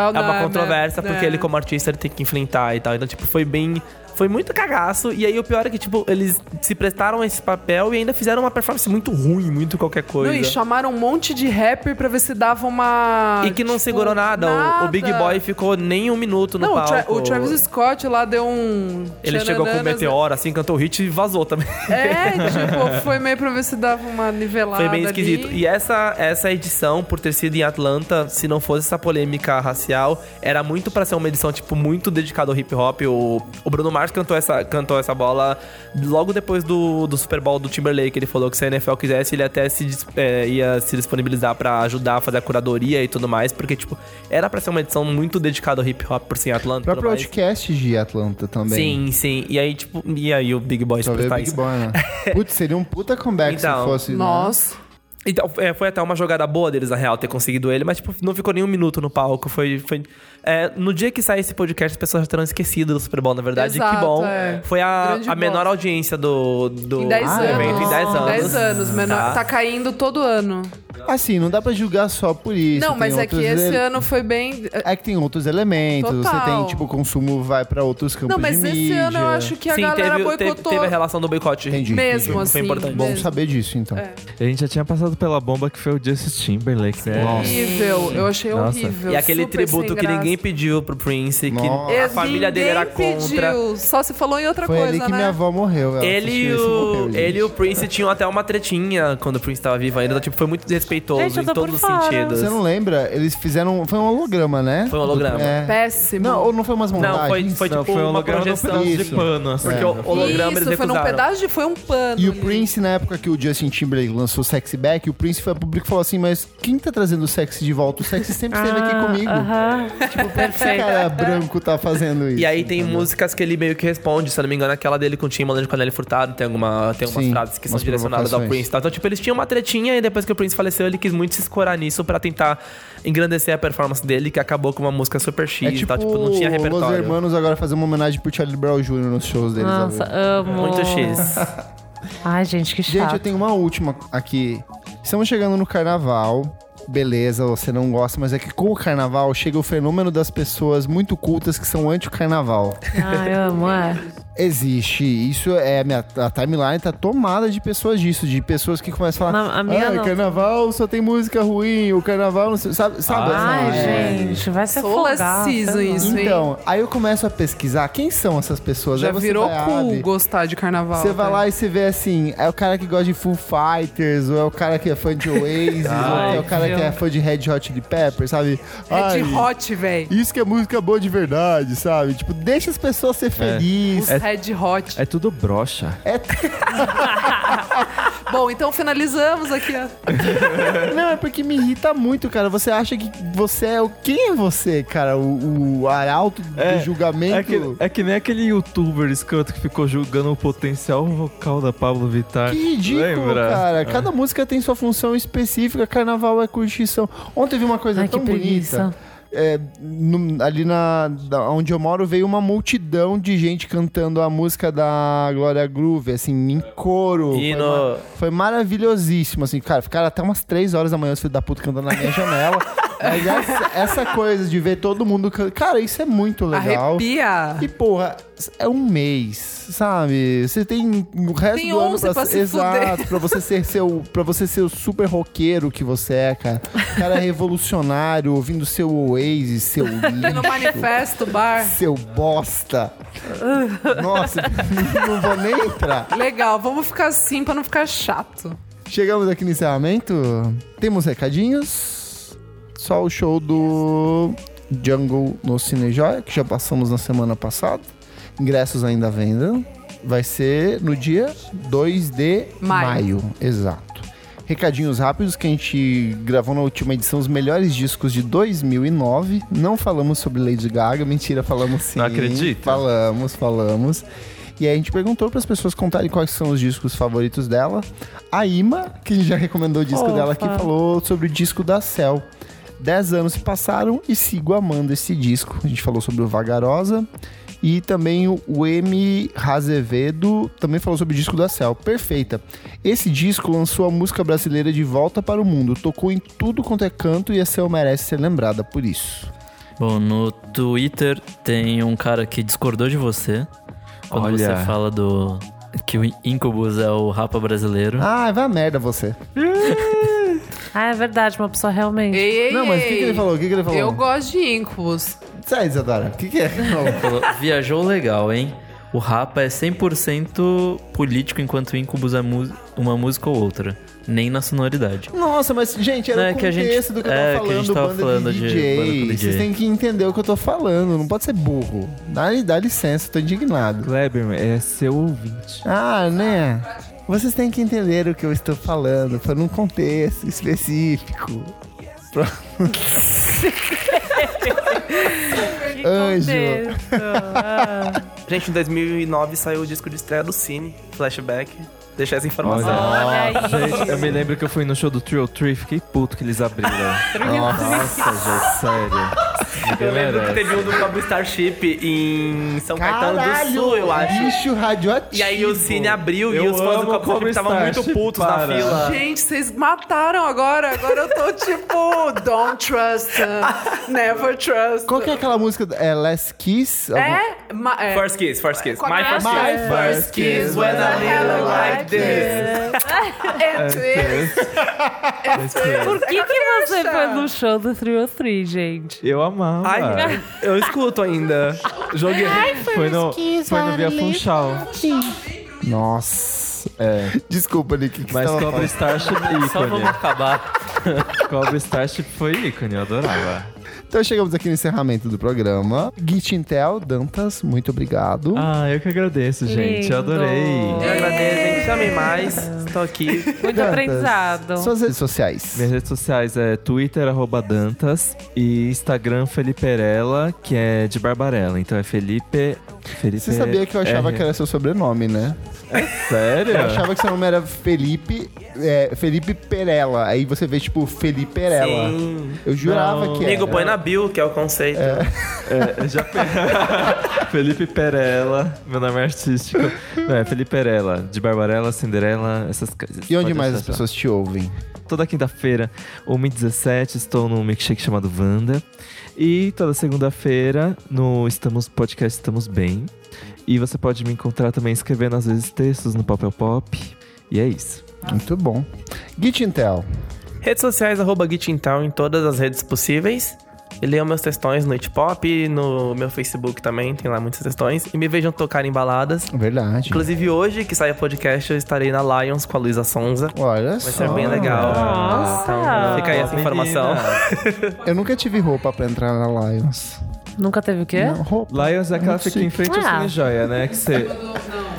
é
não,
uma
é,
controvérsia
né,
porque
é.
ele, como artista, ele tem que enfrentar e tal. Então, tipo, foi bem... Foi muito cagaço. E aí, o pior é que, tipo, eles se prestaram a esse papel e ainda fizeram uma performance muito ruim, muito qualquer coisa.
Não, e chamaram um monte de rapper pra ver se dava uma.
E que não
tipo,
segurou nada. O- O, Big
nada.
Boy ficou nem um minuto no
Não, o,
palco.
Tra- o Travis Scott lá deu um.
Ele chegou com o
tchanananas, né?
meteoro, assim, cantou o hit e vazou também. <laughs>
É, tipo, foi meio pra ver se dava uma nivelada.
Foi bem esquisito.
ali.
E essa, essa edição, por ter sido em Atlanta, se não fosse essa polêmica racial, era muito pra ser uma edição, tipo, muito dedicada ao hip hop. O, o Bruno Mars cantou essa, cantou essa bola logo depois do, do Super Bowl do Timberlake. Ele falou que se a NFL quisesse, ele até se, dis- eh, ia se disponibilizar pra ajudar a fazer a curadoria e tudo mais. Porque, tipo, era pra ser uma edição muito dedicada ao hip hop por ser em
O
Atlanta. e tudo
próprio
mais.
podcast de Atlanta também.
Sim, sim. E aí, tipo, e aí o Big Boy
Só veio o
explicar
Big
isso.
Boy,
<laughs>
né? Putz, seria um puta comeback
Então,
se fosse. né?
Nossa.
Então, é, foi até uma jogada boa deles, na real, ter conseguido ele, mas, tipo, não ficou nem um minuto no palco. Foi. foi... É, no dia que sair esse podcast, as pessoas já terão esquecido do Super Bowl, na verdade.
Exato,
que bom.
é.
Foi a,
Grande
a menor
bosta.
audiência do, do
Em 10
Ah,
anos.
evento em 10 anos.
10 anos, menor. Tá. caindo todo ano.
Assim, não dá pra julgar só por isso.
não,
tem
mas é que
outros
esse
ele-
ano foi bem. eh,
É que tem outros elementos. Você
Total.
tem, tipo, o consumo vai pra outros campos
Não, mas
de
esse
mídia.
ano eu acho que a
Sim,
galera
teve, teve,
boicotou.
teve a relação do boicote.
Entendi.
Mesmo
entendi.
assim.
importante.
É Bom
mesmo.
saber disso, então.
É.
A gente já tinha passado pela bomba que foi o Justin Timberlake, né?
Horrível. Eu achei
Nossa.
horrível.
E aquele
super
tributo
sem
que ninguém
graça. É,
pediu pro Prince, que
Nossa.
a família dele era
Ninguém
contra.
pediu, Só se falou em outra
Foi
coisa,
ali que
né?
minha avó morreu. ela
Ele e,
assistiu Tá, esse e
o,
morreu, gente.
ele e o Prince tinham até uma tretinha quando o Prince tava vivo ainda. Tipo, foi muito respeitoso
Gente, eu
em
tô por
todos os
fora.
sentidos.
Você não lembra? Eles fizeram. Foi um holograma, né?
Foi um holograma.
É.
Péssimo.
Não, ou não foi umas montagens?
Não, foi, foi tipo
Não, foi um
uma
holograma num
projeção.
pedaço de
Isso.
pano, assim.
Porque
tá, É.
o holograma
Isso,
eles
foi num
recusaram.
pedaço de. Foi um pano.
E o
ali.
Prince, na época que o Justin Timberlake lançou Sexy Back, o Prince foi a público e falou assim: Mas quem tá trazendo o sexy de volta? O sexy sempre esteve
Ah,
aqui comigo.
Ah, Aham.
Esse
perfeito.
cara branco tá fazendo isso.
E aí tem músicas que ele meio que responde, se eu não me engano, aquela dele com o Tim Malandro com a Nelly Furtado, tem, alguma, tem algumas
Sim,
frases que são
umas
direcionadas ao
provocações.
Prince. e tal. Então, tipo, eles tinham uma tretinha e depois que o Prince faleceu, ele quis muito se escorar nisso pra tentar engrandecer a performance dele, que acabou com uma música super chique
É
e tal, tipo, não tinha
o Los
repertório.
Hermanos agora fazer uma homenagem pro Charlie Brown Jr. nos shows deles.
Nossa,
agora.
amo.
Muito X.
Ai, gente, que chato.
Gente, eu tenho uma última aqui. Estamos chegando no carnaval. Beleza, você não gosta, mas é que com o carnaval chega o fenômeno das pessoas muito cultas que são anti-carnaval.
Ai, eu amo, é.
Existe. Isso é. A, minha, a timeline tá tomada de pessoas disso, de pessoas que começam a falar.
Não, a minha
ah,
não."
carnaval só tem música ruim, o carnaval não sei. Sabe? sabe
Ai,
assim, é.
gente, vai ser
Soul
afogar.
season
sei lá.
isso, hein?
Então, aí eu começo a pesquisar quem são essas pessoas.
Já
Aí você
virou
vai,
cool
abre,
gostar de carnaval. né?
Você vai
cara.
lá e você vê assim, é o cara que gosta de Foo Fighters, ou é o cara que é fã de
<laughs>
Oasis, ou é o cara que é fã de Red Hot Chili Peppers, sabe?
É de
Ai,
hot, velho.
Isso que é música boa de verdade, sabe? Tipo, deixa as pessoas ser
Os
felizes.
Red Hot.
É tudo brocha.
É.
Bom, então finalizamos aqui. ó.
Não, é porque me irrita muito, cara. Você acha que você é o... Quem é você, cara? O, o arauto
É,
do julgamento?
É que, é que nem aquele youtuber escroto que ficou julgando o potencial vocal da Pablo Vittar.
Que ridículo,
Lembra? É.
cara. Cada música tem sua função específica. Carnaval é curtição. Ontem eu vi uma coisa
Ai, que
tão bonita.
preguiça.
É, no- ali na, da- onde eu moro veio uma multidão de gente cantando a música da Glória Groove, assim, em coro.
E
foi,
no-
ma- foi maravilhosíssimo, assim, cara. Ficaram até umas três horas da manhã, os filhos da puta cantando na minha
<laughs>
janela. Mas essa, essa coisa de ver todo mundo. can- Cara, isso é muito legal.
Arrepia.
E, porra, é um mês, sabe? Você tem o resto
Tem
do ano
11 pra se
Exato, pra você ser seu, pra você ser o super roqueiro que você é, cara. Cara revolucionário, ouvindo seu Oasis,
<laughs>
seu
E no
lixo,
manifesto, bar.
seu bosta. Nossa, não vou nem entrar.
Legal, vamos ficar assim pra não ficar chato.
Chegamos aqui no encerramento. Temos recadinhos. Só o show do Jungle no Cinejoia, que já passamos na semana passada. Ingressos ainda à venda. Vai ser no dia 2 de
Maio.
maio. Exato. Recadinhos rápidos que a gente gravou na última edição, os melhores discos de 2009. Não falamos sobre Lady Gaga, mentira, falamos sim.
Não acredito.
Falamos, falamos. E aí a gente perguntou para as pessoas contarem quais são os discos favoritos dela. A Ima, que já recomendou o disco
Opa.
dela, que falou sobre o disco da Cell. Dez anos se passaram e sigo amando esse disco. A gente falou sobre o Vagarosa. E também o M. Razevedo também falou sobre o disco da Cell. Perfeita. Esse disco lançou a música brasileira de volta para o mundo. Tocou em tudo quanto é canto e a Cell merece ser lembrada por isso.
Bom, no Twitter tem um cara que discordou de você. Quando
Olha.
você fala do. Que o Incubus é o rapa brasileiro.
Ah, vai a merda você.
Ah, é verdade, uma pessoa realmente.
Ei, ei,
Não, mas o que,
ei.
que ele falou? O que, que ele falou?
Eu gosto de Incubus.
Sai, Isadora. O que, que é? <laughs> Não.
Falou, Viajou legal, hein? O rapa é 100% político, enquanto o Incubus é mu- uma música ou outra. Nem na sonoridade.
Nossa, mas, gente, era
Não,
o
é que a
contexto
gente-
do que eu tava
é, que a
falando,
gente tava
banda
falando
de
de
DJ.
banda com DJ.
Vocês têm que entender o que eu tô falando, não pode ser burro. Dá, dá licença, eu tô indignado.
Kleber é seu ouvinte.
Ah, né? Vocês têm que entender o que eu estou falando, foi num contexto
<laughs>
específico. Pronto. Anjo.
Gente, em 2009 saiu o disco de estreia do Cine, Flashback. Deixa essa informação.
Olha.
Olha aí.
Gente, eu me lembro que eu fui no show do Trio Tree, fiquei puto que eles
<laughs>
abriram. Nossa, gente, sério. Ninguém
Eu lembro que
merece.
teve um do Cabo Starship em São Caetano do Sul, eu acho.
Bicho radioativo.
E aí o Cine abriu e
Eu
os fãs
amo
do Cabo Starship
Cabo
estavam muito
Starship,
putos na
para.
Ah.
fila.
Gente, vocês mataram agora. Agora eu tô tipo, don't trust,
<laughs>
uh, never trust.
Qual que é aquela música? É Last Kiss? Algum-
É, ma- é.
First Kiss, First Kiss.
Qual
My
é?
First
My
Kiss.
first kiss
when I little like this.
<laughs> É,
Por que, que você
Poxa.
foi no show do Trio 3, gente?
Eu amava.
Ai, um eu escuto ainda. Joguei.
foi no, foi no Via Funchal.
Nossa. É. Desculpa, Nick. que
Mas
você tava falando?
Cobra Starship
Só
Então
ícone.
vamos acabar.
Cobra Starship foi ícone, eu adorava.
Então chegamos aqui no encerramento do programa. Git Intel, Dantas, muito obrigado.
Ah, eu que agradeço, gente.
Lindo.
Eu adorei.
Eu agradeço, gente. Chamem mais. Estou aqui.
Muito
Dantas,
aprendizado.
Suas redes sociais.
Minhas redes sociais é Twitter, arroba Dantas, e Instagram Felipe Erela, que é de Barbarella. Então é Felipe. Felipe
Você sabia que eu achava que era seu sobrenome, né?
Sério?
Eu achava que seu nome era Felipe, é, Felipe Perella. Aí você vê, tipo, Felipe Perella.
Sim.
Eu jurava que era.
Amigo, põe na bio, que é o conceito.
É, eu já pe- <laughs> Felipe Perella, meu nome é artístico. Não, é Felipe Perella, de Barbarella, Cinderela, essas coisas.
E onde
Pode
mais as
acessar.
pessoas te ouvem?
Toda quinta-feira, 1h17, estou no milkshake chamado Wanda. E toda segunda-feira, no Estamos Podcast Estamos Bem. E você pode me encontrar também escrevendo, às vezes, textos no Papel Pop. E é isso.
Muito bom. Git Intel.
Redes sociais, arroba Gitintal em todas as redes possíveis. E leiam meus textões no It Pop, no meu Facebook também, tem lá muitas textões. E me vejam tocar em baladas.
Verdade.
Inclusive hoje, que sai o podcast, eu estarei na Lions com a Luísa Sonza.
Olha
Vai
só.
ser bem legal.
Nossa.
Então, fica aí essa
Menina.
informação.
Eu nunca tive roupa pra entrar na Lions.
Nunca teve o quê?
Não, roupa.
Lions é aquela
Muito
que fica em frente ao
Ah.
Cine Joia, né? Que você...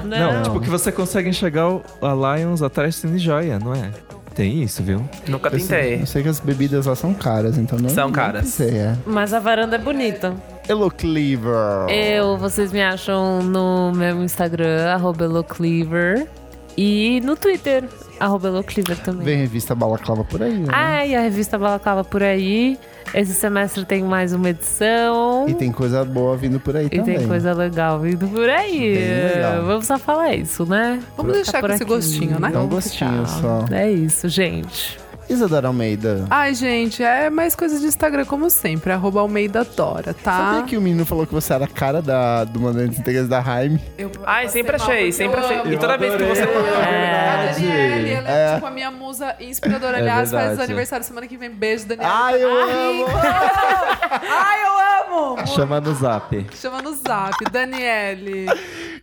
Não, tipo, que você consegue enxergar o- a Lions atrás do Cine Joia, não é? Tem isso, viu?
Nunca
Eu sei,
tentei.
eu sei que as bebidas lá são caras, então não.
São
não
caras.
Sei, é.
Mas a varanda é bonita.
Hello Cleaver.
Eu, vocês me acham no meu Instagram, arroba elocleaver. E no Twitter, arroba elocleaver também.
Vem revista Balaclava por aí, né?
Ah, e a revista Balaclava por aí. Esse semestre tem mais uma edição.
E tem coisa boa vindo por aí
E
também.
tem coisa legal vindo por aí.
Bem legal.
Vamos só falar isso, né?
Vamos
Ficar
deixar
por
com esse
aqui.
gostinho, né?
Dá um gostinho só.
É isso, gente.
Isadora Almeida.
Ai, gente, é mais coisa de Instagram, como sempre. Arroba Almeida Dora, tá?
Ah.
Sabia que o menino falou que você era a cara da, do mandante de integrantes da Raime?
Eu,
Ai, sempre achei, sempre achei. E
Eu
toda vez que você.
adorei.
É, a
verdade.
Daniele, ela é,
É.
tipo a minha musa inspiradora. Aliás, faz
verdade.
aniversário semana que vem. Beijo, Daniela.
Ai, Ah,
Ah.
eu amo!
<laughs> Ai, eu amo!
Chama no zap.
Chama no zap, Daniele.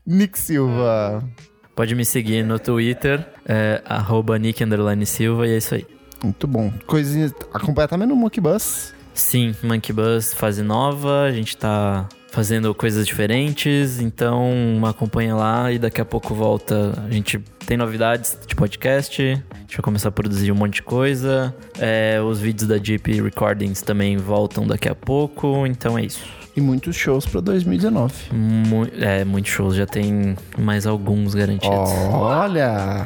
Nick Silva.
Pode me seguir no Twitter, é, arroba Nick underline Silva, e é isso aí.
Muito bom. Coisinha. Acompanha também no Monkey Bus.
Sim, Monkey Bus fase nova, a gente tá fazendo coisas diferentes, então acompanha lá e daqui a pouco volta. A gente tem novidades de podcast, a gente vai começar a produzir um monte de coisa. É, os vídeos da Jeep Recordings também voltam daqui a pouco, então é isso.
E muitos shows pra 2019.
Mu é, muitos shows, já tem mais alguns garantidos.
Olha!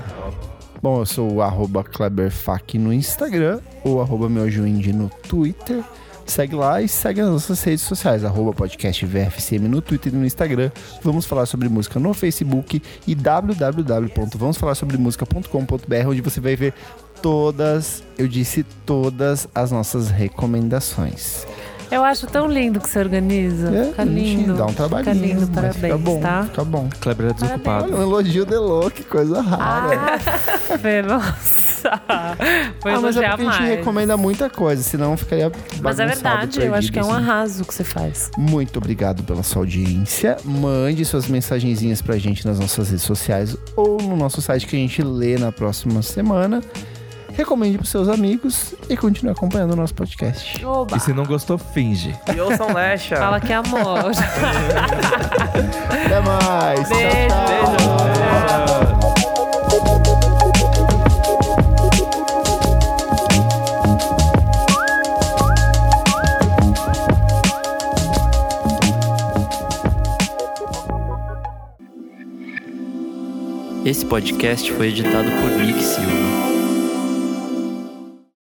Bom, eu sou o arroba KleberFac no Instagram, ou arroba meujuindy no Twitter. Segue lá e segue as nossas redes sociais, arroba podcast VFCM no Twitter e no Instagram. Vamos falar sobre música no Facebook e www.vamosfalarsobremusica.com.br, onde você vai ver todas, eu disse todas, as nossas recomendações.
Eu acho tão lindo que você organiza. Fica
gente,
Tá lindo.
Dá um trabalhinho,
Fica lindo,
mas
parabéns,
fica bom, <laughs>
tá?
fica bom.
Kleber é desocupado.
Olha, um elogio de louco, que coisa rara.
Ah, Fê, nossa. Foi
ah, mas é
elogiar
porque a gente
mais.
recomenda muita coisa, senão ficaria
Mas é
bagunçado,
verdade, eu acho que é um
perdido, assim.
arraso que você faz.
Muito obrigado pela sua audiência. Mande suas mensagenzinhas pra gente nas nossas redes sociais ou no nosso site que a gente lê na próxima semana. Recomende pros seus amigos e continue acompanhando o nosso podcast.
Oba.
E se não gostou, finge.
um-
E ouçam Lesha.
Fala que é
<laughs>
amor.
Até mais! Tchau,
Beijo.
tchau.
Esse podcast foi editado por Nick Silva.